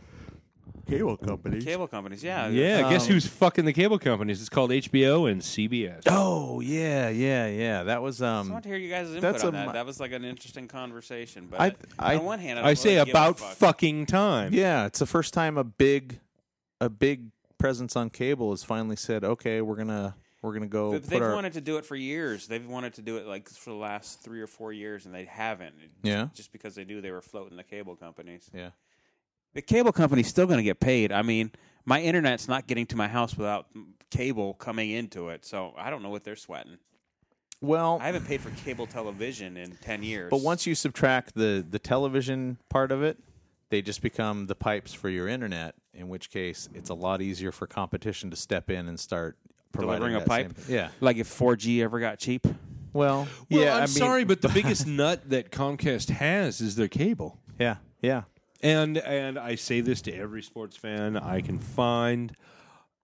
Speaker 3: Cable companies.
Speaker 2: Cable companies, yeah,
Speaker 1: Yeah, guess who's fucking the cable companies? It's called HBO and CBS.
Speaker 3: Oh Um, yeah, yeah, yeah. That was
Speaker 2: I
Speaker 3: um.
Speaker 2: want to hear you guys' input
Speaker 3: That's
Speaker 2: on
Speaker 3: a
Speaker 2: that.
Speaker 3: mi-
Speaker 2: that was like an interesting conversation. But
Speaker 3: I-
Speaker 2: uh,
Speaker 3: I-
Speaker 2: on one hand, I,
Speaker 1: I
Speaker 2: don't
Speaker 1: say
Speaker 2: really give a
Speaker 1: about
Speaker 2: fuck.
Speaker 1: fucking time.
Speaker 3: Yeah, it's the first time a big, a big presence on cable has finally said, okay, we're gonna we're gonna go
Speaker 2: But
Speaker 3: put
Speaker 2: they've
Speaker 3: our
Speaker 2: wanted to do it for years. They've wanted to do it like for the last three or four years, and they haven't. It-
Speaker 3: Yeah.
Speaker 2: just because they knew they were floating the cable companies.
Speaker 3: yeah.
Speaker 2: The cable company's still going to get paid. I mean, my internet's not getting to my house without cable coming into it, so I don't know what they're sweating.
Speaker 3: Well,
Speaker 2: I haven't paid for cable television in ten years.
Speaker 3: But once you subtract the the television part of it, they just become the pipes for your internet. In which case, it's a lot easier for competition to step in and start providing
Speaker 2: delivering a
Speaker 3: that same-
Speaker 2: pipe,
Speaker 3: yeah.
Speaker 2: like if 4G ever got cheap.
Speaker 1: Well,
Speaker 3: Well, yeah.
Speaker 1: I'm
Speaker 3: I mean,
Speaker 1: sorry, but the biggest nut that Comcast has is their cable.
Speaker 3: Yeah, yeah.
Speaker 1: And and I say this to every sports fan I can find,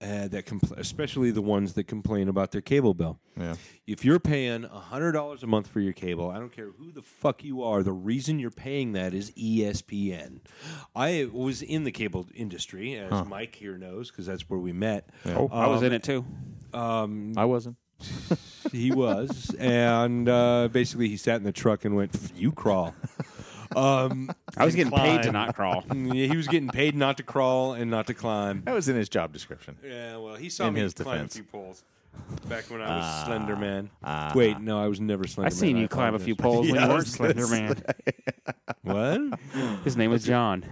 Speaker 1: uh, that compl- especially the ones that complain about their cable bill.
Speaker 3: Yeah.
Speaker 1: If you're paying hundred dollars a month for your cable, I don't care who the fuck you are. The reason you're paying that is E ESPN. I was in the cable industry, as Mike here knows, because that's where we met. Um,
Speaker 2: Oh, I
Speaker 3: Um,
Speaker 2: was in it too.
Speaker 3: I wasn't.
Speaker 1: He was, and uh, basically he sat in the truck and went, "You crawl." Um,
Speaker 2: I was getting paid to
Speaker 1: climb.
Speaker 2: not crawl.
Speaker 1: he was getting paid not to crawl and not to climb.
Speaker 3: That was in his job description.
Speaker 1: Yeah, well, he saw
Speaker 3: In
Speaker 1: me
Speaker 3: his
Speaker 1: climb
Speaker 3: defense.
Speaker 1: a few poles back when I was Slender Man. Wait, no, I was never Slender
Speaker 2: Ah. I
Speaker 1: Man.
Speaker 2: seen you climb a few poles when you weren't Slender Man.
Speaker 1: What?
Speaker 2: His name was John.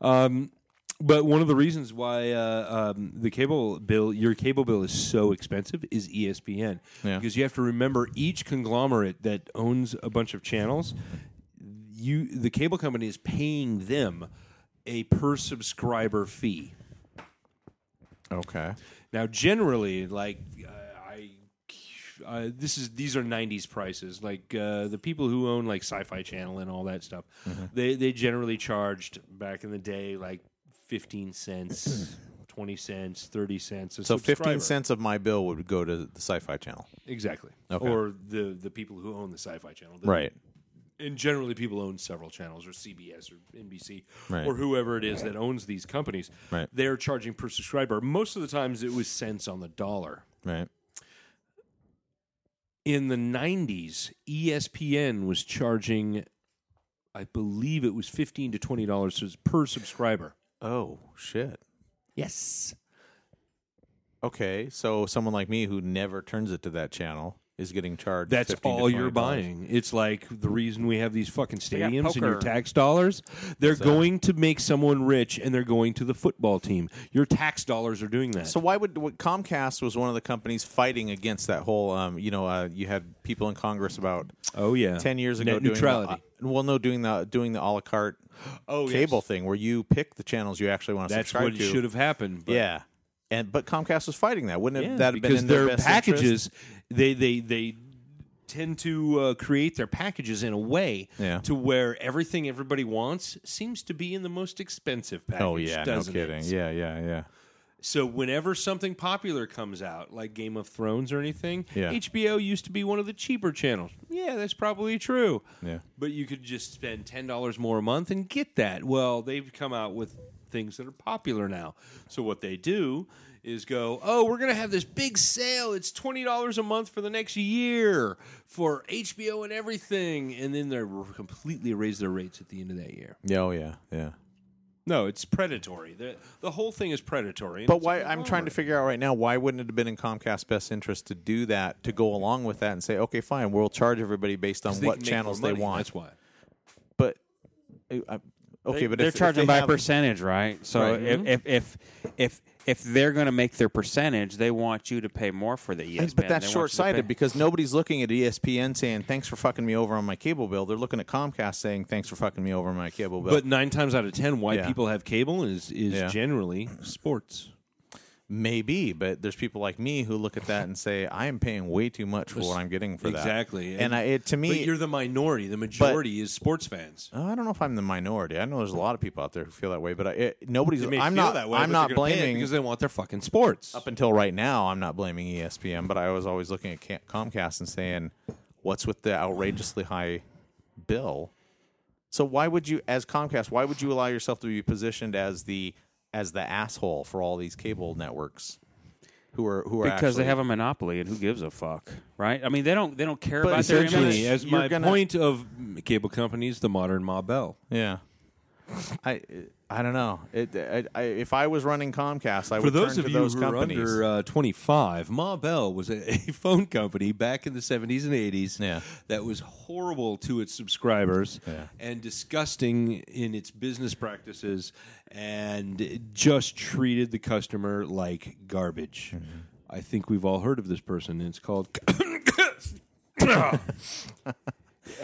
Speaker 1: Um, But one of the reasons why uh, um, the cable bill, your cable bill, is so expensive is E ESPN
Speaker 3: Yeah.
Speaker 1: because you have to remember each conglomerate that owns a bunch of channels. You, the cable company, is paying them a per subscriber fee.
Speaker 3: Okay.
Speaker 1: Now, generally, like uh, I, uh, this is these are '90s prices. Like uh, the people who own like Sci-Fi Channel and all that stuff,
Speaker 3: Mm-hmm.
Speaker 1: they they generally charged back in the day like fifteen cents. 20 cents, 30 cents. A
Speaker 3: So fifteen
Speaker 1: subscriber.
Speaker 3: cents of my bill would go to the Sci-Fi Channel.
Speaker 1: Exactly.
Speaker 3: Okay.
Speaker 1: Or the, the people who own the sci fi channel. The-
Speaker 3: Right.
Speaker 1: and generally people own several channels or CBS or NBC
Speaker 3: Right.
Speaker 1: or whoever it is that owns these companies.
Speaker 3: Right.
Speaker 1: They're charging per subscriber. Most of the times it was cents on the dollar.
Speaker 3: Right.
Speaker 1: In the E 90s, ESPN was charging I believe it was 15 to 20 dollars per subscriber.
Speaker 3: Oh shit.
Speaker 1: Yes.
Speaker 3: Okay. So someone like me who never turns it to that channel is getting charged.
Speaker 1: That's
Speaker 3: 15 to
Speaker 1: all you're
Speaker 3: $20.
Speaker 1: buying. It's like the reason we have these fucking
Speaker 2: got
Speaker 1: stadiums and
Speaker 2: poker.
Speaker 1: your tax dollars. They're going to make someone rich and they're going to the football team. Your tax dollars are doing that.
Speaker 3: So why would what Comcast was one of the companies fighting against that whole? Um, you know, uh, you had people in Congress about
Speaker 1: oh yeah.
Speaker 3: ten years ago
Speaker 1: Net
Speaker 3: doing
Speaker 1: neutrality.
Speaker 3: The, uh, well, no, doing the doing the a la carte
Speaker 1: Oh, yes.
Speaker 3: cable thing where you pick the channels you actually want to
Speaker 1: That's
Speaker 3: subscribe
Speaker 1: what
Speaker 3: to.
Speaker 1: should have happened. But
Speaker 3: yeah, and but Comcast was fighting that. Wouldn't it
Speaker 1: Yeah,
Speaker 3: that have been
Speaker 1: because
Speaker 3: in their, best interest?
Speaker 1: packages they they they tend to uh, create their packages in a way
Speaker 3: Yeah.
Speaker 1: to where everything everybody wants seems to be in the most expensive package.
Speaker 3: Oh yeah, no
Speaker 1: doesn't it?
Speaker 3: kidding. Yeah, yeah, yeah.
Speaker 1: So whenever something popular comes out, like Game of Thrones or anything,
Speaker 3: Yeah.
Speaker 1: HBO used to be one of the cheaper channels. Yeah, that's probably true.
Speaker 3: Yeah.
Speaker 1: But you could just spend ten dollars more a month and get that. Well, they've come out with things that are popular now. So what they do
Speaker 10: is go, oh, we're going to have this big sale. It's $20 a month for the next year for HBO and everything. And then they r- completely raise their rates at the end of that year.
Speaker 3: Yeah, oh yeah, yeah.
Speaker 10: No, it's predatory. The, the whole thing is predatory. and
Speaker 3: But
Speaker 10: it's
Speaker 3: why
Speaker 10: even
Speaker 3: I'm trying to
Speaker 10: lower.
Speaker 3: figure out right now why wouldn't it have been in Comcast's best interest to do that to go along with that and say okay fine we'll charge everybody based on
Speaker 10: 'Cause they
Speaker 3: what
Speaker 10: can make
Speaker 3: channels
Speaker 10: more
Speaker 3: they
Speaker 10: money,
Speaker 3: want
Speaker 10: That's why.
Speaker 3: but uh, I- okay but
Speaker 2: they're
Speaker 3: if, if
Speaker 2: charging
Speaker 3: they
Speaker 2: by
Speaker 3: have-
Speaker 2: percentage, right? So
Speaker 3: Right.
Speaker 2: If, if if if if they're going to make their percentage, they want you to pay more for the E ESPN.
Speaker 3: but that's
Speaker 2: They want you to
Speaker 3: short sighted
Speaker 2: pay-
Speaker 3: because nobody's looking at E ESPN saying thanks for fucking me over on my cable bill. They're looking at Comcast saying thanks for fucking me over on my cable bill.
Speaker 10: But nine times out of ten, why
Speaker 3: Yeah.
Speaker 10: people have cable is is
Speaker 3: Yeah.
Speaker 10: generally sports.
Speaker 3: Maybe, but there's people like me who look at that and say, I am paying way too much for what I'm getting for that.
Speaker 10: exactly.
Speaker 3: And, I, it, to
Speaker 10: But
Speaker 3: me,
Speaker 10: you're the minority. The majority is sports fans.
Speaker 3: Oh, I don't know if I'm the minority. I know there's a lot of people out there who feel that way, but I, it, nobody's.
Speaker 10: They may
Speaker 3: I'm
Speaker 10: feel
Speaker 3: not.
Speaker 10: that way,
Speaker 3: I'm
Speaker 10: but they're
Speaker 3: not
Speaker 10: gonna pay it
Speaker 3: blaming.
Speaker 10: because they want their fucking sports.
Speaker 3: up until right now, I'm not blaming E ESPN, but I was always looking at Ca- Comcast and saying, "What's with the outrageously high bill?" So why would you, as Comcast, why would you allow yourself to be positioned as the as the asshole for all these cable networks who are who are
Speaker 2: because they
Speaker 3: actually-
Speaker 2: have a monopoly, and who gives a fuck, right? I mean, they don't they don't care
Speaker 3: But
Speaker 2: about their
Speaker 3: essentially,
Speaker 2: image.
Speaker 10: as
Speaker 3: you're
Speaker 10: my
Speaker 3: gonna-
Speaker 10: point of cable companies, the modern Ma Bell.
Speaker 3: yeah. I I don't know. It, I, I, if I was running Comcast, I
Speaker 10: For
Speaker 3: would
Speaker 10: those
Speaker 3: turn
Speaker 10: of
Speaker 3: to
Speaker 10: you
Speaker 3: those
Speaker 10: who
Speaker 3: companies.
Speaker 10: are under uh, 25, Ma Bell was a, a phone company back in the 70s and 80s
Speaker 3: Yeah.
Speaker 10: that was horrible to its subscribers
Speaker 3: Yeah.
Speaker 10: and disgusting in its business practices and it just treated the customer like garbage. I think we've all heard of this person. and It's called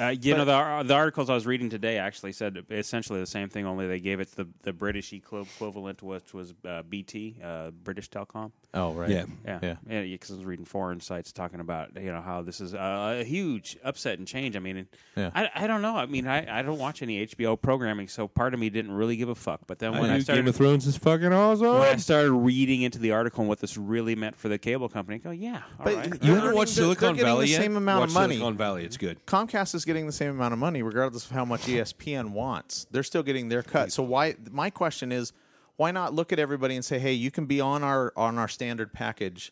Speaker 2: Uh, you know, the, ar- the articles I was reading today actually said essentially the same thing, only they gave it the, the British equi- equivalent, which was uh, BT, uh, British Telecom.
Speaker 3: oh right,
Speaker 10: yeah.
Speaker 2: Yeah,
Speaker 3: Yeah.
Speaker 2: yeah. Because I was reading foreign sites talking about you know how this is uh, a huge upset and change. I mean, and
Speaker 3: Yeah.
Speaker 2: I, I don't know. I mean, I, I don't watch any HBO programming, so part of me didn't really give a fuck. But then when I,
Speaker 10: knew
Speaker 2: started
Speaker 10: Game of Thrones is fucking awesome.
Speaker 2: when I started reading into the article and what this really meant for the cable company, I go yeah, all right.
Speaker 3: But
Speaker 10: You
Speaker 3: They're earning-
Speaker 10: haven't watched
Speaker 3: they're-
Speaker 10: Silicon
Speaker 3: they're getting
Speaker 10: Valley
Speaker 3: the
Speaker 10: yet?
Speaker 3: same amount of
Speaker 10: Watch
Speaker 3: money.
Speaker 10: Silicon Valley, it's good.
Speaker 3: Comcast is getting the same amount of money, regardless of how much E ESPN wants. They're still getting their cut. So why? My question is, why not look at everybody and say, "Hey, you can be on our on our standard package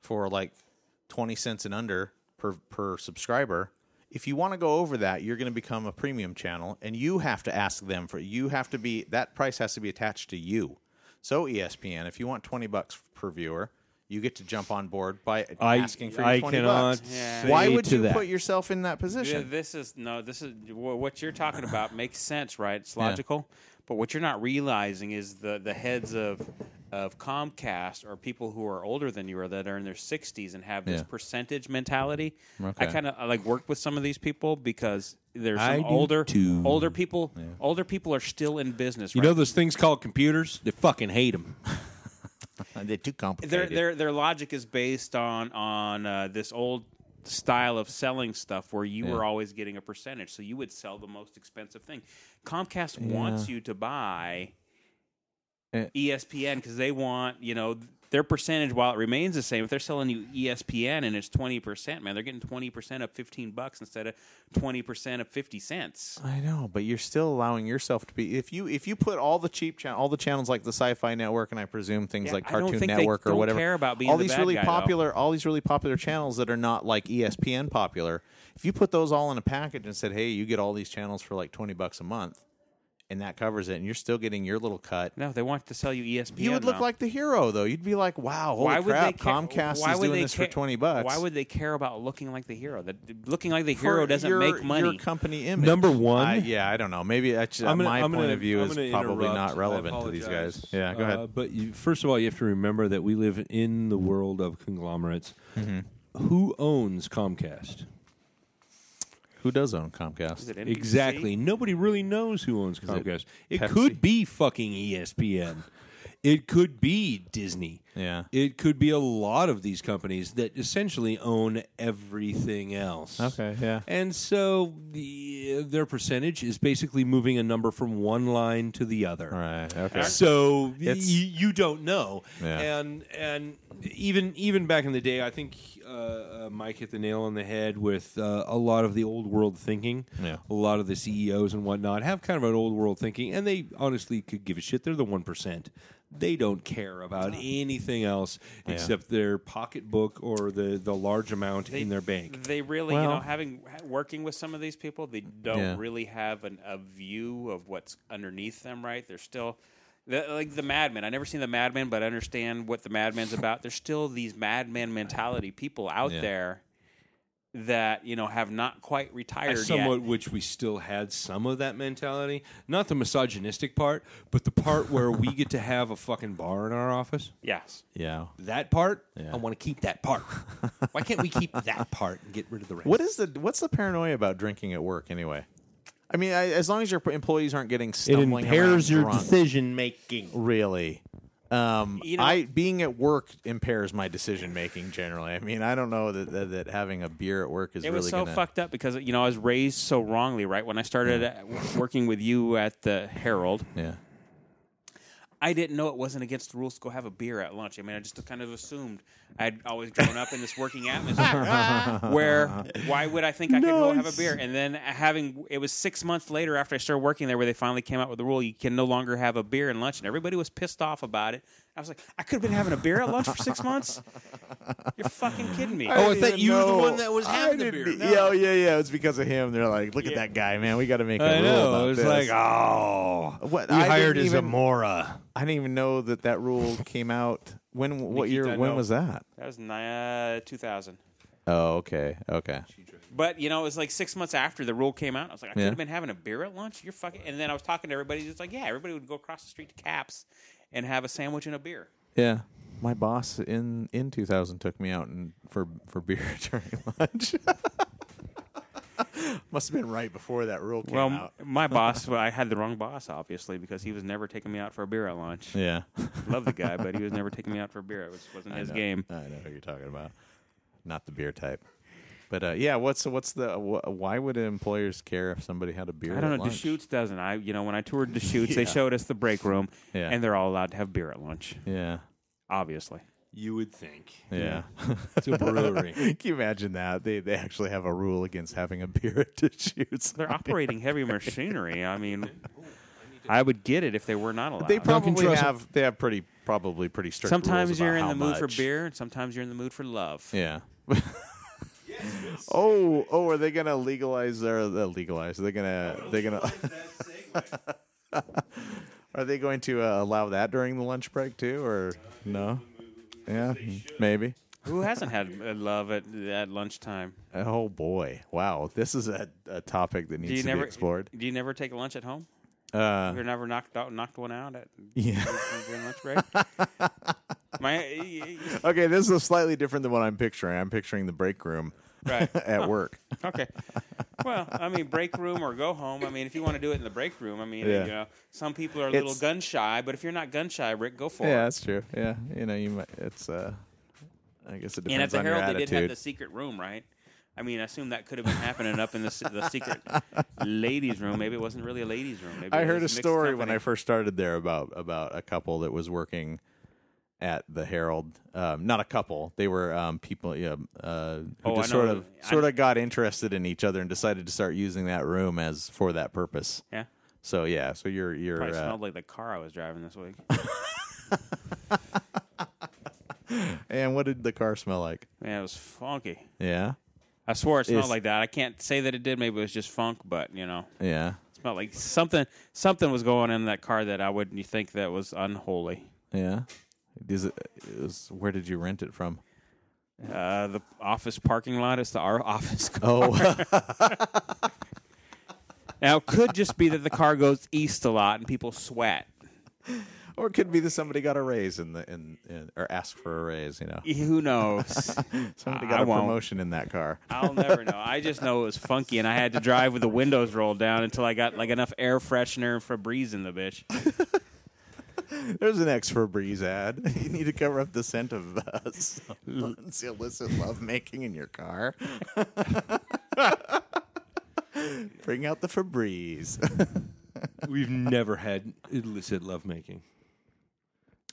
Speaker 3: for like twenty cents and under per per subscriber." If you want to go over that, you're going to become a premium channel, and you have to ask them for. You have to be that price has to be attached to you. So E ESPN, if you want twenty bucks per viewer, you get to jump on board by asking for your
Speaker 10: I
Speaker 3: twenty
Speaker 10: cannot
Speaker 3: bucks.
Speaker 10: Yeah.
Speaker 3: Why
Speaker 10: say
Speaker 3: would
Speaker 10: to
Speaker 3: you
Speaker 10: that.
Speaker 3: put yourself in that
Speaker 2: Yeah,
Speaker 3: position?
Speaker 2: this is no. This is wh- what you're talking about makes sense, right? It's logical. But what you're not realizing is the the heads of of Comcast or people who are older than you or that are in their 60s and have this
Speaker 3: Yeah.
Speaker 2: percentage mentality. I
Speaker 3: Okay.
Speaker 2: kind of like work with some of these people because there's
Speaker 10: I
Speaker 2: some
Speaker 10: do
Speaker 2: older
Speaker 10: too.
Speaker 2: older people. Older people are still in business.
Speaker 10: You
Speaker 2: right?
Speaker 10: know those things called computers? They fucking hate them.
Speaker 3: They're too
Speaker 2: their
Speaker 3: complicated.
Speaker 2: their their logic is based on on uh, this old style of selling stuff where you were always getting a percentage, so you would sell the most expensive thing. Comcast wants you to buy E
Speaker 3: Eh.
Speaker 2: ESPN because they want you know. Their percentage, while it remains the same, if they're selling you E ESPN and it's twenty percent, man, they're getting twenty percent of fifteen bucks instead of twenty percent of fifty cents.
Speaker 3: I know, but you're still allowing yourself to be. If you if you put all the cheap channel, all the channels like the Sci-Fi Network, and I presume things
Speaker 2: Yeah,
Speaker 3: like
Speaker 2: I don't
Speaker 3: Cartoon
Speaker 2: think they
Speaker 3: Network or
Speaker 2: don't
Speaker 3: whatever,
Speaker 2: care about being
Speaker 3: all
Speaker 2: the
Speaker 3: these
Speaker 2: bad
Speaker 3: really
Speaker 2: guy, though.
Speaker 3: popular, all these really popular channels that are not like E ESPN popular. If you put those all in a package and said, "Hey, you get all these channels for like twenty bucks a month," and that covers it, and you're still getting your little cut,
Speaker 2: No, they want to sell you E ESPN.
Speaker 3: you would look
Speaker 2: now.
Speaker 3: like the hero, though. You'd be like, "Wow, holy crap! Comcast
Speaker 2: why
Speaker 3: is
Speaker 2: would
Speaker 3: doing
Speaker 2: they
Speaker 3: this
Speaker 2: care-
Speaker 3: for twenty bucks."
Speaker 2: Why would they care about looking like the hero? That looking like the
Speaker 3: For
Speaker 2: hero doesn't
Speaker 3: your-
Speaker 2: make
Speaker 3: Your
Speaker 2: money.
Speaker 3: company image.
Speaker 10: Number one-
Speaker 3: I- yeah, I don't know. Maybe that's just,
Speaker 10: I'm gonna-
Speaker 3: my
Speaker 10: I'm
Speaker 3: point
Speaker 10: gonna-
Speaker 3: of view
Speaker 10: I'm
Speaker 3: is
Speaker 10: gonna
Speaker 3: probably
Speaker 10: interrupt.
Speaker 3: not
Speaker 10: I
Speaker 3: relevant to these
Speaker 10: apologize.
Speaker 3: guys. Yeah, go
Speaker 10: Uh,
Speaker 3: ahead.
Speaker 10: but you, first of all, you have to remember that we live in the world of conglomerates.
Speaker 3: Mm-hmm.
Speaker 10: Who owns Comcast?
Speaker 3: Who does own Comcast?
Speaker 2: Is it NBC?
Speaker 10: Exactly. Nobody really knows who owns Comcast. It,
Speaker 3: Pepsi?
Speaker 10: could be fucking E ESPN. it could be Disney.
Speaker 3: Yeah.
Speaker 10: It could be a lot of these companies that essentially own everything else.
Speaker 3: Okay, yeah.
Speaker 10: And so the,
Speaker 1: the, their percentage is basically moving a number from one line to the other.
Speaker 3: Right. Okay.
Speaker 1: So y-
Speaker 3: It's-
Speaker 1: you don't know,
Speaker 3: Yeah.
Speaker 1: and and even even back in the day, I think uh, uh, Mike hit the nail on the head with uh, a lot of the old world thinking.
Speaker 3: Yeah.
Speaker 1: A lot of the CEOs and whatnot have kind of an old world thinking, and they honestly could give a shit. They're the one percent. They don't care about anything else except their pocketbook or the the large amount in their bank.
Speaker 2: They really, you know,
Speaker 3: Well-
Speaker 2: having ha- working with some of these people, they don't
Speaker 3: Yeah.
Speaker 2: really have an, a view of what's underneath them. Right? They're still the, like the madman. I never seen the madman, but I understand what the madman's about. There's still these madman mentality people out there that you know have not quite retired
Speaker 1: somewhat
Speaker 2: yet.
Speaker 1: which we still had some of that mentality not the misogynistic part but the part where we get to have a fucking bar in our office
Speaker 2: Yes.
Speaker 3: Yeah.
Speaker 1: that part i want to keep that part why can't we keep that part and get rid of the rest
Speaker 3: What is the what's the paranoia about drinking at work anyway? I mean, I, as long as your employees aren't getting stumbling around drunk,
Speaker 1: decision making
Speaker 3: Really, um,
Speaker 2: You know-
Speaker 3: I being at work impairs my decision making generally. I mean, I don't know that that, that having a beer at work is
Speaker 2: It
Speaker 3: really
Speaker 2: was so
Speaker 3: gonna,
Speaker 2: fucked up because you know I was raised so wrongly. Right when I started uh working with you at the Herald,
Speaker 3: Yeah,
Speaker 2: I didn't know it wasn't against the rules to go have a beer at lunch. I mean, I just kind of assumed I'd always grown up in this working atmosphere where why would I think I could go have a beer? And then uh, having it was six months later after I started working there where they finally came out with the rule you can no longer have a beer in lunch, and everybody was pissed off about it. I was like, I could have been having a beer at lunch for six months. You're fucking kidding me.
Speaker 1: oh i
Speaker 3: didn't
Speaker 1: thought
Speaker 3: even
Speaker 1: you were the
Speaker 3: know.
Speaker 1: one that was
Speaker 3: I
Speaker 1: having the beer
Speaker 3: didn't- Yeah, oh, yeah, yeah. It's because of him. They're like, look at that guy, man. We got to make. a
Speaker 1: i
Speaker 3: rule
Speaker 1: know
Speaker 3: about
Speaker 1: it was
Speaker 3: this.
Speaker 1: like oh
Speaker 3: What,
Speaker 1: you
Speaker 3: I
Speaker 1: hired
Speaker 3: didn't
Speaker 1: as a
Speaker 3: even-
Speaker 1: mora
Speaker 3: I didn't even know that that rule came out. When? What year?
Speaker 2: Nikita,
Speaker 3: When
Speaker 2: no.
Speaker 3: was that?
Speaker 2: that was ni- uh, 2000.
Speaker 3: Oh, okay, okay.
Speaker 2: But you know, it was like six months after the rule came out. I was like, I could
Speaker 3: Yeah.
Speaker 2: have been having a beer at lunch. You're fucking. And then I was talking to everybody. It's like, yeah, everybody would go across the street to Caps and have a sandwich and a beer.
Speaker 3: Yeah. My boss in in 2000 took me out and for for beer during lunch. Must have been right before that rule came
Speaker 2: Well,
Speaker 3: out.
Speaker 2: my boss, well, I had the wrong boss, obviously, because he was never taking me out for a beer at lunch.
Speaker 3: Yeah.
Speaker 2: Love the guy, but he was never taking me out for a beer. It was, wasn't his game.
Speaker 3: I know who you're talking about. Not the beer type. But uh, yeah, what's what's the wh- why would employers care if somebody had a beer?
Speaker 2: I don't
Speaker 3: at
Speaker 2: know.
Speaker 3: lunch?
Speaker 2: Deschutes doesn't. I, you know, when I toured Deschutes, they showed us the break room,
Speaker 3: Yeah.
Speaker 2: and they're all allowed to have beer at lunch.
Speaker 3: Yeah.
Speaker 2: Obviously,
Speaker 1: you would think
Speaker 3: Yeah.
Speaker 1: it's a brewery
Speaker 3: Can you imagine that? They they actually have a rule against having a beer at Deschutes.
Speaker 2: they're operating heavy machinery. I mean, I would get it if they were not allowed.
Speaker 3: They probably
Speaker 1: control-
Speaker 3: have they have pretty probably pretty strict. rules
Speaker 2: Sometimes you're in
Speaker 3: about
Speaker 2: the
Speaker 3: how
Speaker 2: mood for
Speaker 3: much.
Speaker 2: beer, and sometimes you're in the mood for love.
Speaker 3: Yeah. oh, oh, are they gonna legalize their uh, legalize? Are they gonna they gonna are they going to uh, allow that during the lunch break too, or no? Yeah, maybe.
Speaker 2: Who hasn't had uh, love at, at lunchtime?
Speaker 3: Oh boy, wow, this is a, a topic that needs
Speaker 2: Do you
Speaker 3: to
Speaker 2: never
Speaker 3: be explored.
Speaker 2: Do you never take lunch at home?
Speaker 3: Uh,
Speaker 2: You're never knocked out, knocked one out at
Speaker 3: yeah.
Speaker 2: during lunch break. My
Speaker 3: Okay, this is slightly different than what I'm picturing. I'm picturing the break room
Speaker 2: right.
Speaker 3: at work.
Speaker 2: Okay. Well, I mean, break room or go home. I mean, if you want to do it in the break room, I mean,
Speaker 3: Yeah.
Speaker 2: you know, some people are a little
Speaker 3: It's-
Speaker 2: gun shy, but if you're not gun shy, Rick, go for
Speaker 3: Yeah,
Speaker 2: it.
Speaker 3: that's true. Yeah, you know, you might. It's uh, I guess it
Speaker 2: And at
Speaker 3: depends
Speaker 2: the
Speaker 3: on your
Speaker 2: Herald, they
Speaker 3: attitude.
Speaker 2: did have the secret room, right? I mean, I assume that could have been happening up in the, se- the secret ladies' room. Maybe it wasn't really a ladies' room. Maybe
Speaker 3: I
Speaker 2: it
Speaker 3: heard a
Speaker 2: was mixed
Speaker 3: story when
Speaker 2: company.
Speaker 3: I first started there about about a couple that was working at the Herald. Um, not a couple; they were um, people yeah, uh, who
Speaker 2: Oh, I
Speaker 3: just
Speaker 2: know
Speaker 3: sort
Speaker 2: who-
Speaker 3: of
Speaker 2: I-
Speaker 3: sort of got interested in each other and decided to start using that room as for that purpose.
Speaker 2: Yeah.
Speaker 3: So yeah, so you're you're
Speaker 2: Probably
Speaker 3: uh,
Speaker 2: smelled like the car I was driving this week.
Speaker 3: and what did the car smell like?
Speaker 2: Man, it was funky.
Speaker 3: Yeah,
Speaker 2: I swore it smelled
Speaker 3: Is-
Speaker 2: like that. I can't say that it did. Maybe it was just funk, but you know,
Speaker 3: yeah,
Speaker 2: it smelled like something. Something was going in that car that I wouldn't think that was unholy.
Speaker 3: yeah. Is it, is, where did you rent it from?
Speaker 2: Uh, the office parking lot is the our office car.
Speaker 3: Oh,
Speaker 2: Now it could just be that the car goes east a lot and people sweat.
Speaker 3: or it could be that somebody got a raise in the in, in or asked for a raise. You know,
Speaker 2: Who knows?
Speaker 3: somebody
Speaker 2: I
Speaker 3: got a
Speaker 2: won't.
Speaker 3: promotion in that car.
Speaker 2: I'll never know. I just know it was funky, and I had to drive with the windows rolled down until I got like enough air freshener and Febreze in the bitch.
Speaker 3: There's an ex Febreze ad. You need to cover up the scent of uh, someone's illicit lovemaking in your car. Bring out the Febreze.
Speaker 10: We've never had illicit lovemaking.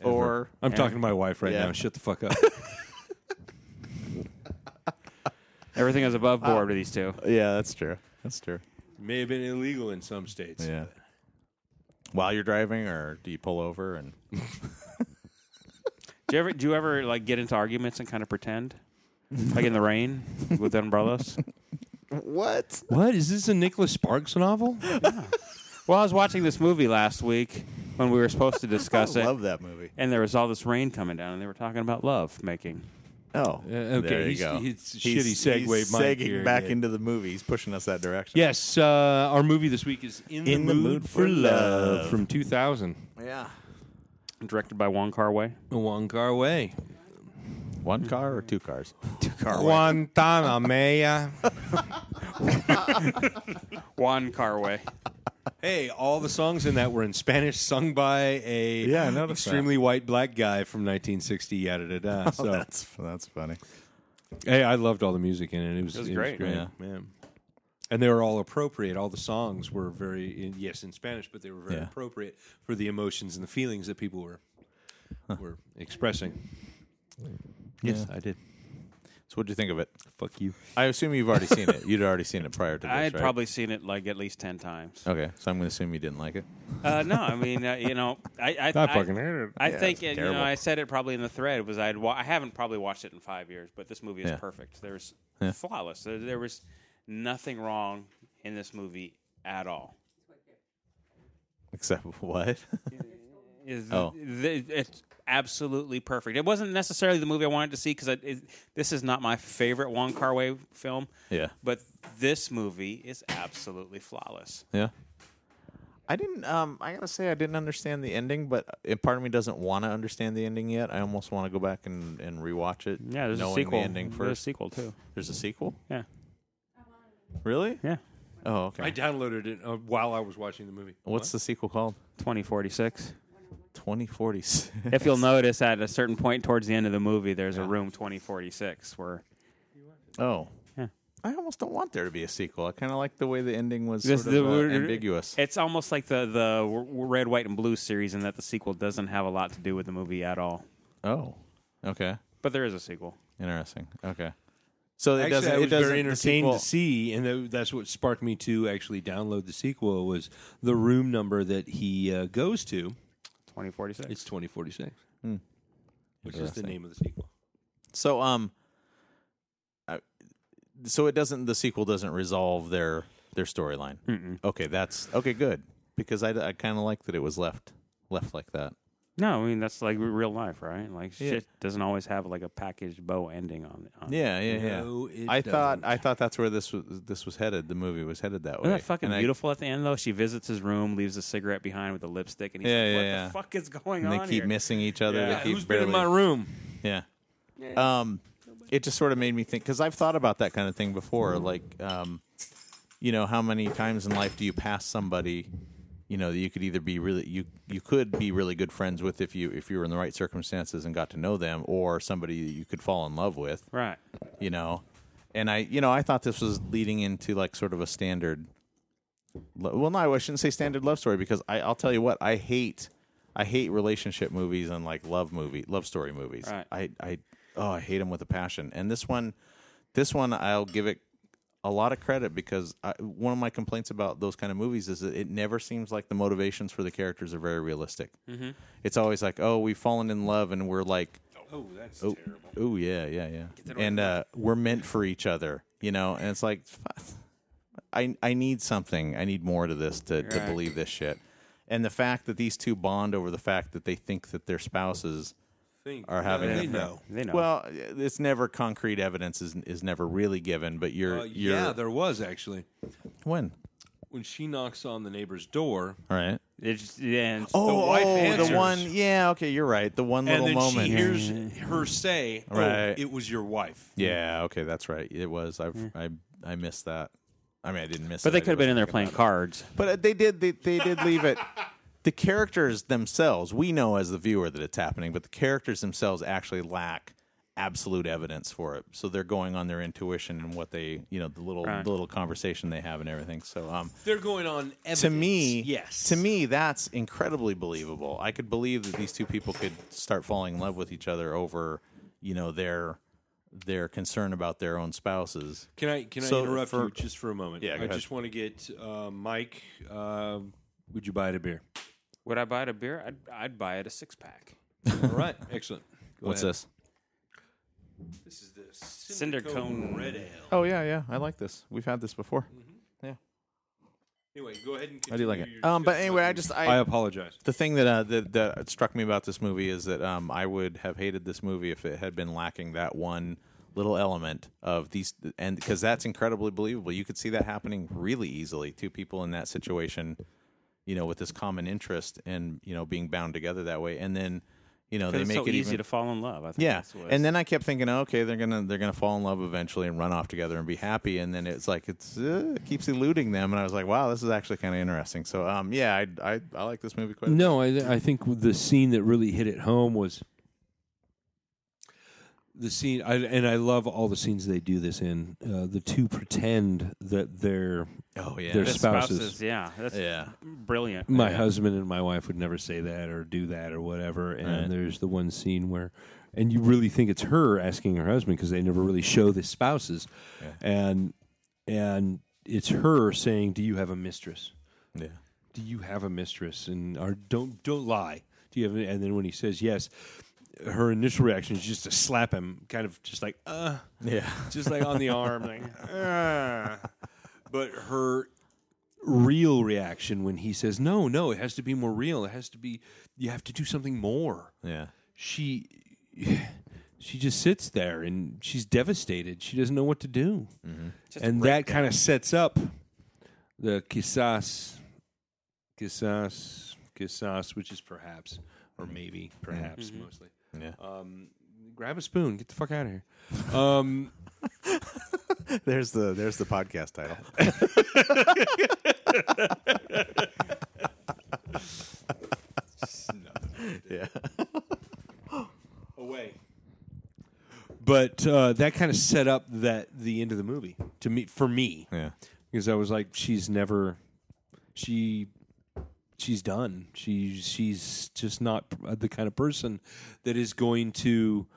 Speaker 3: or
Speaker 10: I'm talking to my wife right
Speaker 3: Yeah.
Speaker 10: now. Shut the fuck up.
Speaker 2: Everything is above board with these two.
Speaker 3: yeah, that's true. That's true.
Speaker 10: May have been illegal in some states.
Speaker 3: Yeah. While you're driving, or do you pull over and?
Speaker 2: Do you ever do you ever like get into arguments and kind of pretend, like in the rain with umbrellas?
Speaker 3: What?
Speaker 10: What is this a Nicholas Sparks novel?
Speaker 2: Well, I was watching this movie last week when we were supposed to discuss
Speaker 3: I
Speaker 2: it,
Speaker 3: love that movie.
Speaker 2: and there was all this rain coming down, and they were talking about love making.
Speaker 3: Oh,
Speaker 10: okay,
Speaker 3: There you
Speaker 10: he's-
Speaker 3: go.
Speaker 10: he's a
Speaker 3: He's-
Speaker 10: shitty segue
Speaker 3: He's
Speaker 10: mic
Speaker 3: segging
Speaker 10: here,
Speaker 3: back
Speaker 10: yeah.
Speaker 3: into the movie. He's pushing us that direction.
Speaker 10: Yes, uh, our movie this week is In,
Speaker 3: In the Mood for Love.
Speaker 10: from 2000.
Speaker 3: Yeah.
Speaker 2: Directed by Wong Kar Wai.
Speaker 10: One car away.
Speaker 3: One car or two cars?
Speaker 10: Guantanamera.
Speaker 2: Juan Kar Wai.
Speaker 10: hey, all the songs in that were in Spanish, sung by a
Speaker 3: Yeah, I noticed that.
Speaker 10: extremely white black guy from 1960. Yada da da. So
Speaker 3: Oh, That's that's funny.
Speaker 10: hey, I loved all the music in it. It was,
Speaker 2: was
Speaker 10: it
Speaker 2: great.
Speaker 3: Yeah.
Speaker 10: man. And they were all appropriate. All the songs were very in, yes in Spanish, but they were very
Speaker 3: Yeah.
Speaker 10: appropriate for the emotions and the feelings that people were were expressing. Yes, I did.
Speaker 3: So what do you think of it?
Speaker 10: Fuck you.
Speaker 3: I assume you've already seen it. You'd already seen it prior to this,
Speaker 2: I had
Speaker 3: right? Oh.
Speaker 2: probably seen it like at least ten times.
Speaker 3: Okay, so I'm going to assume you didn't like it.
Speaker 2: Uh, no, I mean, uh, you know, I, I,
Speaker 10: I fucking hated it.
Speaker 2: I
Speaker 3: Yeah,
Speaker 2: think
Speaker 3: it's
Speaker 2: it, you know,
Speaker 3: terrible.
Speaker 2: I said it probably in the thread was I'd wa- I haven't probably watched it in five years, but this movie is
Speaker 3: Yeah.
Speaker 2: perfect. There's flawless. There, there was nothing wrong in this movie at all.
Speaker 3: Except what?
Speaker 2: Is-
Speaker 3: Oh.
Speaker 2: th- it's absolutely perfect. It wasn't necessarily the movie I wanted to see because this is not my favorite Wong Kar Wai film.
Speaker 3: yeah,
Speaker 2: But this movie is absolutely flawless.
Speaker 3: yeah. I didn't. Um, I gotta say, I didn't understand the ending, but uh, part of me doesn't want to understand the ending yet. I almost want to go back and, and rewatch it. knowing the ending first.
Speaker 2: sequel too.
Speaker 3: There's a sequel.
Speaker 2: Yeah,
Speaker 3: Really?
Speaker 2: yeah.
Speaker 3: Oh, okay.
Speaker 10: I downloaded it uh, while I was watching the movie.
Speaker 3: What's the sequel called?
Speaker 2: Twenty forty six.
Speaker 3: 2046.
Speaker 2: If you'll notice, at a certain point towards the end of the movie, there's a room 2046 where
Speaker 3: oh.
Speaker 2: Yeah.
Speaker 3: I almost don't want there to be a sequel. I kind of like the way the ending was
Speaker 2: This-
Speaker 3: sort of
Speaker 2: the- Eh.
Speaker 3: uh,
Speaker 2: we're-
Speaker 3: ambiguous.
Speaker 2: it's almost like the the w- red, white, and blue series, in that the sequel doesn't have a lot to do with the movie at all.
Speaker 3: oh, okay.
Speaker 2: But there is a sequel.
Speaker 3: Interesting. Okay. So it
Speaker 10: Actually,
Speaker 3: doesn't.
Speaker 10: I
Speaker 3: it
Speaker 10: was
Speaker 3: doesn't.
Speaker 10: very
Speaker 3: the
Speaker 10: entertained
Speaker 3: sequel-
Speaker 10: to see, and tha- that's what sparked me to actually download the sequel. Was the room number that he uh, goes to?
Speaker 2: 2046.
Speaker 10: It's twenty forty six,
Speaker 3: Hmm.
Speaker 10: which is the name of the sequel.
Speaker 3: So um, I- so it doesn't. The sequel doesn't resolve their their storyline. Okay, that's okay. Good because I, I kind of like that it was left left like that.
Speaker 2: No, I mean that's like re- real life, right? Like shit doesn't always have like a packaged bow ending on. on
Speaker 3: Yeah, yeah, yeah.
Speaker 10: No, it
Speaker 3: I thought
Speaker 10: doesn't.
Speaker 3: I thought that's where this was this was headed. The movie was headed that way.
Speaker 2: Isn't that fucking
Speaker 3: And I-
Speaker 2: beautiful at the end though? She visits his room, leaves a cigarette behind with a lipstick, and he's
Speaker 3: Yeah,
Speaker 2: like, "What
Speaker 3: yeah, yeah.
Speaker 2: the fuck is going
Speaker 3: and
Speaker 2: on
Speaker 3: they keep
Speaker 2: here?"
Speaker 3: missing each other. They keep
Speaker 10: Who's been in
Speaker 3: barely-
Speaker 10: my room?
Speaker 3: Yeah. Um, it just sort of made me think because I've thought about that kind of thing before. Like, um, you know, how many times in life do you pass somebody, you know, that you could either be really you you could be really good friends with if you if you were in the right circumstances and got to know them, or somebody that you could fall in love with,
Speaker 2: right.
Speaker 3: you know. And I, you know, I thought this was leading into like sort of a standard. lo- Well, no, I shouldn't say standard love story because I, I'll tell you what, I hate, I hate relationship movies and like love movie, love story movies.
Speaker 2: Right.
Speaker 3: I, I, oh, I hate them with a passion. And this one, this one, I'll give it a lot of credit because I, one of my complaints about those kind of movies is that it never seems like the motivations for the characters are very realistic. Mm-hmm. It's always like, oh, we've fallen in love and we're like
Speaker 10: Oh, that's terrible.
Speaker 3: Oh yeah, yeah, yeah. And uh, we're meant for each other, you know. And it's like, f- I I need something. I need more to this to, to believe this shit. And the fact that these two bond over the fact that they think that their spouses are having.
Speaker 10: they
Speaker 3: a-
Speaker 10: know.
Speaker 2: They know.
Speaker 3: Well, it's never concrete evidence is is never really given, but you're
Speaker 10: Uh,
Speaker 3: you're
Speaker 10: yeah, there was actually
Speaker 3: when
Speaker 10: when she knocks on the neighbor's door,
Speaker 3: all right.
Speaker 2: it's, yeah, it's-
Speaker 3: Oh,
Speaker 10: wife
Speaker 3: the
Speaker 10: answers.
Speaker 3: one. Yeah, okay, you're right. The one little
Speaker 10: and then
Speaker 3: moment.
Speaker 10: she hears her say, oh,
Speaker 3: Right.
Speaker 10: it was your wife."
Speaker 3: yeah, okay, that's right. It was. I've, I
Speaker 10: Mm.
Speaker 3: I missed that. I mean, I didn't miss.
Speaker 2: but
Speaker 3: it.
Speaker 2: they
Speaker 3: I
Speaker 2: could have
Speaker 3: wasn't
Speaker 2: been in there
Speaker 3: thinking
Speaker 2: playing cards.
Speaker 3: But uh, they did they, they did leave it. The characters themselves, we know as the viewer that it's happening, but the characters themselves actually lack absolute evidence for it. So they're going on their intuition and what they, you know, the little
Speaker 2: Right.
Speaker 3: the little conversation they have and everything. So um
Speaker 1: They're going on evidence.
Speaker 3: to me,
Speaker 1: yes.
Speaker 3: to me that's incredibly believable. I could believe that these two people could start falling in love with each other over, you know, their their concern about their own spouses.
Speaker 1: Can I can I
Speaker 3: So
Speaker 1: interrupt
Speaker 3: for-
Speaker 1: you just for a moment?
Speaker 3: Yeah, go
Speaker 1: I
Speaker 3: ahead.
Speaker 1: just want to get uh, Mike. Uh, would you buy it a beer?
Speaker 2: Would I buy it a beer? I'd, I'd buy it a six pack.
Speaker 1: All right, excellent. Go
Speaker 3: What's
Speaker 1: ahead.
Speaker 3: this?
Speaker 1: This is the
Speaker 2: Cinder Cinder Cone Cone Red Ale.
Speaker 3: Oh yeah, yeah, I like this. We've had this before.
Speaker 1: Anyway, go ahead and
Speaker 3: I do like it. Um, but anyway, I just
Speaker 1: I apologize.
Speaker 3: the thing that, uh, that that struck me about this movie is that um, I would have hated this movie if it had been lacking that one little element of these, and because that's incredibly believable. You could see that happening really easily. Two people in that situation, you know, with this common interest and you know being bound together that way, and then you know they
Speaker 2: It's
Speaker 3: make
Speaker 2: so
Speaker 3: it
Speaker 2: easy
Speaker 3: even,
Speaker 2: to fall in love. I think
Speaker 3: yeah,
Speaker 2: that's what-
Speaker 3: and then I kept thinking, oh, okay, they're gonna they're gonna fall in love eventually and run off together and be happy, and then it's like it's uh, it keeps eluding them, and I was like, wow, this is actually kind of interesting. So, um, yeah, I, I I like this movie quite. a bit.
Speaker 1: No, I, I think the scene that really hit it home was the scene, I, and I love all the scenes they do this in. Uh, the two pretend that they're
Speaker 3: Oh yeah,
Speaker 1: their
Speaker 2: The
Speaker 1: spouses.
Speaker 2: yeah, that's
Speaker 3: yeah,
Speaker 2: brilliant.
Speaker 1: my husband and my wife would never say that or do that or whatever. And
Speaker 3: Right.
Speaker 1: there's the one scene where, and you really think it's her asking her husband because they never really show the spouses, and and it's her saying, "Do you have a mistress?
Speaker 3: yeah.
Speaker 1: Do you have a mistress?" And or don't don't lie. Do you have? a-" And then when he says yes, her initial reaction is just to slap him, kind of just like, uh,
Speaker 3: Yeah,
Speaker 1: just like on the arm, like, "Ah." but her real reaction when he says, "No, no, it has to be more real. It has to be. You have to do something more."
Speaker 3: yeah,
Speaker 1: She, she just sits there and she's devastated. She doesn't know what to do,
Speaker 3: Mm-hmm.
Speaker 1: and that kind of sets up the quizás, quizás, quizás, which is perhaps or maybe, perhaps mostly.
Speaker 3: yeah.
Speaker 1: Um, grab a spoon. Get the fuck out of here. Um,
Speaker 3: There's the there's the podcast title. yeah,
Speaker 1: away. But uh, that kind of set up that the end of the movie to me for me
Speaker 3: yeah,
Speaker 1: because I was like, she's never, she, she's done. She she's just not the kind of person that is going to.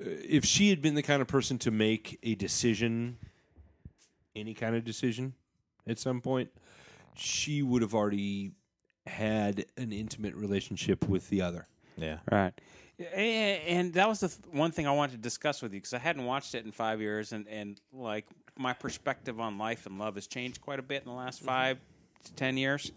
Speaker 1: Uh, If she had been the kind of person to make a decision, any kind of decision, at some point, she would have already had an intimate relationship with the other.
Speaker 3: yeah.
Speaker 2: Right. A- And that was the th- one thing I wanted to discuss with you because I hadn't watched it in five years, and, and like my perspective on life and love has changed quite a bit in the
Speaker 1: Mm-hmm.
Speaker 2: last five to ten years.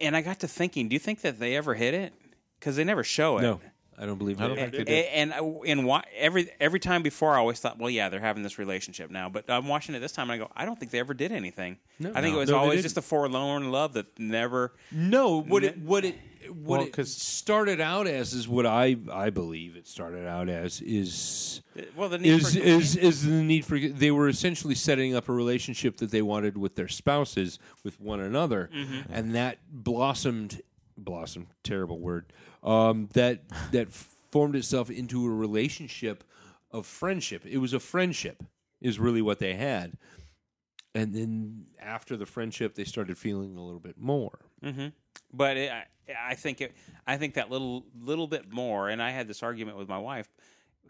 Speaker 2: And I got to thinking, do you think that they ever hit it? Because they never show it.
Speaker 1: No, I don't believe. Eh, I
Speaker 3: don't think they
Speaker 2: A- And I- and why every every time before, I always thought, well, yeah, they're having this relationship now. But I'm watching it this time, and I go, I don't think they ever did anything. I think
Speaker 1: No.
Speaker 2: it was
Speaker 1: No, they
Speaker 2: always
Speaker 1: didn't.
Speaker 2: just a forlorn love that never.
Speaker 1: No, what it what it what
Speaker 3: Well,
Speaker 1: it
Speaker 3: 'cause-
Speaker 1: started out as is what I I believe it started out as is
Speaker 2: Well, the need
Speaker 1: is
Speaker 2: for
Speaker 1: is is the need for they were essentially setting up a relationship that they wanted with their spouses with one another,
Speaker 2: Mm-hmm.
Speaker 1: and that blossomed blossomed terrible word um, that that formed itself into a relationship of friendship. It was a friendship is really what they had, and then after the friendship, they started feeling a little bit more.
Speaker 2: but it, I, I think it, I think that little little bit more. And I had this argument with my wife.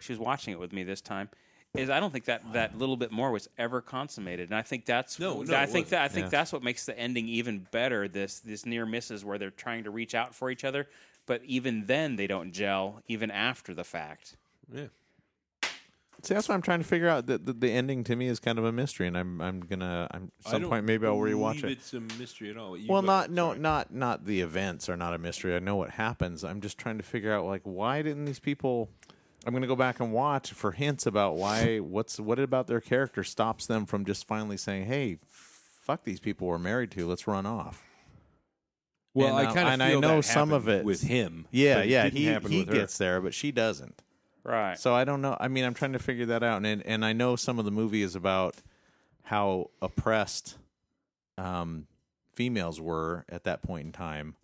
Speaker 2: She was watching it with me this time. Is I don't think that that little bit more was ever consummated, and I think that's
Speaker 1: No, no,
Speaker 2: I
Speaker 1: it
Speaker 2: think
Speaker 1: wasn't.
Speaker 2: that I think that's what makes the ending even better. This this near misses where they're trying to reach out for each other, but even then they don't gel. Even after the fact,
Speaker 1: Yeah.
Speaker 3: See, that's what I'm trying to figure out. The, the the ending to me is kind of a mystery, and I'm I'm gonna I'm at
Speaker 1: I
Speaker 3: some
Speaker 1: don't
Speaker 3: point maybe I'll rewatch
Speaker 1: believe
Speaker 3: it.
Speaker 1: It's a mystery at all. You
Speaker 3: Well,
Speaker 1: go-
Speaker 3: not no, not not the events are not a mystery. I know what happens. I'm just trying to figure out like why didn't these people? I'm going to go back and watch for hints about why what's what about their character stops them from just finally saying, "Hey, fuck these people we're married to. Let's run off."
Speaker 1: Well,
Speaker 3: and,
Speaker 1: I
Speaker 3: um,
Speaker 1: kind of
Speaker 3: and I
Speaker 1: feel
Speaker 3: know
Speaker 1: that
Speaker 3: some of
Speaker 1: happened
Speaker 3: it-
Speaker 1: with him.
Speaker 3: Yeah,
Speaker 1: but it
Speaker 3: yeah,
Speaker 1: didn't
Speaker 3: he
Speaker 1: happen
Speaker 3: he
Speaker 1: with her.
Speaker 3: gets there, but she doesn't.
Speaker 2: right?
Speaker 3: So I don't know. I mean, I'm trying to figure that out, and and I know some of the movie is about how oppressed um, females were at that point in time,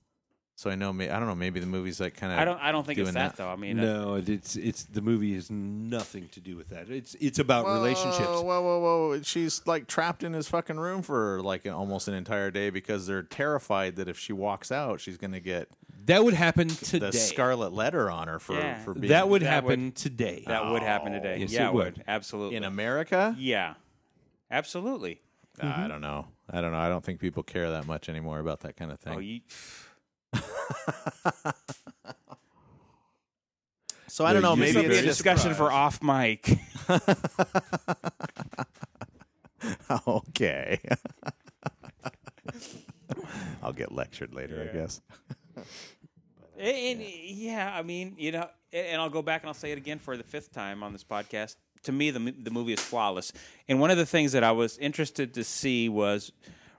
Speaker 3: So I know, may- I don't know, maybe the movie's like kind of.
Speaker 2: I don't. I don't think it's
Speaker 3: doing
Speaker 2: that,
Speaker 3: that.
Speaker 2: though. I mean, uh,
Speaker 1: No, it- it's it's the movie has nothing to do with that. It's it's about
Speaker 3: Whoa,
Speaker 1: relationships.
Speaker 3: whoa, whoa, whoa! She's like trapped in his fucking room for like an, almost an entire day because they're terrified that if she walks out, she's gonna get
Speaker 1: That would happen today.
Speaker 3: the scarlet letter on her for
Speaker 2: Yeah.
Speaker 3: for being
Speaker 1: that would
Speaker 2: That
Speaker 1: happen today.
Speaker 2: that would happen today.
Speaker 1: Yes,
Speaker 2: yeah,
Speaker 1: it
Speaker 2: it
Speaker 1: would.
Speaker 2: would. Absolutely.
Speaker 3: in America.
Speaker 2: yeah, absolutely. Mm-hmm.
Speaker 3: I don't know. I don't know. I don't think people care that much anymore about that kind of thing.
Speaker 2: Oh, you,
Speaker 3: so I don't know.
Speaker 1: you
Speaker 3: Maybe
Speaker 1: should
Speaker 3: it's
Speaker 1: be
Speaker 2: a
Speaker 3: just
Speaker 2: discussion for off mic.
Speaker 3: okay. I'll get lectured later, I guess.
Speaker 2: And, and, yeah. I mean, you know, and and I'll go back and I'll say it again for the fifth time on this podcast. To me, the m- the movie is flawless. And one of the things that I was interested to see was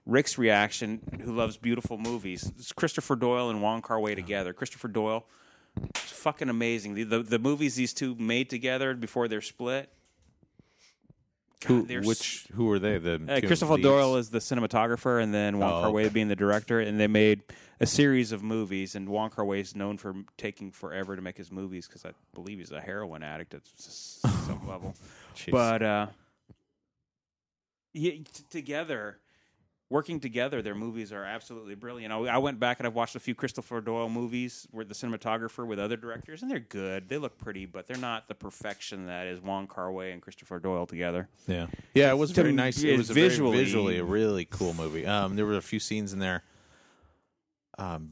Speaker 2: Rick's reaction, who loves beautiful movies. It's Christopher Doyle and Wong Kar Wai together. Christopher Doyle, it's fucking amazing. The, the the movies these two made together before they're split. God, they're s-
Speaker 3: Which who are they? The
Speaker 2: Uh,
Speaker 3: two
Speaker 2: Christopher
Speaker 3: leads?
Speaker 2: Doyle is the cinematographer, and then Wong
Speaker 3: Oh,
Speaker 2: Kar Wai being the director, and they made a series of movies. And Wong Kar Wai is known for m- taking forever to make his movies because I believe he's a heroin addict at s- s- some level.
Speaker 3: Jeez.
Speaker 2: But uh, yeah, t- together, working together, their movies are absolutely brilliant. I, I went back and I've watched a few Christopher Doyle movies where the cinematographer with other directors, and they're good. They look pretty, but they're not the perfection that is Wong Kar Wai and Christopher Doyle together.
Speaker 3: Yeah, yeah, it was very nice. It
Speaker 2: it's
Speaker 3: was a very
Speaker 2: visually-
Speaker 3: visually a really cool movie. Um, there were a few scenes in there. Um,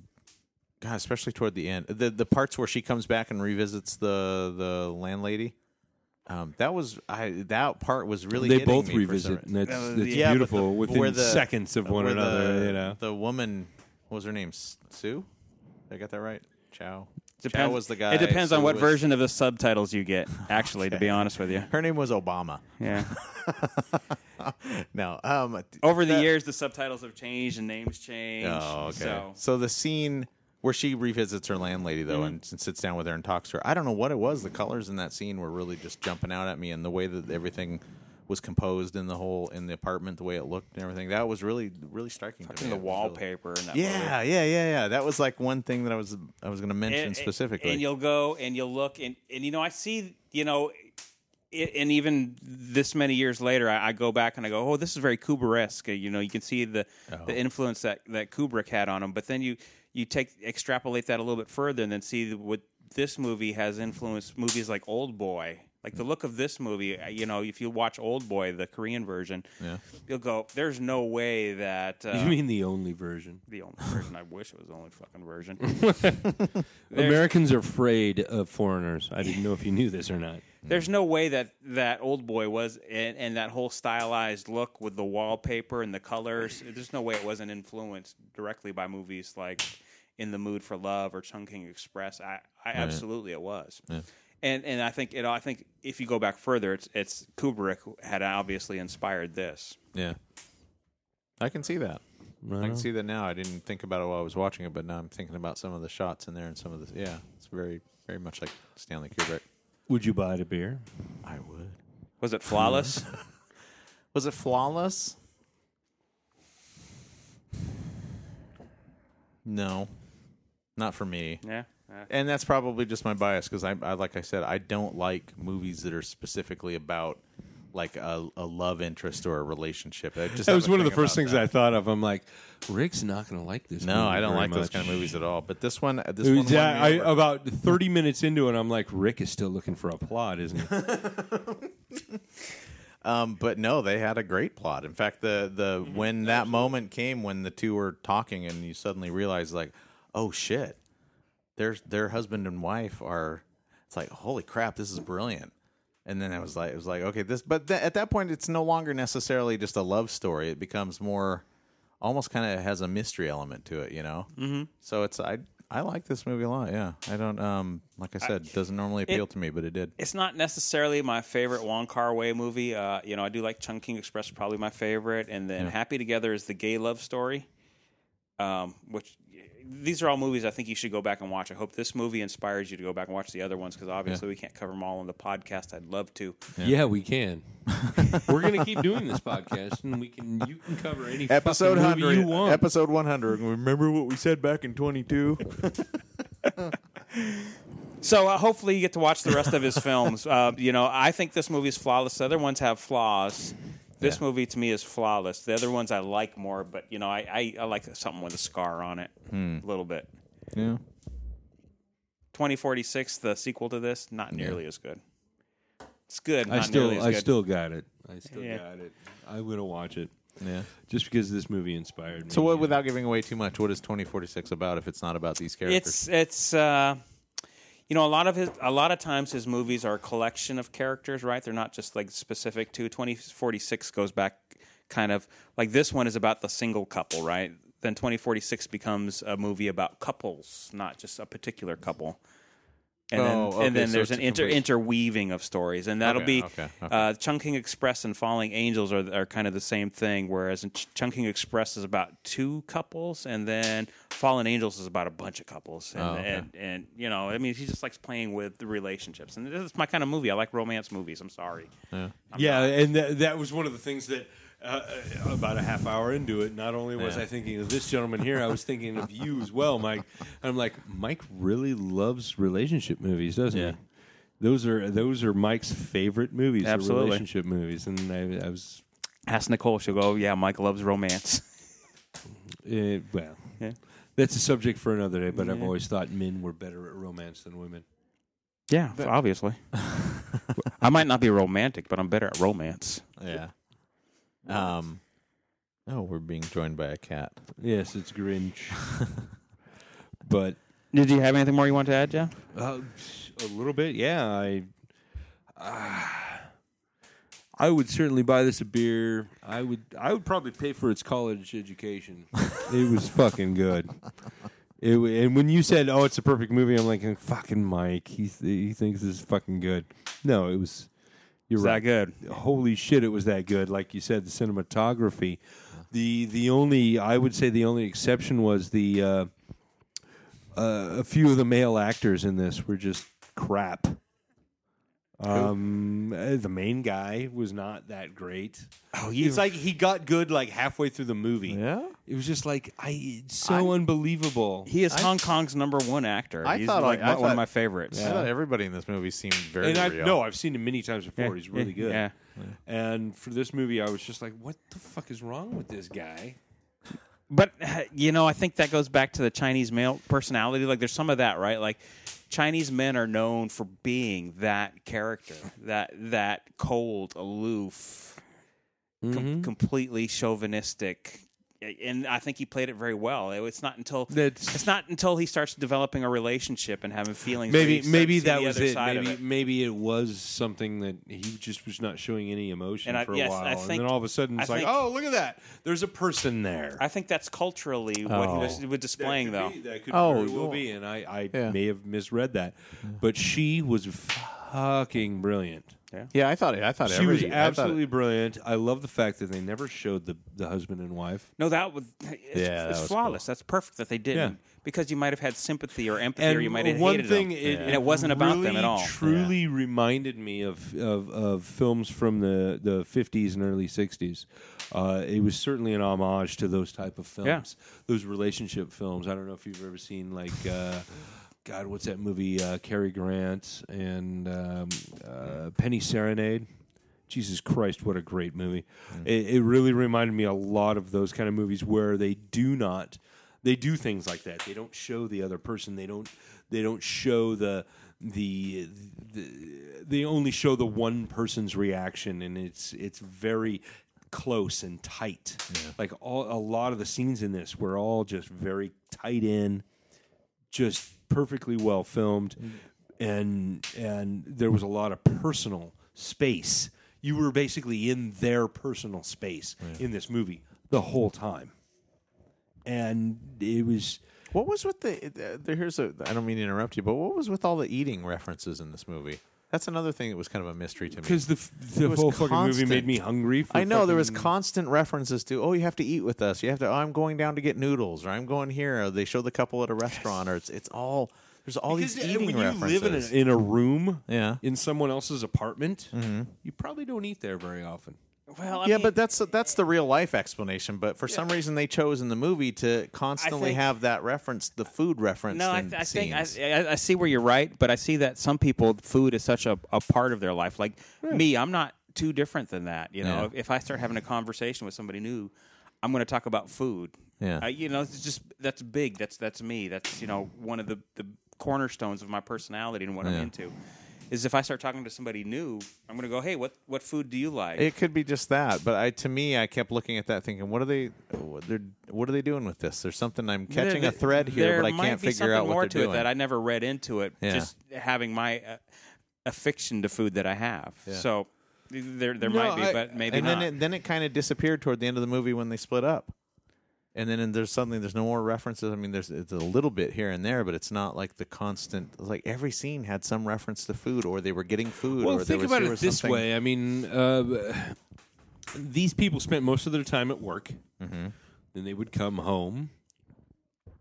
Speaker 3: God, especially toward the end, the the parts where she comes back and revisits the the landlady. Um, that was I. That part was really
Speaker 1: they
Speaker 3: hitting
Speaker 1: both
Speaker 3: me for some-
Speaker 1: revisit, and it's,
Speaker 2: Uh,
Speaker 1: it's
Speaker 3: yeah, but
Speaker 1: beautiful
Speaker 3: the- where
Speaker 1: within
Speaker 3: the-
Speaker 1: seconds of one
Speaker 3: where the-
Speaker 1: another. you know,
Speaker 3: the woman. What was her name? S- Sue. Did I get that right? Chow. Chow
Speaker 2: Depends-
Speaker 3: was the guy.
Speaker 2: It depends on
Speaker 3: Sue
Speaker 2: what
Speaker 3: was-
Speaker 2: version of the subtitles you get. Actually, to be honest with you,
Speaker 3: Her name was Obama.
Speaker 2: yeah.
Speaker 3: No. Um,
Speaker 2: Over the years, the subtitles have changed and names changed.
Speaker 3: Oh, okay.
Speaker 2: So
Speaker 3: So, the scene where she revisits her landlady though and, and sits down with her and talks to her. I don't know what it was. The colors in that scene were really just jumping out at me, and the way that everything was composed in the whole in the apartment, the way it looked and everything. That was really really striking. to
Speaker 2: in
Speaker 3: me.
Speaker 2: the
Speaker 3: It was really-
Speaker 2: wallpaper and that
Speaker 3: yeah, yeah, yeah, yeah. That was like one thing that I was I was going to mention
Speaker 2: and,
Speaker 3: specifically.
Speaker 2: And you'll go and you'll look and and you know I see you know, it, and even this many years later, I, I go back and I go, oh, this is very Kubrick-esque. You know, you can see the
Speaker 1: Oh.
Speaker 2: the influence that that Kubrick had on him. But then you you take extrapolate that a little bit further and then see what this movie has influenced movies like Old Boy. Like
Speaker 1: Hmm.
Speaker 2: the look of this movie, uh, you know, if you watch Old Boy, the Korean version, you'll go, "There's no way that." Uh,
Speaker 1: you mean the only version?
Speaker 2: the only version? I wish it was the only fucking version.
Speaker 1: Americans are afraid of foreigners. I didn't know if you knew this or not.
Speaker 2: There's no way that that old boy was and, and that whole stylized look with the wallpaper and the colors. There's no way it wasn't influenced directly by movies like In the Mood for Love or Chungking Express. I, I absolutely it was. And and I think it. I think if you go back further, it's it's Kubrick who had obviously inspired this.
Speaker 3: yeah, I can see that. I can see that now. I didn't think about it while I was watching it, but now I'm thinking about some of the shots in there and some of the yeah. It's very very much like Stanley Kubrick.
Speaker 1: Would you buy it a beer?
Speaker 3: I would.
Speaker 2: Was it flawless?
Speaker 3: Was it flawless? No, not for me.
Speaker 2: yeah. Uh, yeah.
Speaker 3: And that's probably just my bias because I, I, like I said, I don't like movies that are specifically about like a, a love interest or a relationship. I just
Speaker 1: That was
Speaker 3: have a
Speaker 1: one of the
Speaker 3: thing
Speaker 1: first
Speaker 3: about
Speaker 1: things
Speaker 3: that.
Speaker 1: I thought of. I'm like, Rick's not going to like this.
Speaker 3: No, I don't like
Speaker 1: this
Speaker 3: those kind of movies at all. But this one, this
Speaker 1: It
Speaker 3: one,
Speaker 1: was,
Speaker 3: won
Speaker 1: yeah, I,
Speaker 3: me over.
Speaker 1: about 30 minutes into it, I'm like, Rick is still looking for a plot, isn't he?
Speaker 3: Um, but no, they had a great plot. In fact, the the when that moment came when the two were talking and you suddenly realize like, oh shit, their their husband and wife are. It's like holy crap, this is brilliant. And then I was like, it was like okay, this. But th- at that point, it's no longer necessarily just a love story. It becomes more, almost kind of has a mystery element to it, you know. Mm-hmm. So it's I I like this movie a lot. Yeah, I don't um like I said, doesn't normally appeal to me, but it did.
Speaker 2: it's not necessarily my favorite Wong Kar Wai movie. Uh, you know, I do like Chungking Express, probably my favorite, and then Happy Together is the gay love story. Uh, um, which these are all movies I think you should go back and watch. I hope this movie inspires you to go back and watch the other ones because obviously we can't cover them all on the podcast. I'd love to.
Speaker 10: Yeah, we can. We're gonna keep doing this podcast, and we can. You can cover any
Speaker 3: Episode
Speaker 10: fucking movie
Speaker 3: hundred.
Speaker 10: you want.
Speaker 3: Episode one hundred. Remember what we said back in twenty two.
Speaker 2: So uh, hopefully you get to watch the rest of his films. Uh, you know, I think this movie is flawless. The other ones have flaws. This movie to me is flawless. The other ones I like more, but you know, I, I, I like something with a scar on it a little bit.
Speaker 3: yeah.
Speaker 2: 2046, the sequel to this, not nearly as good. It's good.
Speaker 10: I
Speaker 2: Not nearly
Speaker 10: still,
Speaker 2: as
Speaker 10: I
Speaker 2: good.
Speaker 10: still got it. I still
Speaker 2: Yeah.
Speaker 10: got it. I'm gonna watch it
Speaker 3: Yeah.
Speaker 10: just because this movie inspired me.
Speaker 3: So what, without giving away too much, what is twenty forty six about if it's not about these characters?
Speaker 2: It's it's uh, you know a lot of his a lot of times his movies are a collection of characters, right? They're not just like specific to 2046 goes back kind of like this one is about the single couple, right? Then 2046 becomes a movie about couples, not just a particular couple. And then,
Speaker 3: Oh, okay,
Speaker 2: and then
Speaker 3: so
Speaker 2: there's
Speaker 3: it's
Speaker 2: an inter-
Speaker 3: complete-
Speaker 2: interweaving of stories, and that'll
Speaker 3: Okay,
Speaker 2: be
Speaker 3: okay, okay.
Speaker 2: Uh, Chunking Express and Falling Angels are, are kind of the same thing. Whereas in Ch- Chunking Express is about two couples, and then Fallen Angels is about a bunch of couples. And,
Speaker 3: Oh, okay.
Speaker 2: and, and you know, I mean, he just likes playing with the relationships, and this is my kind of movie. I like romance movies. I'm sorry.
Speaker 10: yeah, and that, that was one of the things that uh, uh, about a half hour into it, not only was I thinking of this gentleman here, I was thinking of you as well, Mike. And I'm like, Mike really loves relationship movies, doesn't he? Those are those are Mike's favorite movies, are
Speaker 2: Absolutely.
Speaker 10: relationship movies, and I, I was
Speaker 2: Ask Nicole. She'll go. "Oh, Yeah, Mike loves romance.
Speaker 10: uh, well.
Speaker 2: Yeah.
Speaker 10: That's a subject for another day, but I've always thought men were better at romance than women.
Speaker 2: Yeah, obviously. I might not be romantic, but I'm better at romance.
Speaker 3: yeah. Um. Oh, we're being joined by a cat.
Speaker 10: Yes, it's Grinch. but
Speaker 2: Did you have anything more you want to add, Jeff?
Speaker 10: Uh, a little bit, yeah. I, I would certainly buy this a beer. I would, I would probably pay for its college education. it was fucking good. It, wa- and when you said, "Oh, it's a perfect movie," I'm like, "Fucking Mike, he th- he thinks this is fucking good." No, it was. You're
Speaker 2: that
Speaker 10: right.
Speaker 2: good?
Speaker 10: Holy shit, it was that good. Like you said, the cinematography. The the only I would say the only exception was the uh, uh, a few of the male actors in this were just crap. Um, uh, the main guy was not that great. Oh, he's like he got good like halfway through the movie.
Speaker 3: Yeah?
Speaker 10: it was just like I it's so unbelievable.
Speaker 2: He is Hong Kong's number one actor.
Speaker 3: I
Speaker 2: He's
Speaker 3: thought,
Speaker 2: like
Speaker 3: like, I
Speaker 2: one of
Speaker 3: thought-
Speaker 2: my favorites.
Speaker 3: I thought everybody in this movie seemed very
Speaker 10: and I
Speaker 3: real.
Speaker 10: no, I've seen him many times before.
Speaker 2: Yeah,
Speaker 10: He's really
Speaker 2: yeah,
Speaker 10: good.
Speaker 2: Eh, yeah.
Speaker 10: And for this movie, I was just like, what the fuck is wrong with this guy?
Speaker 2: But uh, you know, I think that goes back to the Chinese male personality. Like, there's some of that, right? Like, Chinese men are known for being that character, that that cold, aloof,
Speaker 10: Mm-hmm.
Speaker 2: com- completely chauvinistic. And I think he played it very well. It- It's not until
Speaker 10: That's-
Speaker 2: it's not until he starts developing a relationship and having feelings. where you
Speaker 10: Maybe
Speaker 2: start
Speaker 10: maybe
Speaker 2: to see
Speaker 10: that
Speaker 2: the
Speaker 10: was
Speaker 2: other
Speaker 10: it.
Speaker 2: side of
Speaker 10: Maybe maybe it was something that he just was not showing any emotion
Speaker 2: And I-
Speaker 10: for a
Speaker 2: yes, I
Speaker 10: while, and
Speaker 2: think-
Speaker 10: then all of a sudden it's
Speaker 2: I
Speaker 10: like,
Speaker 2: think-
Speaker 10: oh look at that, there's a person there.
Speaker 2: I think that's culturally what he
Speaker 10: Oh.
Speaker 2: was, was displaying, though.
Speaker 10: that could
Speaker 3: Oh,
Speaker 10: very well
Speaker 3: well.
Speaker 10: be, and I I
Speaker 3: Yeah.
Speaker 10: may have misread that, but she was fucking brilliant.
Speaker 3: Yeah, I thought it. I thought
Speaker 10: She was absolutely brilliant. I love the fact that they never showed the the husband and wife.
Speaker 2: No, that was it's,
Speaker 3: Yeah, that
Speaker 2: it's
Speaker 3: was
Speaker 2: flawless. That's perfect that they didn't
Speaker 10: Yeah.
Speaker 2: because you might have had sympathy or empathy, or you might have
Speaker 10: one
Speaker 2: hated
Speaker 10: thing,
Speaker 2: them, and it wasn't about them
Speaker 10: really,
Speaker 2: at all.
Speaker 10: Truly reminded me of, of of films from the the fifties and early sixties. Uh, it was certainly an homage to those type of films, those relationship films. I don't know if you've ever seen like. Uh, God, what's that movie? Uh, Cary Grant and um, uh, Penny Serenade. Jesus Christ, what a great movie! It, it really reminded me a lot of those kind of movies where they do not, they do things like that. They don't show the other person. They don't, they don't show the the, the they only show the one person's reaction, and it's it's very close and tight. Like all a lot of the scenes in this were all just very tight in just perfectly well filmed Mm-hmm. and and there was a lot of personal space you were basically in their personal space in this movie the whole time and it was
Speaker 3: What was with the, uh, the? Here's a. I don't mean to interrupt you, but what was with all the eating references in this movie? That's another thing that was kind of a mystery to me.
Speaker 10: Because the, f- the
Speaker 3: It was
Speaker 10: whole fucking movie
Speaker 3: constant.
Speaker 10: made me hungry. For
Speaker 3: I know there was
Speaker 10: fucking-
Speaker 3: constant references to, oh, you have to eat with us. You have to. Oh, I'm going down to get noodles, or I'm going here. Or they show the couple at a restaurant, or it's it's all there's all
Speaker 10: Because
Speaker 3: these
Speaker 10: uh,
Speaker 3: eating
Speaker 10: when you
Speaker 3: references.
Speaker 10: live in a, in a room,
Speaker 3: Yeah.
Speaker 10: in someone else's apartment, you probably don't eat there very often.
Speaker 2: Well, I
Speaker 3: yeah,
Speaker 2: mean,
Speaker 3: but that's that's the real life explanation. But for some reason, they chose in the movie to constantly
Speaker 2: think-
Speaker 3: have that reference, the food reference.
Speaker 2: no, I,
Speaker 3: in
Speaker 2: th- I think I,
Speaker 3: scenes.
Speaker 2: I, I see where you're right, but I see that some people food is such a, a part of their life. Like me, I'm not too different than that. You know,
Speaker 3: Yeah.
Speaker 2: if, if I start having a conversation with somebody new, I'm going to talk about food.
Speaker 3: Yeah.
Speaker 2: I- you know, it's just that's big. That's that's me. That's you know one of the the cornerstones of my personality and what I'm into. Is if I start talking to somebody new, I'm going to go, hey, what what food do you like?
Speaker 3: It could be just that, but I to me, I kept looking at that, thinking, what are they? What, they're, what are they doing with this? There's something I'm catching
Speaker 2: There-
Speaker 3: a thread here,
Speaker 2: there
Speaker 3: but I
Speaker 2: might
Speaker 3: can't
Speaker 2: be
Speaker 3: figure out
Speaker 2: something
Speaker 3: what
Speaker 2: more
Speaker 3: they're
Speaker 2: to
Speaker 3: doing.
Speaker 2: it that I never read into it.
Speaker 3: Yeah.
Speaker 2: Just having my uh, affection to food that I have, so th- there there
Speaker 3: No,
Speaker 2: might be,
Speaker 3: I-
Speaker 2: but maybe
Speaker 3: and
Speaker 2: not.
Speaker 3: then it, then it kind of disappeared toward the end of the movie when they split up, and then there's suddenly there's no more references. I mean, there's it's a little bit here and there, but it's not like the constant. Like every scene had some reference to food, or they were getting food,
Speaker 10: Well,
Speaker 3: or there
Speaker 10: think
Speaker 3: was,
Speaker 10: about
Speaker 3: there
Speaker 10: it
Speaker 3: was
Speaker 10: this
Speaker 3: something-
Speaker 10: way. I mean, uh, these people spent most of their time at work. Mm-hmm. Then they would come home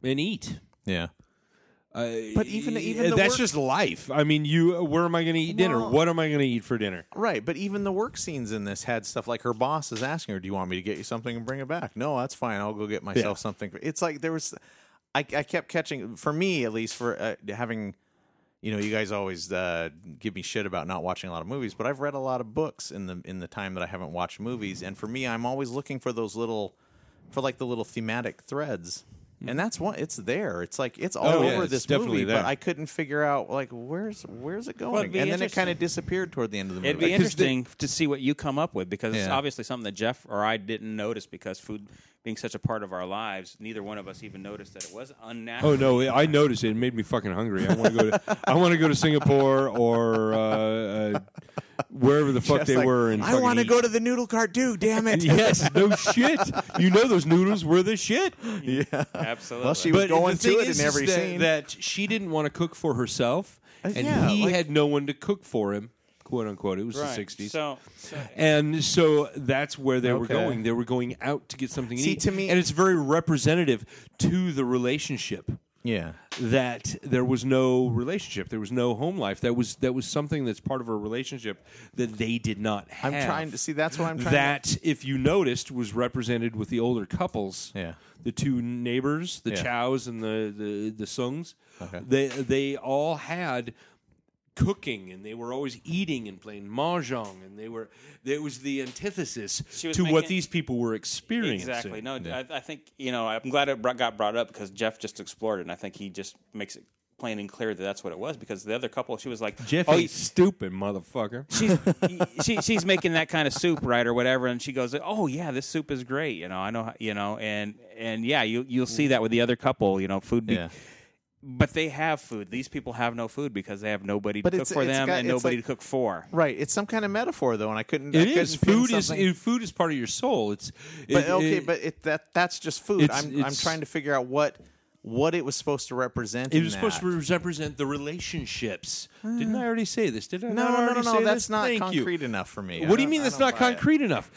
Speaker 10: and eat.
Speaker 3: Yeah,
Speaker 10: Uh,
Speaker 3: But even- even the
Speaker 10: that's
Speaker 3: work-
Speaker 10: just life. I mean, you. Where am I going to eat dinner?
Speaker 3: Well-
Speaker 10: What am I going to eat for dinner?
Speaker 3: right. But even the work scenes in this had stuff like her boss is asking her, "Do you want me to get you something and bring it back?" No, that's fine. I'll go get myself something. It's like there was. I, I kept catching for me at least for uh, having you know, you guys always uh, give me shit about not watching a lot of movies, but I've read a lot of books in the in the time that I haven't watched movies, and for me, I'm always looking for those little, for like the little thematic threads, and that's one. It's there. It's like it's all
Speaker 10: Hmm. Oh, yeah,
Speaker 3: over
Speaker 10: it's
Speaker 3: this
Speaker 10: definitely
Speaker 3: movie,
Speaker 10: there.
Speaker 3: but I couldn't figure out like where's where's it
Speaker 2: it'd
Speaker 3: going,
Speaker 2: be
Speaker 3: and then it
Speaker 2: interesting.
Speaker 3: kind of disappeared toward the end of the movie.
Speaker 2: It'd be interesting to see what you come up with because it's
Speaker 3: Yeah.
Speaker 2: obviously something that Jeff or I didn't notice because food being such a part of our lives, neither one of us even noticed that it was unnatural.
Speaker 10: Oh no! I noticed it. It made me fucking hungry. I want to go to. I want to go to Singapore or uh, uh, wherever the fuck
Speaker 3: Jeff's
Speaker 10: they
Speaker 3: like,
Speaker 10: were. And
Speaker 3: I want to
Speaker 10: to
Speaker 3: go to the noodle cartoon. Damn it!
Speaker 10: yes, no shit. You know those noodles were the shit.
Speaker 2: Absolutely.
Speaker 3: Well, she was going
Speaker 10: the thing
Speaker 3: to it
Speaker 10: is,
Speaker 3: in
Speaker 10: is
Speaker 3: every
Speaker 10: that,
Speaker 3: scene. Uh,
Speaker 10: that she didn't want to cook for herself, and
Speaker 3: yeah,
Speaker 10: he
Speaker 3: like-
Speaker 10: had no one to cook for him, quote unquote. It was
Speaker 2: Right.
Speaker 10: the '60s,
Speaker 2: So, so
Speaker 10: and so that's where they were
Speaker 3: Okay.
Speaker 10: going. They were going out to get something. to
Speaker 3: See,
Speaker 10: eat.
Speaker 3: to me-
Speaker 10: and it's very representative to the relationship
Speaker 3: yeah,
Speaker 10: that there was no relationship, there was no home life. That was that was something that's part of a relationship that they did not have.
Speaker 3: I'm trying to see. That's what I'm trying.
Speaker 10: that if you noticed was represented with the older couples
Speaker 3: Yeah.
Speaker 10: the two neighbors the
Speaker 3: Yeah.
Speaker 10: chows and the the, the sungs they they all had cooking and they were always eating and playing mahjong and they were there was the antithesis
Speaker 2: She was
Speaker 10: to what
Speaker 2: making-
Speaker 10: these people were experiencing
Speaker 2: Exactly. No, I, I think you know. I'm glad it brought, got brought up because Jeff just explored it, and I think he just makes it plain and clear that that's what it was. Because the other couple, she was like,
Speaker 10: Jeff
Speaker 2: oh,
Speaker 10: is stupid motherfucker
Speaker 2: she's she, she's making that kind of soup, right, or whatever," and she goes, "Oh yeah, this soup is great." You know, I know, how- you know, and and yeah, you you'll see that with the other couple. You know, food. Be-
Speaker 3: Yeah.
Speaker 2: But they have food. These people have no food because they have nobody to
Speaker 3: But
Speaker 2: cook
Speaker 3: it's-
Speaker 2: for
Speaker 3: it's
Speaker 2: them
Speaker 3: got-
Speaker 2: and
Speaker 3: it's
Speaker 2: nobody
Speaker 3: like-
Speaker 2: to cook for.
Speaker 3: Right. It's some kind of metaphor though, and I couldn't.
Speaker 10: it
Speaker 3: I
Speaker 10: is
Speaker 3: couldn't pin
Speaker 10: food is
Speaker 3: something-
Speaker 10: it- food is part of your soul it's
Speaker 3: but
Speaker 10: it-
Speaker 3: okay,
Speaker 10: it-
Speaker 3: but it, that that's just food.
Speaker 10: it's-
Speaker 3: I'm I'm
Speaker 10: it's-
Speaker 3: trying to figure out what what it was supposed to represent.
Speaker 10: It
Speaker 3: in
Speaker 10: was supposed
Speaker 3: that.
Speaker 10: to represent the relationships. Didn't I already say this? Did I
Speaker 3: No,
Speaker 10: not
Speaker 3: no,
Speaker 10: already
Speaker 3: no, no.
Speaker 10: say
Speaker 3: That's
Speaker 10: this?
Speaker 3: not
Speaker 10: Thank
Speaker 3: concrete
Speaker 10: You.
Speaker 3: enough for me. I
Speaker 10: What do you
Speaker 3: don't-
Speaker 10: mean
Speaker 3: I
Speaker 10: that's
Speaker 3: don't
Speaker 10: not
Speaker 3: buy it.
Speaker 10: concrete enough?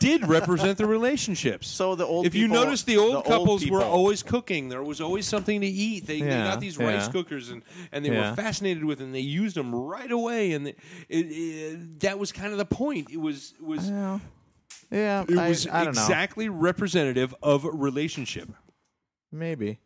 Speaker 10: did represent the relationships.
Speaker 3: So the old
Speaker 10: If you
Speaker 3: people-
Speaker 10: notice, the old
Speaker 3: the old
Speaker 10: couples were
Speaker 3: people.
Speaker 10: always cooking. There was always something to eat. They, they
Speaker 3: Yeah,
Speaker 10: got these rice
Speaker 3: yeah.
Speaker 10: cookers and, and they
Speaker 3: Yeah.
Speaker 10: were fascinated with, them. they used them right away. And they- it, it, that was kind of the point. It was it was
Speaker 3: Yeah. Yeah,
Speaker 10: it
Speaker 3: Uh, I,
Speaker 10: was
Speaker 3: I don't
Speaker 10: exactly representative of a relationship.
Speaker 3: know. Maybe,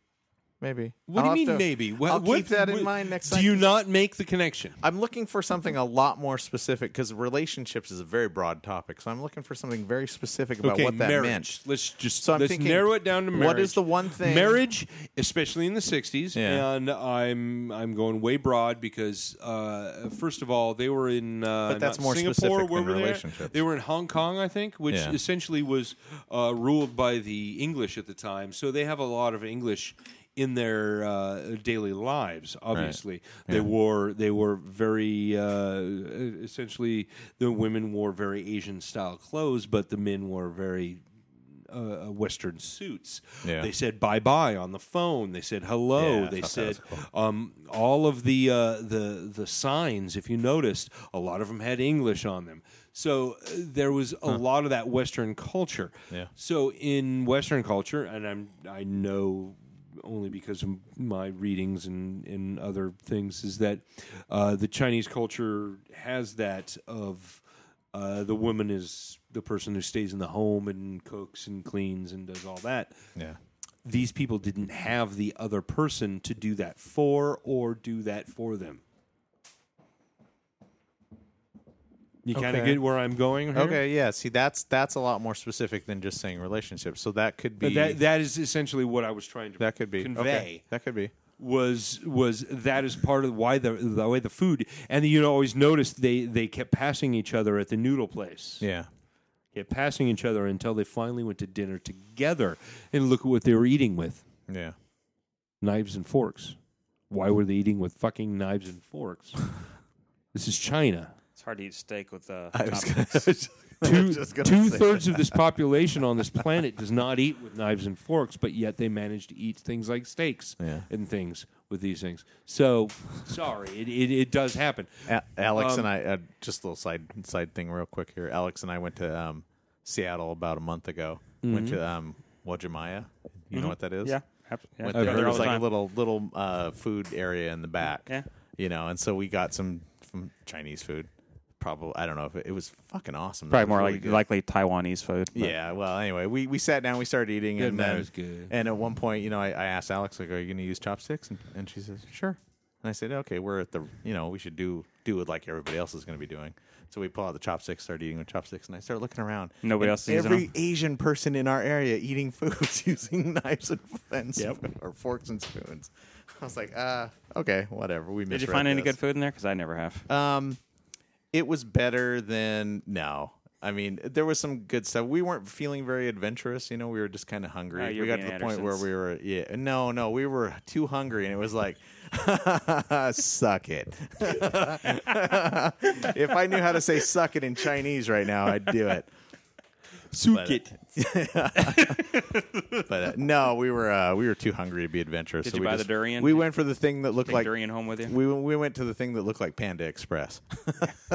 Speaker 3: maybe.
Speaker 10: What
Speaker 3: I'll
Speaker 10: do you mean,
Speaker 3: have to-
Speaker 10: maybe? What,
Speaker 3: I'll
Speaker 10: what-
Speaker 3: keep that in
Speaker 10: what-
Speaker 3: mind next
Speaker 10: Do
Speaker 3: time.
Speaker 10: you not make the connection?
Speaker 3: I'm looking for something a lot more specific because relationships is a very broad topic. So I'm looking for something very specific about
Speaker 10: okay,
Speaker 3: what that
Speaker 10: marriage.
Speaker 3: meant.
Speaker 10: Let's just
Speaker 3: So I'm
Speaker 10: let's
Speaker 3: thinking,
Speaker 10: narrow it down to marriage.
Speaker 3: what is the one thing-
Speaker 10: Marriage, especially in the '60s,
Speaker 3: Yeah.
Speaker 10: and I'm I'm going way broad because uh, first of all, they were in uh,
Speaker 3: But that's
Speaker 10: not
Speaker 3: more
Speaker 10: Singapore.
Speaker 3: specific
Speaker 10: where
Speaker 3: than
Speaker 10: were they?
Speaker 3: relationships.
Speaker 10: They were in Hong Kong, I think, which
Speaker 3: Yeah.
Speaker 10: essentially was uh, ruled by the English at the time. So they have a lot of English. In their uh, daily lives, obviously, they wore they wore very uh, essentially the women wore very Asian style clothes, but the men wore very uh, uh, Western suits.
Speaker 3: Yeah.
Speaker 10: They said bye bye on the phone. They said hello.
Speaker 3: Yeah, I
Speaker 10: they
Speaker 3: thought that
Speaker 10: said
Speaker 3: was
Speaker 10: um, all of the uh, the the signs. If you noticed, a lot of them had English on them. So uh, there was a lot of that Western culture.
Speaker 3: Yeah.
Speaker 10: So in Western culture, and I'm I know only because of my readings and, and other things is that uh, the Chinese culture has that of uh, the woman is the person who stays in the home and cooks and cleans and does all that.
Speaker 3: Yeah.
Speaker 10: These people didn't have the other person to do that for or do that for them. You kind of
Speaker 3: Okay.
Speaker 10: get where I'm going. Here?
Speaker 3: Okay, yeah. See, that's that's a lot more specific than just saying relationships. So that could be
Speaker 10: But that that is essentially what I was trying to
Speaker 3: that could be
Speaker 10: convey.
Speaker 3: Okay. That could be.
Speaker 10: was was that is part of why the the way the food and you always noticed they they kept passing each other at the noodle place.
Speaker 3: Yeah.
Speaker 10: Kept passing each other until they finally went to dinner together and look at what they were eating with
Speaker 3: Yeah.
Speaker 10: knives and forks. Why were they eating with fucking knives and forks? this is China.
Speaker 2: It's hard to eat steak with uh,
Speaker 3: was
Speaker 2: chopsticks.
Speaker 10: Two
Speaker 3: just gonna
Speaker 10: two
Speaker 3: say
Speaker 10: thirds of this population on this planet does not eat with knives and forks, but yet they manage to eat things like steaks
Speaker 3: Yeah.
Speaker 10: and things with these things. So sorry, it, it, it does happen.
Speaker 3: A- Alex
Speaker 10: Um,
Speaker 3: and I uh, just a little side side thing real quick here. Alex and I went to um, Seattle about a month ago. Went
Speaker 10: Mm-hmm.
Speaker 3: to um, Wajimaya. You know what that is?
Speaker 2: yeah, ab- yeah.
Speaker 3: Went
Speaker 2: Go
Speaker 3: there.
Speaker 2: there
Speaker 3: There
Speaker 2: all
Speaker 3: was
Speaker 2: the
Speaker 3: like a
Speaker 2: time.
Speaker 3: little little uh, food area in the back.
Speaker 2: Yeah.
Speaker 3: You know, and so we got some from Chinese food. Probably I don't know if it, it was fucking awesome. It
Speaker 2: probably
Speaker 3: was
Speaker 2: more
Speaker 3: really
Speaker 2: like
Speaker 3: good.
Speaker 2: likely Taiwanese food. but-
Speaker 3: Yeah. Well, anyway, we, we sat down, we started eating,
Speaker 10: Good
Speaker 3: and
Speaker 10: man,
Speaker 3: then,
Speaker 10: it was good.
Speaker 3: And at one point, you know, I, I asked Alex, like, "Are you going to use chopsticks?" And, and she says, "Sure." And I said, "Okay, we're at the, you know, we should do do it like everybody else is going to be doing." So we pull out the chopsticks, start eating with chopsticks, and I start looking around.
Speaker 2: Nobody
Speaker 3: And
Speaker 2: else is using
Speaker 3: Every
Speaker 2: them?
Speaker 3: Asian person in our area eating foods using knives and, and spoon- or forks and spoons. I was like, "Uh, okay, whatever." We
Speaker 2: Did you find any
Speaker 3: this.
Speaker 2: good food in there? Because I never have.
Speaker 3: Um, it was better than no. I mean, there was some good stuff. We weren't feeling very adventurous, you know. We were just kind of hungry.
Speaker 2: Oh, you
Speaker 3: we
Speaker 2: were
Speaker 3: got to
Speaker 2: being
Speaker 3: the point where
Speaker 2: Andersons.
Speaker 3: we were, yeah, no, no, we were too hungry, and it was like, suck it. if I knew how to say "suck it" in Chinese right now, I'd do it.
Speaker 10: Suit
Speaker 3: it. But uh, no, we were uh, we were too hungry to be adventurous.
Speaker 2: Did
Speaker 3: so
Speaker 2: you
Speaker 3: we
Speaker 2: buy the
Speaker 3: just-
Speaker 2: durian?
Speaker 3: We went for the thing that looked
Speaker 2: Take
Speaker 3: like
Speaker 2: durian home with you.
Speaker 3: We we went to the thing that looked like Panda Express.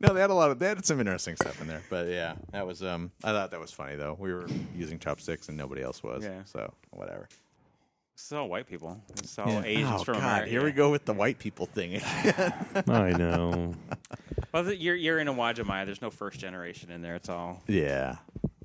Speaker 3: no, they had a lot of they had some interesting stuff in there, but yeah, that was um. I thought that was funny though. We were using chopsticks and nobody else was.
Speaker 2: Yeah.
Speaker 3: So whatever.
Speaker 2: It's all white people. It's all Asians
Speaker 3: oh
Speaker 2: from
Speaker 3: God,
Speaker 2: America.
Speaker 3: here we go with the white people thing.
Speaker 10: I know.
Speaker 2: Well, the- you're you're in a Wajimaya. There's no first generation in there. It's all
Speaker 3: yeah,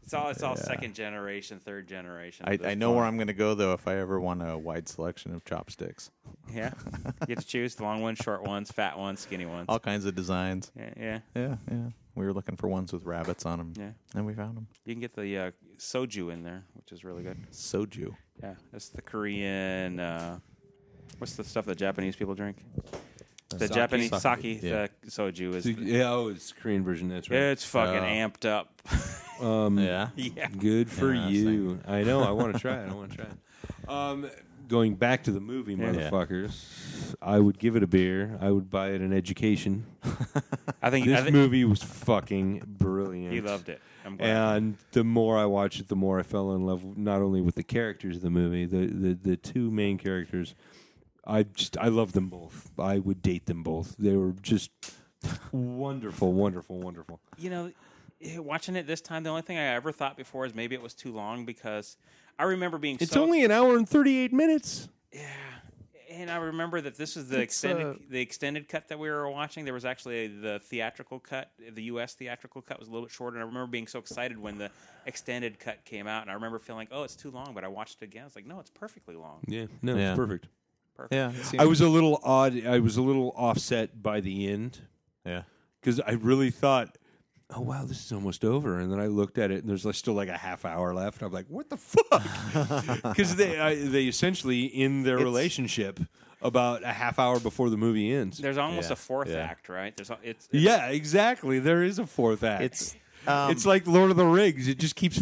Speaker 2: it's all it's all second generation, third generation.
Speaker 3: I, I know where I'm going to go though if I ever want a wide selection of chopsticks,
Speaker 2: Yeah, you get to choose the long ones, short ones, fat ones, skinny ones.
Speaker 3: all kinds of designs.
Speaker 2: Yeah, yeah,
Speaker 3: Yeah, yeah. We were looking for ones with rabbits on them.
Speaker 2: Yeah.
Speaker 3: and we found them.
Speaker 2: you can get the uh, soju in there, which is really good.
Speaker 3: Soju.
Speaker 2: Yeah, that's the Korean. Uh, what's the stuff that Japanese people drink? The
Speaker 10: Sake.
Speaker 2: Japanese
Speaker 10: Sake,
Speaker 2: sake,
Speaker 3: yeah.
Speaker 2: the soju is.
Speaker 10: yeah, oh, it's Korean version. That's right.
Speaker 2: It's fucking
Speaker 3: Oh.
Speaker 2: amped up.
Speaker 10: Um,
Speaker 3: Yeah.
Speaker 2: yeah.
Speaker 10: Good for
Speaker 3: Yeah, I was
Speaker 10: you. I know. I want to try it. I want to try it. Um, going back to the movie,
Speaker 3: Yeah.
Speaker 10: motherfuckers. I would give it a beer. I would buy it an education.
Speaker 2: I think I
Speaker 10: This
Speaker 2: think
Speaker 10: movie was fucking brilliant.
Speaker 2: you loved it. I'm glad.
Speaker 10: And the more I watched it, the more I fell in love not only with the characters of the movie, the the, the two main characters. I just I love them both. I would date them both. They were just wonderful, wonderful, wonderful.
Speaker 2: you know, eh, watching it this time, the only thing I ever thought before is maybe it was too long because I remember being
Speaker 10: It's
Speaker 2: so,
Speaker 10: only an hour and thirty eight minutes.
Speaker 2: and I remember that this is the extended
Speaker 10: uh,
Speaker 2: the extended cut that we were watching. There was actually the theatrical cut. The U.S. theatrical cut was a little bit shorter. And I remember being so excited when the extended cut came out, and I remember feeling like, oh, it's too long. But I watched it again. I was like, no, it's perfectly long.
Speaker 10: Yeah, no,
Speaker 3: Yeah.
Speaker 10: it's perfect.
Speaker 2: Perfect.
Speaker 3: Yeah.
Speaker 10: I was a little odd. I was a little offset by the end
Speaker 3: Yeah.
Speaker 10: because I really thought, "Oh wow, this is almost over." And then I looked at it, and there's like, still like a half hour left. I'm like, "What the fuck?" Because they I, they essentially in their relationship about a half hour before the movie ends.
Speaker 2: There's almost
Speaker 3: Yeah.
Speaker 2: a fourth
Speaker 3: Yeah.
Speaker 2: act, right? There's a- it's, it's
Speaker 10: yeah, exactly. There is a fourth act.
Speaker 3: It's um,
Speaker 10: it's like Lord of the Rings. It just keeps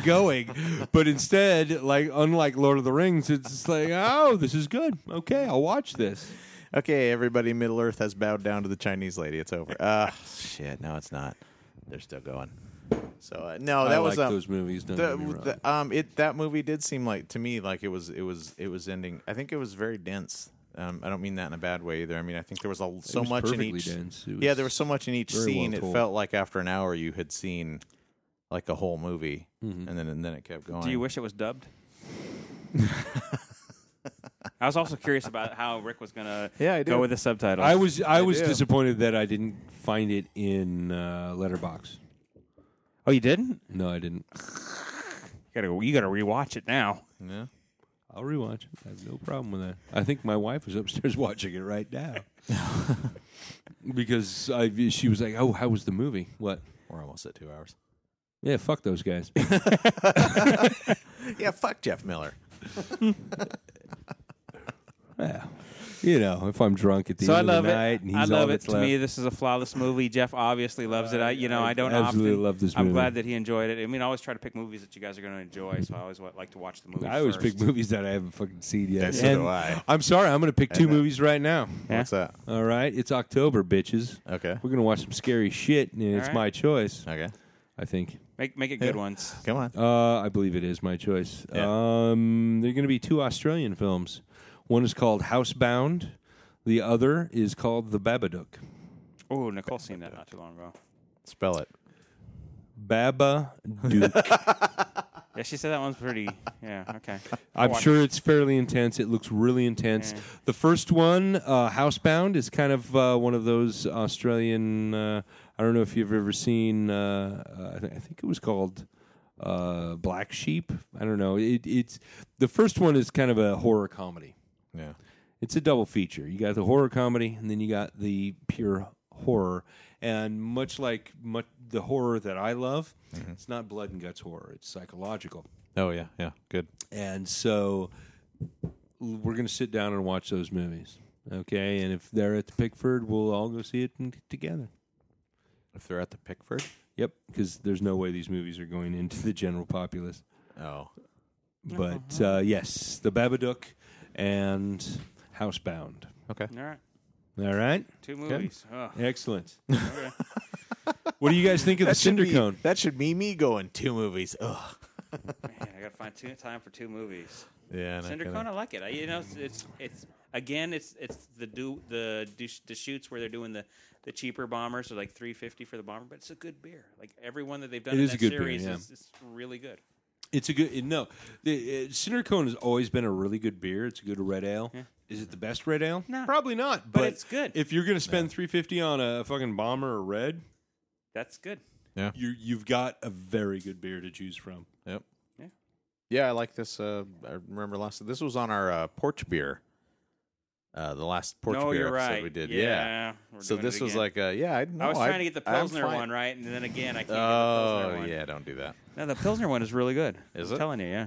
Speaker 10: going. but instead, like unlike Lord of the Rings, it's just like, oh, this is good. Okay, I'll watch this.
Speaker 3: okay, everybody, Uh, Middle Earth has bowed down to the Chinese lady. It's over. Ah, shit. No, it's not. They're still going. So uh, no,
Speaker 2: Oh,
Speaker 3: that
Speaker 10: I
Speaker 3: was
Speaker 10: like
Speaker 3: um,
Speaker 10: those movies. Don't
Speaker 3: the,
Speaker 10: get me wrong.
Speaker 3: the- um it that movie did seem like to me like it was it was it was ending. I think it was very dense. Um, I don't mean that in a bad way either. I mean I think there was a, so
Speaker 10: was
Speaker 3: much in
Speaker 10: perfectly
Speaker 3: each.
Speaker 10: dense. It
Speaker 3: yeah,
Speaker 10: was
Speaker 3: there was so much in each
Speaker 10: very well
Speaker 3: scene. it
Speaker 10: told.
Speaker 3: felt like after an hour you had seen like a whole movie,
Speaker 10: Mm-hmm.
Speaker 3: and then and then it kept going.
Speaker 2: Do you wish it was dubbed? I was also curious about how Rick was gonna
Speaker 3: Yeah, I
Speaker 2: go
Speaker 3: do.
Speaker 2: with the subtitles.
Speaker 10: I was I was
Speaker 3: do.
Speaker 10: disappointed that I didn't find it in uh, Letterbox.
Speaker 2: oh, you didn't? You
Speaker 10: No, I didn't.
Speaker 2: gotta you gotta rewatch it now.
Speaker 3: Yeah.
Speaker 10: I'll rewatch it. I have no problem with that. I think my wife is upstairs watching it right now because I she was like, "Oh, how was the movie?" What?
Speaker 3: We're almost at two hours.
Speaker 10: Yeah, fuck those guys.
Speaker 3: Yeah, fuck Jeff Miller.
Speaker 10: yeah. You know, if I'm drunk at the
Speaker 2: So I
Speaker 10: end of
Speaker 2: love
Speaker 10: the night
Speaker 2: it.
Speaker 10: and he's
Speaker 2: I
Speaker 10: all
Speaker 2: love it.
Speaker 10: that's
Speaker 2: To
Speaker 10: left,
Speaker 2: me, this is a flawless movie. Jeff obviously loves it. I, you know,
Speaker 10: I
Speaker 2: I don't
Speaker 10: absolutely
Speaker 2: often-
Speaker 10: love this
Speaker 2: I'm
Speaker 10: movie.
Speaker 2: glad that he enjoyed it. I mean, I always try to pick movies that you guys are going to enjoy, so I always wa- like to watch the movie.
Speaker 10: I always
Speaker 2: first.
Speaker 10: pick movies that I haven't fucking seen yet.
Speaker 3: so do
Speaker 10: And
Speaker 3: I.
Speaker 10: I'm sorry, I'm going to pick
Speaker 2: uh,
Speaker 10: two movies right now.
Speaker 2: Yeah.
Speaker 3: What's that?
Speaker 10: All right, it's October, bitches.
Speaker 3: Okay.
Speaker 10: We're going to watch some scary shit, and it's
Speaker 2: right.
Speaker 10: my choice.
Speaker 3: Okay.
Speaker 10: I think.
Speaker 2: Make make it good ones.
Speaker 3: Come on.
Speaker 10: Uh, I believe it is my choice. Um, there are going to be two Australian films. One is called Housebound. The other is called The Babadook.
Speaker 2: Oh, Nicole seen that not too long ago.
Speaker 3: Spell it.
Speaker 10: Babadook.
Speaker 2: Yeah, she said that one's pretty. Yeah, okay.
Speaker 10: I'm sure it's fairly intense. It looks really intense. The first one, uh, Housebound, is kind of uh, one of those Australian. Uh, I don't know if you've ever seen. Uh, uh, I, th- I think it was called uh, Black Sheep. I don't know. It, it's the first one is kind of a horror comedy.
Speaker 3: Yeah.
Speaker 10: it's a double feature. You got the horror comedy, and then you got the pure horror. And much like much the horror that I love, it's not blood and guts horror. It's psychological.
Speaker 3: Oh yeah. Yeah. Good.
Speaker 10: And so l- we're going to sit down and watch those movies. Okay, and if they're at the Pickford, we'll all go see it n- together.
Speaker 3: If they're at the Pickford.
Speaker 10: Yep, because there's no way these movies are going into the general populace.
Speaker 3: Oh.
Speaker 10: But
Speaker 3: Uh-huh.
Speaker 10: uh, yes, The Babadook and Housebound.
Speaker 3: Okay.
Speaker 2: All right,
Speaker 10: All right,
Speaker 2: two movies. Oh, Ugh.
Speaker 10: excellent. What do you guys think of the
Speaker 3: should
Speaker 10: cinder
Speaker 3: be-
Speaker 10: cone?
Speaker 3: That should be me going two movies. Ugh.
Speaker 2: Man, I got to find two, time for two movies.
Speaker 3: Yeah.
Speaker 2: Cinder Cone, I like it. I, you know, it's, it's it's again, it's it's the do the do, the shoots where they're doing the the cheaper bombers, so like three fifty for the bomber, but it's a good beer. Like everyone that they've done
Speaker 10: It
Speaker 2: in
Speaker 10: is a
Speaker 2: that
Speaker 10: good beer,
Speaker 2: series
Speaker 10: yeah.
Speaker 2: is it's really good.
Speaker 10: It's a good no. The uh, cinder cone has always been a really good beer. It's a good red ale. Is it the best red ale?
Speaker 2: No.
Speaker 10: Probably not.
Speaker 2: But it's good.
Speaker 10: If you're going to spend three fifty on a fucking bomber or red,
Speaker 2: That's good.
Speaker 10: you you've got a very good beer to choose from.
Speaker 3: Yep.
Speaker 2: Yeah.
Speaker 3: Yeah, I like this. Uh, I remember last. This was on our uh, porch beer. Uh, the last porch
Speaker 2: no,
Speaker 3: beer
Speaker 2: you're
Speaker 3: episode
Speaker 2: right.
Speaker 3: we did.
Speaker 2: Yeah.
Speaker 3: Yeah.
Speaker 2: we're
Speaker 3: So
Speaker 2: doing it
Speaker 3: this was
Speaker 2: again.
Speaker 3: like, uh, yeah, I know.
Speaker 2: I was
Speaker 3: I-
Speaker 2: trying to get the
Speaker 3: I'm
Speaker 2: Pilsner
Speaker 3: fine.
Speaker 2: one right, and then again I can't get the Pilsner
Speaker 3: Oh
Speaker 2: one.
Speaker 3: yeah, don't do that.
Speaker 2: No, the Pilsner one is really good.
Speaker 3: Is
Speaker 2: I'm
Speaker 3: it?
Speaker 2: telling you, yeah.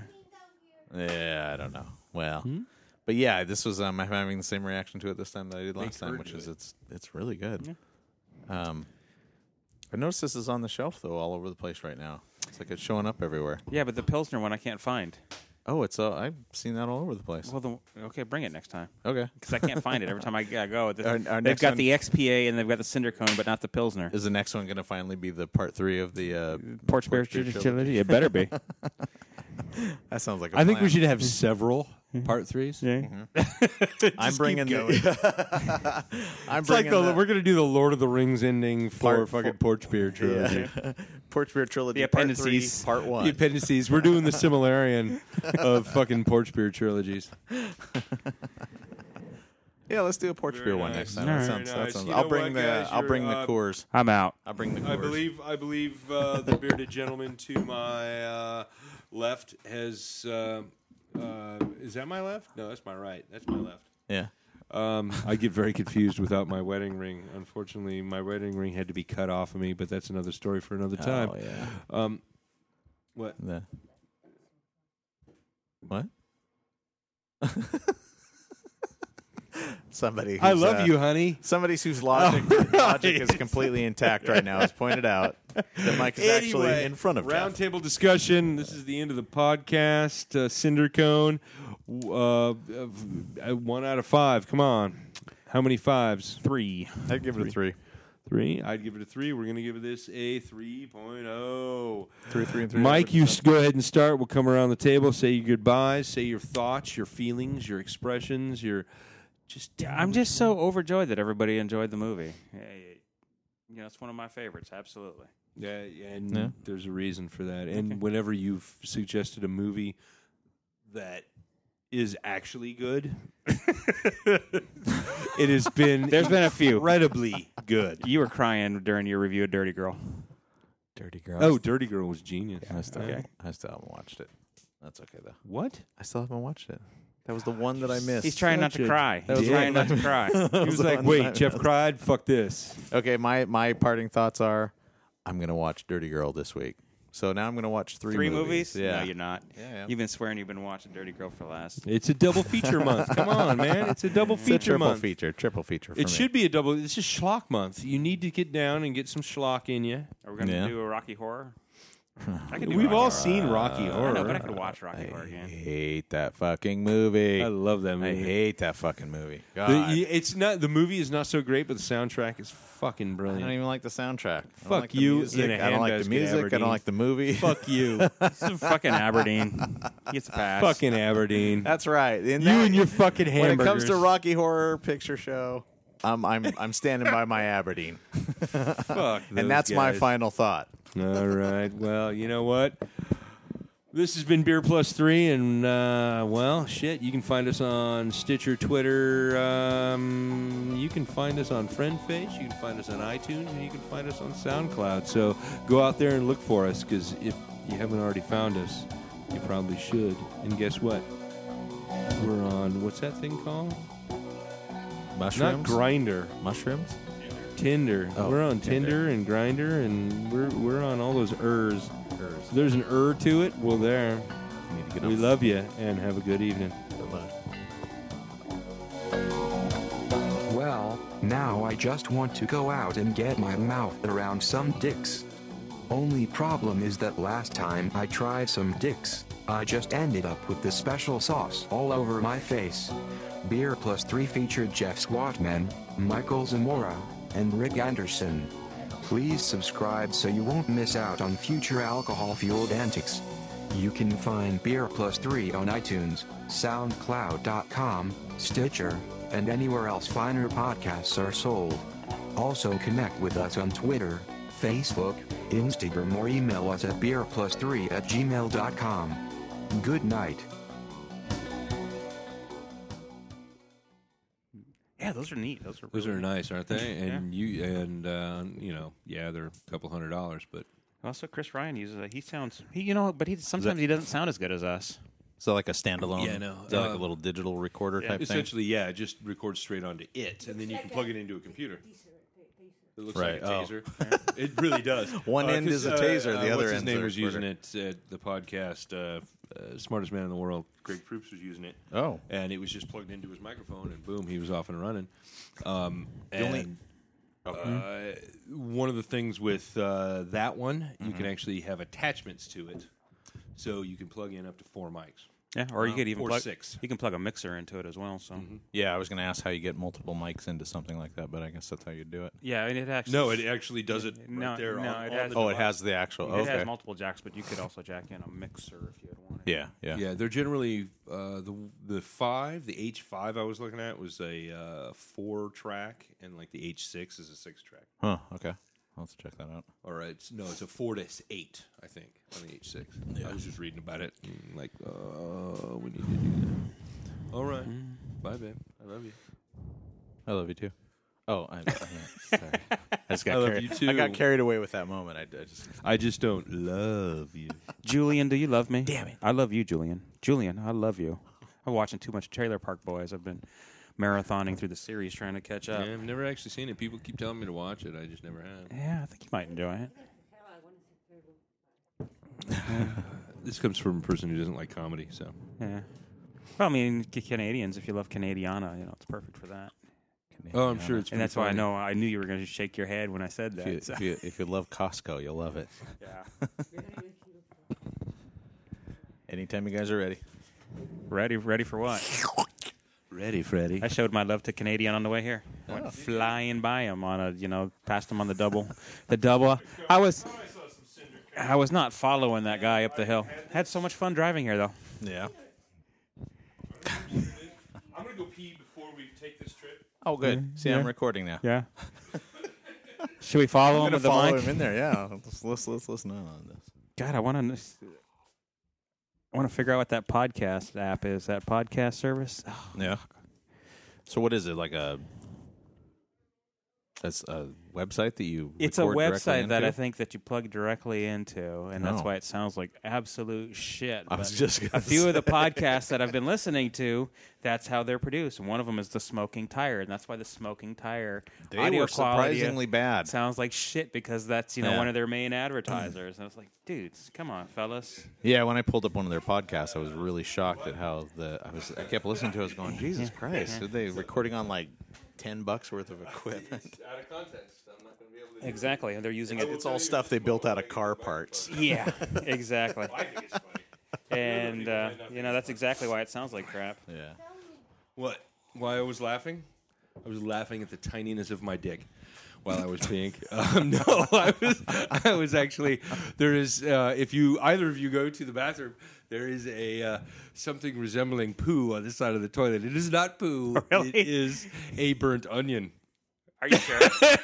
Speaker 3: Yeah, I don't know. Well,
Speaker 10: Hmm?
Speaker 3: but yeah, this was. Um, I'm having the same reaction to it this time that I did last time,
Speaker 10: heard
Speaker 3: which
Speaker 10: of
Speaker 3: is it's it's really good. Um, I noticed this is on the shelf though, all over the place right now. It's like it's showing up everywhere.
Speaker 2: Yeah, but the Pilsner one I can't find.
Speaker 3: Oh, it's. Uh, I've seen that all over the place.
Speaker 2: Well, the, okay, bring it next time.
Speaker 3: Okay.
Speaker 2: because I can't find it every time I, I go. The-
Speaker 3: Our- our
Speaker 2: they've
Speaker 3: next
Speaker 2: got
Speaker 3: one-
Speaker 2: the XPA and they've got the cinder cone, but not the Pilsner.
Speaker 3: Is the next one going to finally be the part three of the uh,
Speaker 2: Porch Bear
Speaker 3: Beer
Speaker 2: Trilogy.
Speaker 3: Trilogy?
Speaker 2: It better be.
Speaker 3: That sounds like. a
Speaker 10: I think we
Speaker 3: plan.
Speaker 10: should have several part threes.
Speaker 2: yeah.
Speaker 3: I'm bringing the. I'm
Speaker 10: It's like
Speaker 3: bringing
Speaker 10: the,
Speaker 3: the,
Speaker 10: we're going to do the Lord of the Rings ending for
Speaker 3: Part
Speaker 10: fucking
Speaker 3: four-
Speaker 10: porch beer trilogy.
Speaker 3: Porch Beer Trilogy.
Speaker 2: The
Speaker 3: part three,
Speaker 2: appendices.
Speaker 3: part one.
Speaker 10: The appendices. We're doing the similarian of fucking porch beer trilogies.
Speaker 3: yeah, let's do a Porch Beer one next
Speaker 10: nice.
Speaker 3: time.
Speaker 2: Very
Speaker 3: That sounds, that
Speaker 10: nice.
Speaker 3: sounds,
Speaker 10: You
Speaker 3: I'll
Speaker 10: know
Speaker 3: bring
Speaker 10: what,
Speaker 3: the.
Speaker 10: guys?
Speaker 3: I'll
Speaker 10: You're,
Speaker 3: bring the
Speaker 10: uh,
Speaker 3: Coors.
Speaker 2: I'm out.
Speaker 3: I'll bring the Coors.
Speaker 10: I believe I believe uh, the bearded gentleman to my uh, left has uh, uh, is that my left? No, that's my right. That's my left.
Speaker 3: Yeah.
Speaker 10: Um, I get very confused without my wedding ring. Unfortunately, my wedding ring had to be cut off of me, but that's another story for another time.
Speaker 3: Oh yeah.
Speaker 10: Um, what?
Speaker 3: The. What? Somebody. Who's,
Speaker 10: I love
Speaker 3: uh,
Speaker 10: you, Oh. honey.
Speaker 3: Somebody's whose logic, logic is completely intact right now has pointed out that Mike is actually in front of Jeff.
Speaker 10: roundtable discussion. This is the end of the podcast. Uh, Cinder cone, w- uh, uh, one out of five. Come on, how many fives?
Speaker 2: Three.
Speaker 3: I'd give it a three.
Speaker 10: Three. I'd give it a three. We're going to give this a oh. 3.0.
Speaker 3: Three, three, and three.
Speaker 10: Mike, you s- go ahead and start. We'll come around the table, say your goodbyes, say your thoughts, your feelings, your expressions, your just.
Speaker 2: I'm just so overjoyed that everybody enjoyed the movie. Yeah, yeah. You know, it's one of my favorites. Absolutely.
Speaker 10: Yeah, uh, and
Speaker 3: Yeah.
Speaker 10: there's a reason for that. And whenever you've suggested a movie that is actually good, it has been
Speaker 2: There's been a few.
Speaker 10: incredibly good.
Speaker 2: You were crying during your review of Dirty Girl.
Speaker 3: Dirty girl.
Speaker 10: Oh, Dirty Girl was genius.
Speaker 3: I still,
Speaker 2: okay.
Speaker 3: I still haven't watched it. That's okay though.
Speaker 10: What?
Speaker 3: I still haven't watched it. That was the one that I missed.
Speaker 2: He's trying not
Speaker 10: Such
Speaker 2: to
Speaker 10: a
Speaker 2: cry.
Speaker 3: was
Speaker 2: He's trying not to cry.
Speaker 10: He was like, "Wait, Jeff cried. Fuck this."
Speaker 3: Okay, my my parting thoughts are, I'm gonna watch Dirty Girl this week. So now I'm gonna watch three
Speaker 2: Three movies?
Speaker 3: Yeah,
Speaker 2: No, you're not.
Speaker 3: yeah.
Speaker 2: You've been swearing you've been watching Dirty Girl for last.
Speaker 10: It's a double feature month. Come on, man. It's a double feature
Speaker 3: triple
Speaker 10: month.
Speaker 3: feature, triple feature. For
Speaker 10: It
Speaker 3: me.
Speaker 10: should be a double. This is schlock month. You need to get down and get some schlock in you.
Speaker 2: Are we going to
Speaker 3: Yeah.
Speaker 2: do a Rocky Horror? I could do
Speaker 10: We've
Speaker 2: Rocky
Speaker 10: all
Speaker 2: Horror.
Speaker 10: seen Rocky Horror.
Speaker 2: I know, but I could watch Rocky Horror
Speaker 3: I
Speaker 2: again.
Speaker 3: hate that fucking movie.
Speaker 10: I love that
Speaker 3: I
Speaker 10: movie.
Speaker 3: hate that fucking movie. God,
Speaker 10: The- it's not the movie is not so great, but the soundtrack is
Speaker 3: I
Speaker 10: fucking
Speaker 3: don't
Speaker 10: brilliant.
Speaker 3: even like the soundtrack. I don't
Speaker 10: Fuck
Speaker 3: like the
Speaker 10: you
Speaker 3: music.
Speaker 10: in a
Speaker 3: I don't like
Speaker 10: handbasket,
Speaker 3: the music. I
Speaker 10: Aberdeen.
Speaker 3: don't like the movie.
Speaker 10: Fuck you,
Speaker 2: This is fucking Aberdeen. He gets a pass.
Speaker 10: fucking Aberdeen.
Speaker 3: That's right. In
Speaker 10: you
Speaker 3: that-
Speaker 10: and your fucking
Speaker 3: when it
Speaker 10: hamburgers.
Speaker 3: comes to Rocky Horror Picture Show, I'm I'm I'm standing by my Aberdeen,
Speaker 10: Fuck those
Speaker 3: and that's my
Speaker 10: guys.
Speaker 3: final thought.
Speaker 10: All right. Well, you know what? This has been Beer Plus Three, and uh, well, shit. You can find us on Stitcher, Twitter. Um, you can find us on FriendFace. You can find us on iTunes, and you can find us on SoundCloud. So go out there and look for us, because if you haven't already found us, you probably should. And guess what? We're on what's that thing called? Not Grinder.
Speaker 3: mushrooms.
Speaker 10: Tinder.
Speaker 3: Oh,
Speaker 10: we're on
Speaker 3: Tinder.
Speaker 10: Tinder, and Grinder, and we're we're on all those ers. There's an er to it. Well, there.
Speaker 3: Need to get
Speaker 10: We
Speaker 3: on
Speaker 10: love you, and have a good evening.
Speaker 3: the mud.
Speaker 9: Well, now I just want to go out and get my mouth around some dicks. Only problem is that last time I tried some dicks, I just ended up with the special sauce all over my face. Beer Plus 3 featured Jeff Swatman, Michael Zamora, and Rick Anderson. Please subscribe so you won't miss out on future alcohol fueled antics. You can find Beer Plus 3 on iTunes, SoundCloud.com, Stitcher, and anywhere else finer podcasts are sold. Also connect with us on Twitter, Facebook, Instagram, or email us at beerplus3 at gmail.com. Good night.
Speaker 2: Yeah, those are neat. Those are
Speaker 11: Those
Speaker 2: really
Speaker 11: are nice, aren't they? And you and uh, you know, yeah, they're a couple hundred dollars, but
Speaker 2: Also, Chris Ryan uses it. He sounds, he, you know, but he sometimes he doesn't sound as good as us.
Speaker 3: So like a standalone.
Speaker 11: Yeah, I know.
Speaker 3: Is that like
Speaker 11: Uh,
Speaker 3: a little digital recorder type thing.
Speaker 11: essentially, yeah, just record straight onto it, and then you can plug it into a computer. It looks
Speaker 3: Right,
Speaker 11: like a
Speaker 3: oh.
Speaker 11: taser. it really does. Uh,
Speaker 3: One end
Speaker 11: 'cause, uh,
Speaker 3: is a taser, the
Speaker 11: what's
Speaker 3: other
Speaker 11: his
Speaker 3: end's
Speaker 11: name
Speaker 3: a
Speaker 11: was using it at the podcast. Uh, uh, smartest man in the world, Greg Proops, was using it.
Speaker 3: Oh.
Speaker 11: and it was just plugged into his microphone, and boom, he was off and running. Um, and
Speaker 3: only- Oh.
Speaker 11: uh, one of the things with uh, that one, you
Speaker 3: Mm-hmm.
Speaker 11: can actually have attachments to it, so you can plug in up to four mics.
Speaker 2: Yeah, or you
Speaker 11: Wow.
Speaker 2: could even
Speaker 11: Or
Speaker 2: plug
Speaker 11: six.
Speaker 2: You can plug a mixer into it as well. So
Speaker 3: Yeah, I was going to ask how you get multiple mics into something like that, but I guess that's how you do it.
Speaker 2: yeah, and it actually
Speaker 11: No, it actually does it right
Speaker 2: No,
Speaker 11: there.
Speaker 2: no,
Speaker 11: on,
Speaker 2: it
Speaker 11: on
Speaker 2: has-
Speaker 11: the
Speaker 3: Oh,
Speaker 11: device.
Speaker 3: it has the actual.
Speaker 2: it
Speaker 3: okay.
Speaker 2: has multiple jacks, but you could also jack in a mixer if you had wanted.
Speaker 3: yeah, yeah,
Speaker 11: Yeah, they're generally uh, the the five, the H five I was looking at was a uh, four track, and like the H six is a six track.
Speaker 3: Huh. Okay. I'll have to check that out.
Speaker 11: Or it's no, it's a four to s- eight, I think, on the H six. I was just reading about it, and like, oh, we need to do that. All right, bye, babe. I love you.
Speaker 3: I love you too. Oh, I, I- sorry. I just got
Speaker 11: I love
Speaker 3: carried.
Speaker 11: you
Speaker 3: I got
Speaker 11: too.
Speaker 3: carried away with that moment. I, I just
Speaker 11: I just don't love you.
Speaker 2: Julian, do you love me?
Speaker 3: Damn it.
Speaker 2: I love you, Julian. Julian, I love you. I'm watching too much Trailer Park Boys. I've been marathoning through the series trying to catch up. Yeah,
Speaker 11: I've never actually seen it. People keep telling me to watch it. I just never have.
Speaker 2: I think you might enjoy it.
Speaker 11: This comes from a person who doesn't like comedy, so
Speaker 2: Yeah. Well, I mean, C- Canadians, if you love Canadiana, you know, it's perfect for that.
Speaker 11: oh, I'm sure it's.
Speaker 2: And that's why I know I knew you were going to shake your head when I said that.
Speaker 3: if you,
Speaker 2: so-
Speaker 3: if you if you love Costco, you'll love it.
Speaker 2: yeah.
Speaker 3: Anytime you guys are ready.
Speaker 2: Ready, ready for what?
Speaker 11: Ready, Freddy.
Speaker 2: I showed my love to Canadian on the way here. Went flying by him on a, you know, passed him on the double. the double. I was, I was not following that guy up the hill. Had so much fun driving here, though.
Speaker 3: Yeah.
Speaker 10: I'm gonna go pee before we take this trip.
Speaker 3: Oh, good. See, I'm recording now.
Speaker 2: Mm-hmm. Yeah. Should we follow him
Speaker 3: I'm gonna
Speaker 2: with the
Speaker 3: follow
Speaker 2: mic?
Speaker 3: him in there. Yeah, let's let's let's listen in on this.
Speaker 2: God, I want to. I want to figure out what that podcast app is. That podcast service. Oh,
Speaker 3: Yeah. So what is it like a? That's a website that you.
Speaker 2: it's a
Speaker 3: record directly
Speaker 2: website that
Speaker 3: into?
Speaker 2: I think that you plug directly into, and that's
Speaker 3: Oh.
Speaker 2: why it sounds like absolute shit.
Speaker 3: I was
Speaker 2: but
Speaker 3: just gonna
Speaker 2: a few of the
Speaker 3: say.
Speaker 2: podcasts that I've been listening to. That's how they're produced. And one of them is the Smoking Tire, and that's why the Smoking Tire
Speaker 3: They
Speaker 2: audio
Speaker 3: were
Speaker 2: quality uh,
Speaker 3: surprisingly bad.
Speaker 2: sounds like shit because that's you know
Speaker 3: Yeah.
Speaker 2: one of their main advertisers. and I was like, dudes, come on, fellas.
Speaker 3: Yeah, when I pulled up one of their podcasts, I was really shocked at how the I was. I kept listening to. it. I was going, Jesus Christ! Are they recording on like ten bucks worth of equipment?
Speaker 10: Out of context, I'm not gonna be able to.
Speaker 2: Exactly, and they're using it.
Speaker 3: It's all stuff they built out of car parts.
Speaker 2: Yeah, exactly.
Speaker 10: I think it's funny.
Speaker 2: and uh, you know that's exactly why it sounds like crap.
Speaker 3: Yeah.
Speaker 10: What? Why I was laughing? I was laughing at the tininess of my dick while I was peeing. um, no, I was. I was actually. There is. Uh, if you either of you go to the bathroom, there is a uh, something resembling poo on this side of the toilet. It is not poo.
Speaker 2: Really?
Speaker 10: It is a burnt onion.
Speaker 2: Are you sure?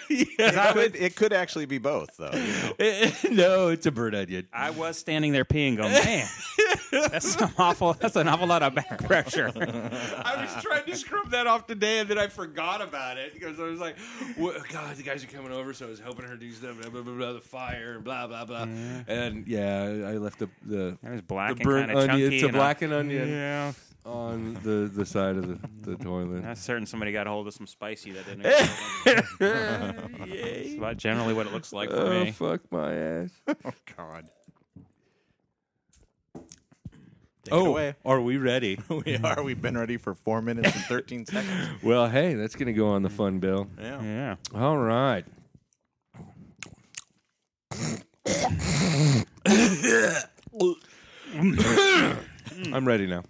Speaker 3: It could, it could actually be both, though. you know.
Speaker 10: no, it's a burnt onion.
Speaker 2: I was standing there peeing, going, man, that's some awful. That's an awful lot of back pressure.
Speaker 10: I was trying to scrub that off today, and then I forgot about it because I was like, "Wha- "God, the guys are coming over," so I was helping her do stuff, blah blah blah, blah the fire, and blah blah blah, and yeah, I left the the,
Speaker 2: It was black
Speaker 10: the
Speaker 2: and
Speaker 10: burnt
Speaker 2: kind of
Speaker 10: onion,
Speaker 2: chunky.
Speaker 10: it's a
Speaker 2: and I-
Speaker 10: blackened onion
Speaker 2: Yeah,
Speaker 10: on the the side of the, the toilet.
Speaker 2: I'm certain somebody got a hold of some spicy that didn't. That's about generally what it looks like for
Speaker 10: Oh
Speaker 2: me.
Speaker 10: fuck my ass!
Speaker 3: God.
Speaker 10: oh,
Speaker 3: away.
Speaker 10: are we ready?
Speaker 3: We are. We've been ready for four minutes and 13 seconds.
Speaker 10: well, hey, that's gonna go on the fun bill.
Speaker 3: Yeah.
Speaker 2: Yeah,
Speaker 10: All right. I'm ready now.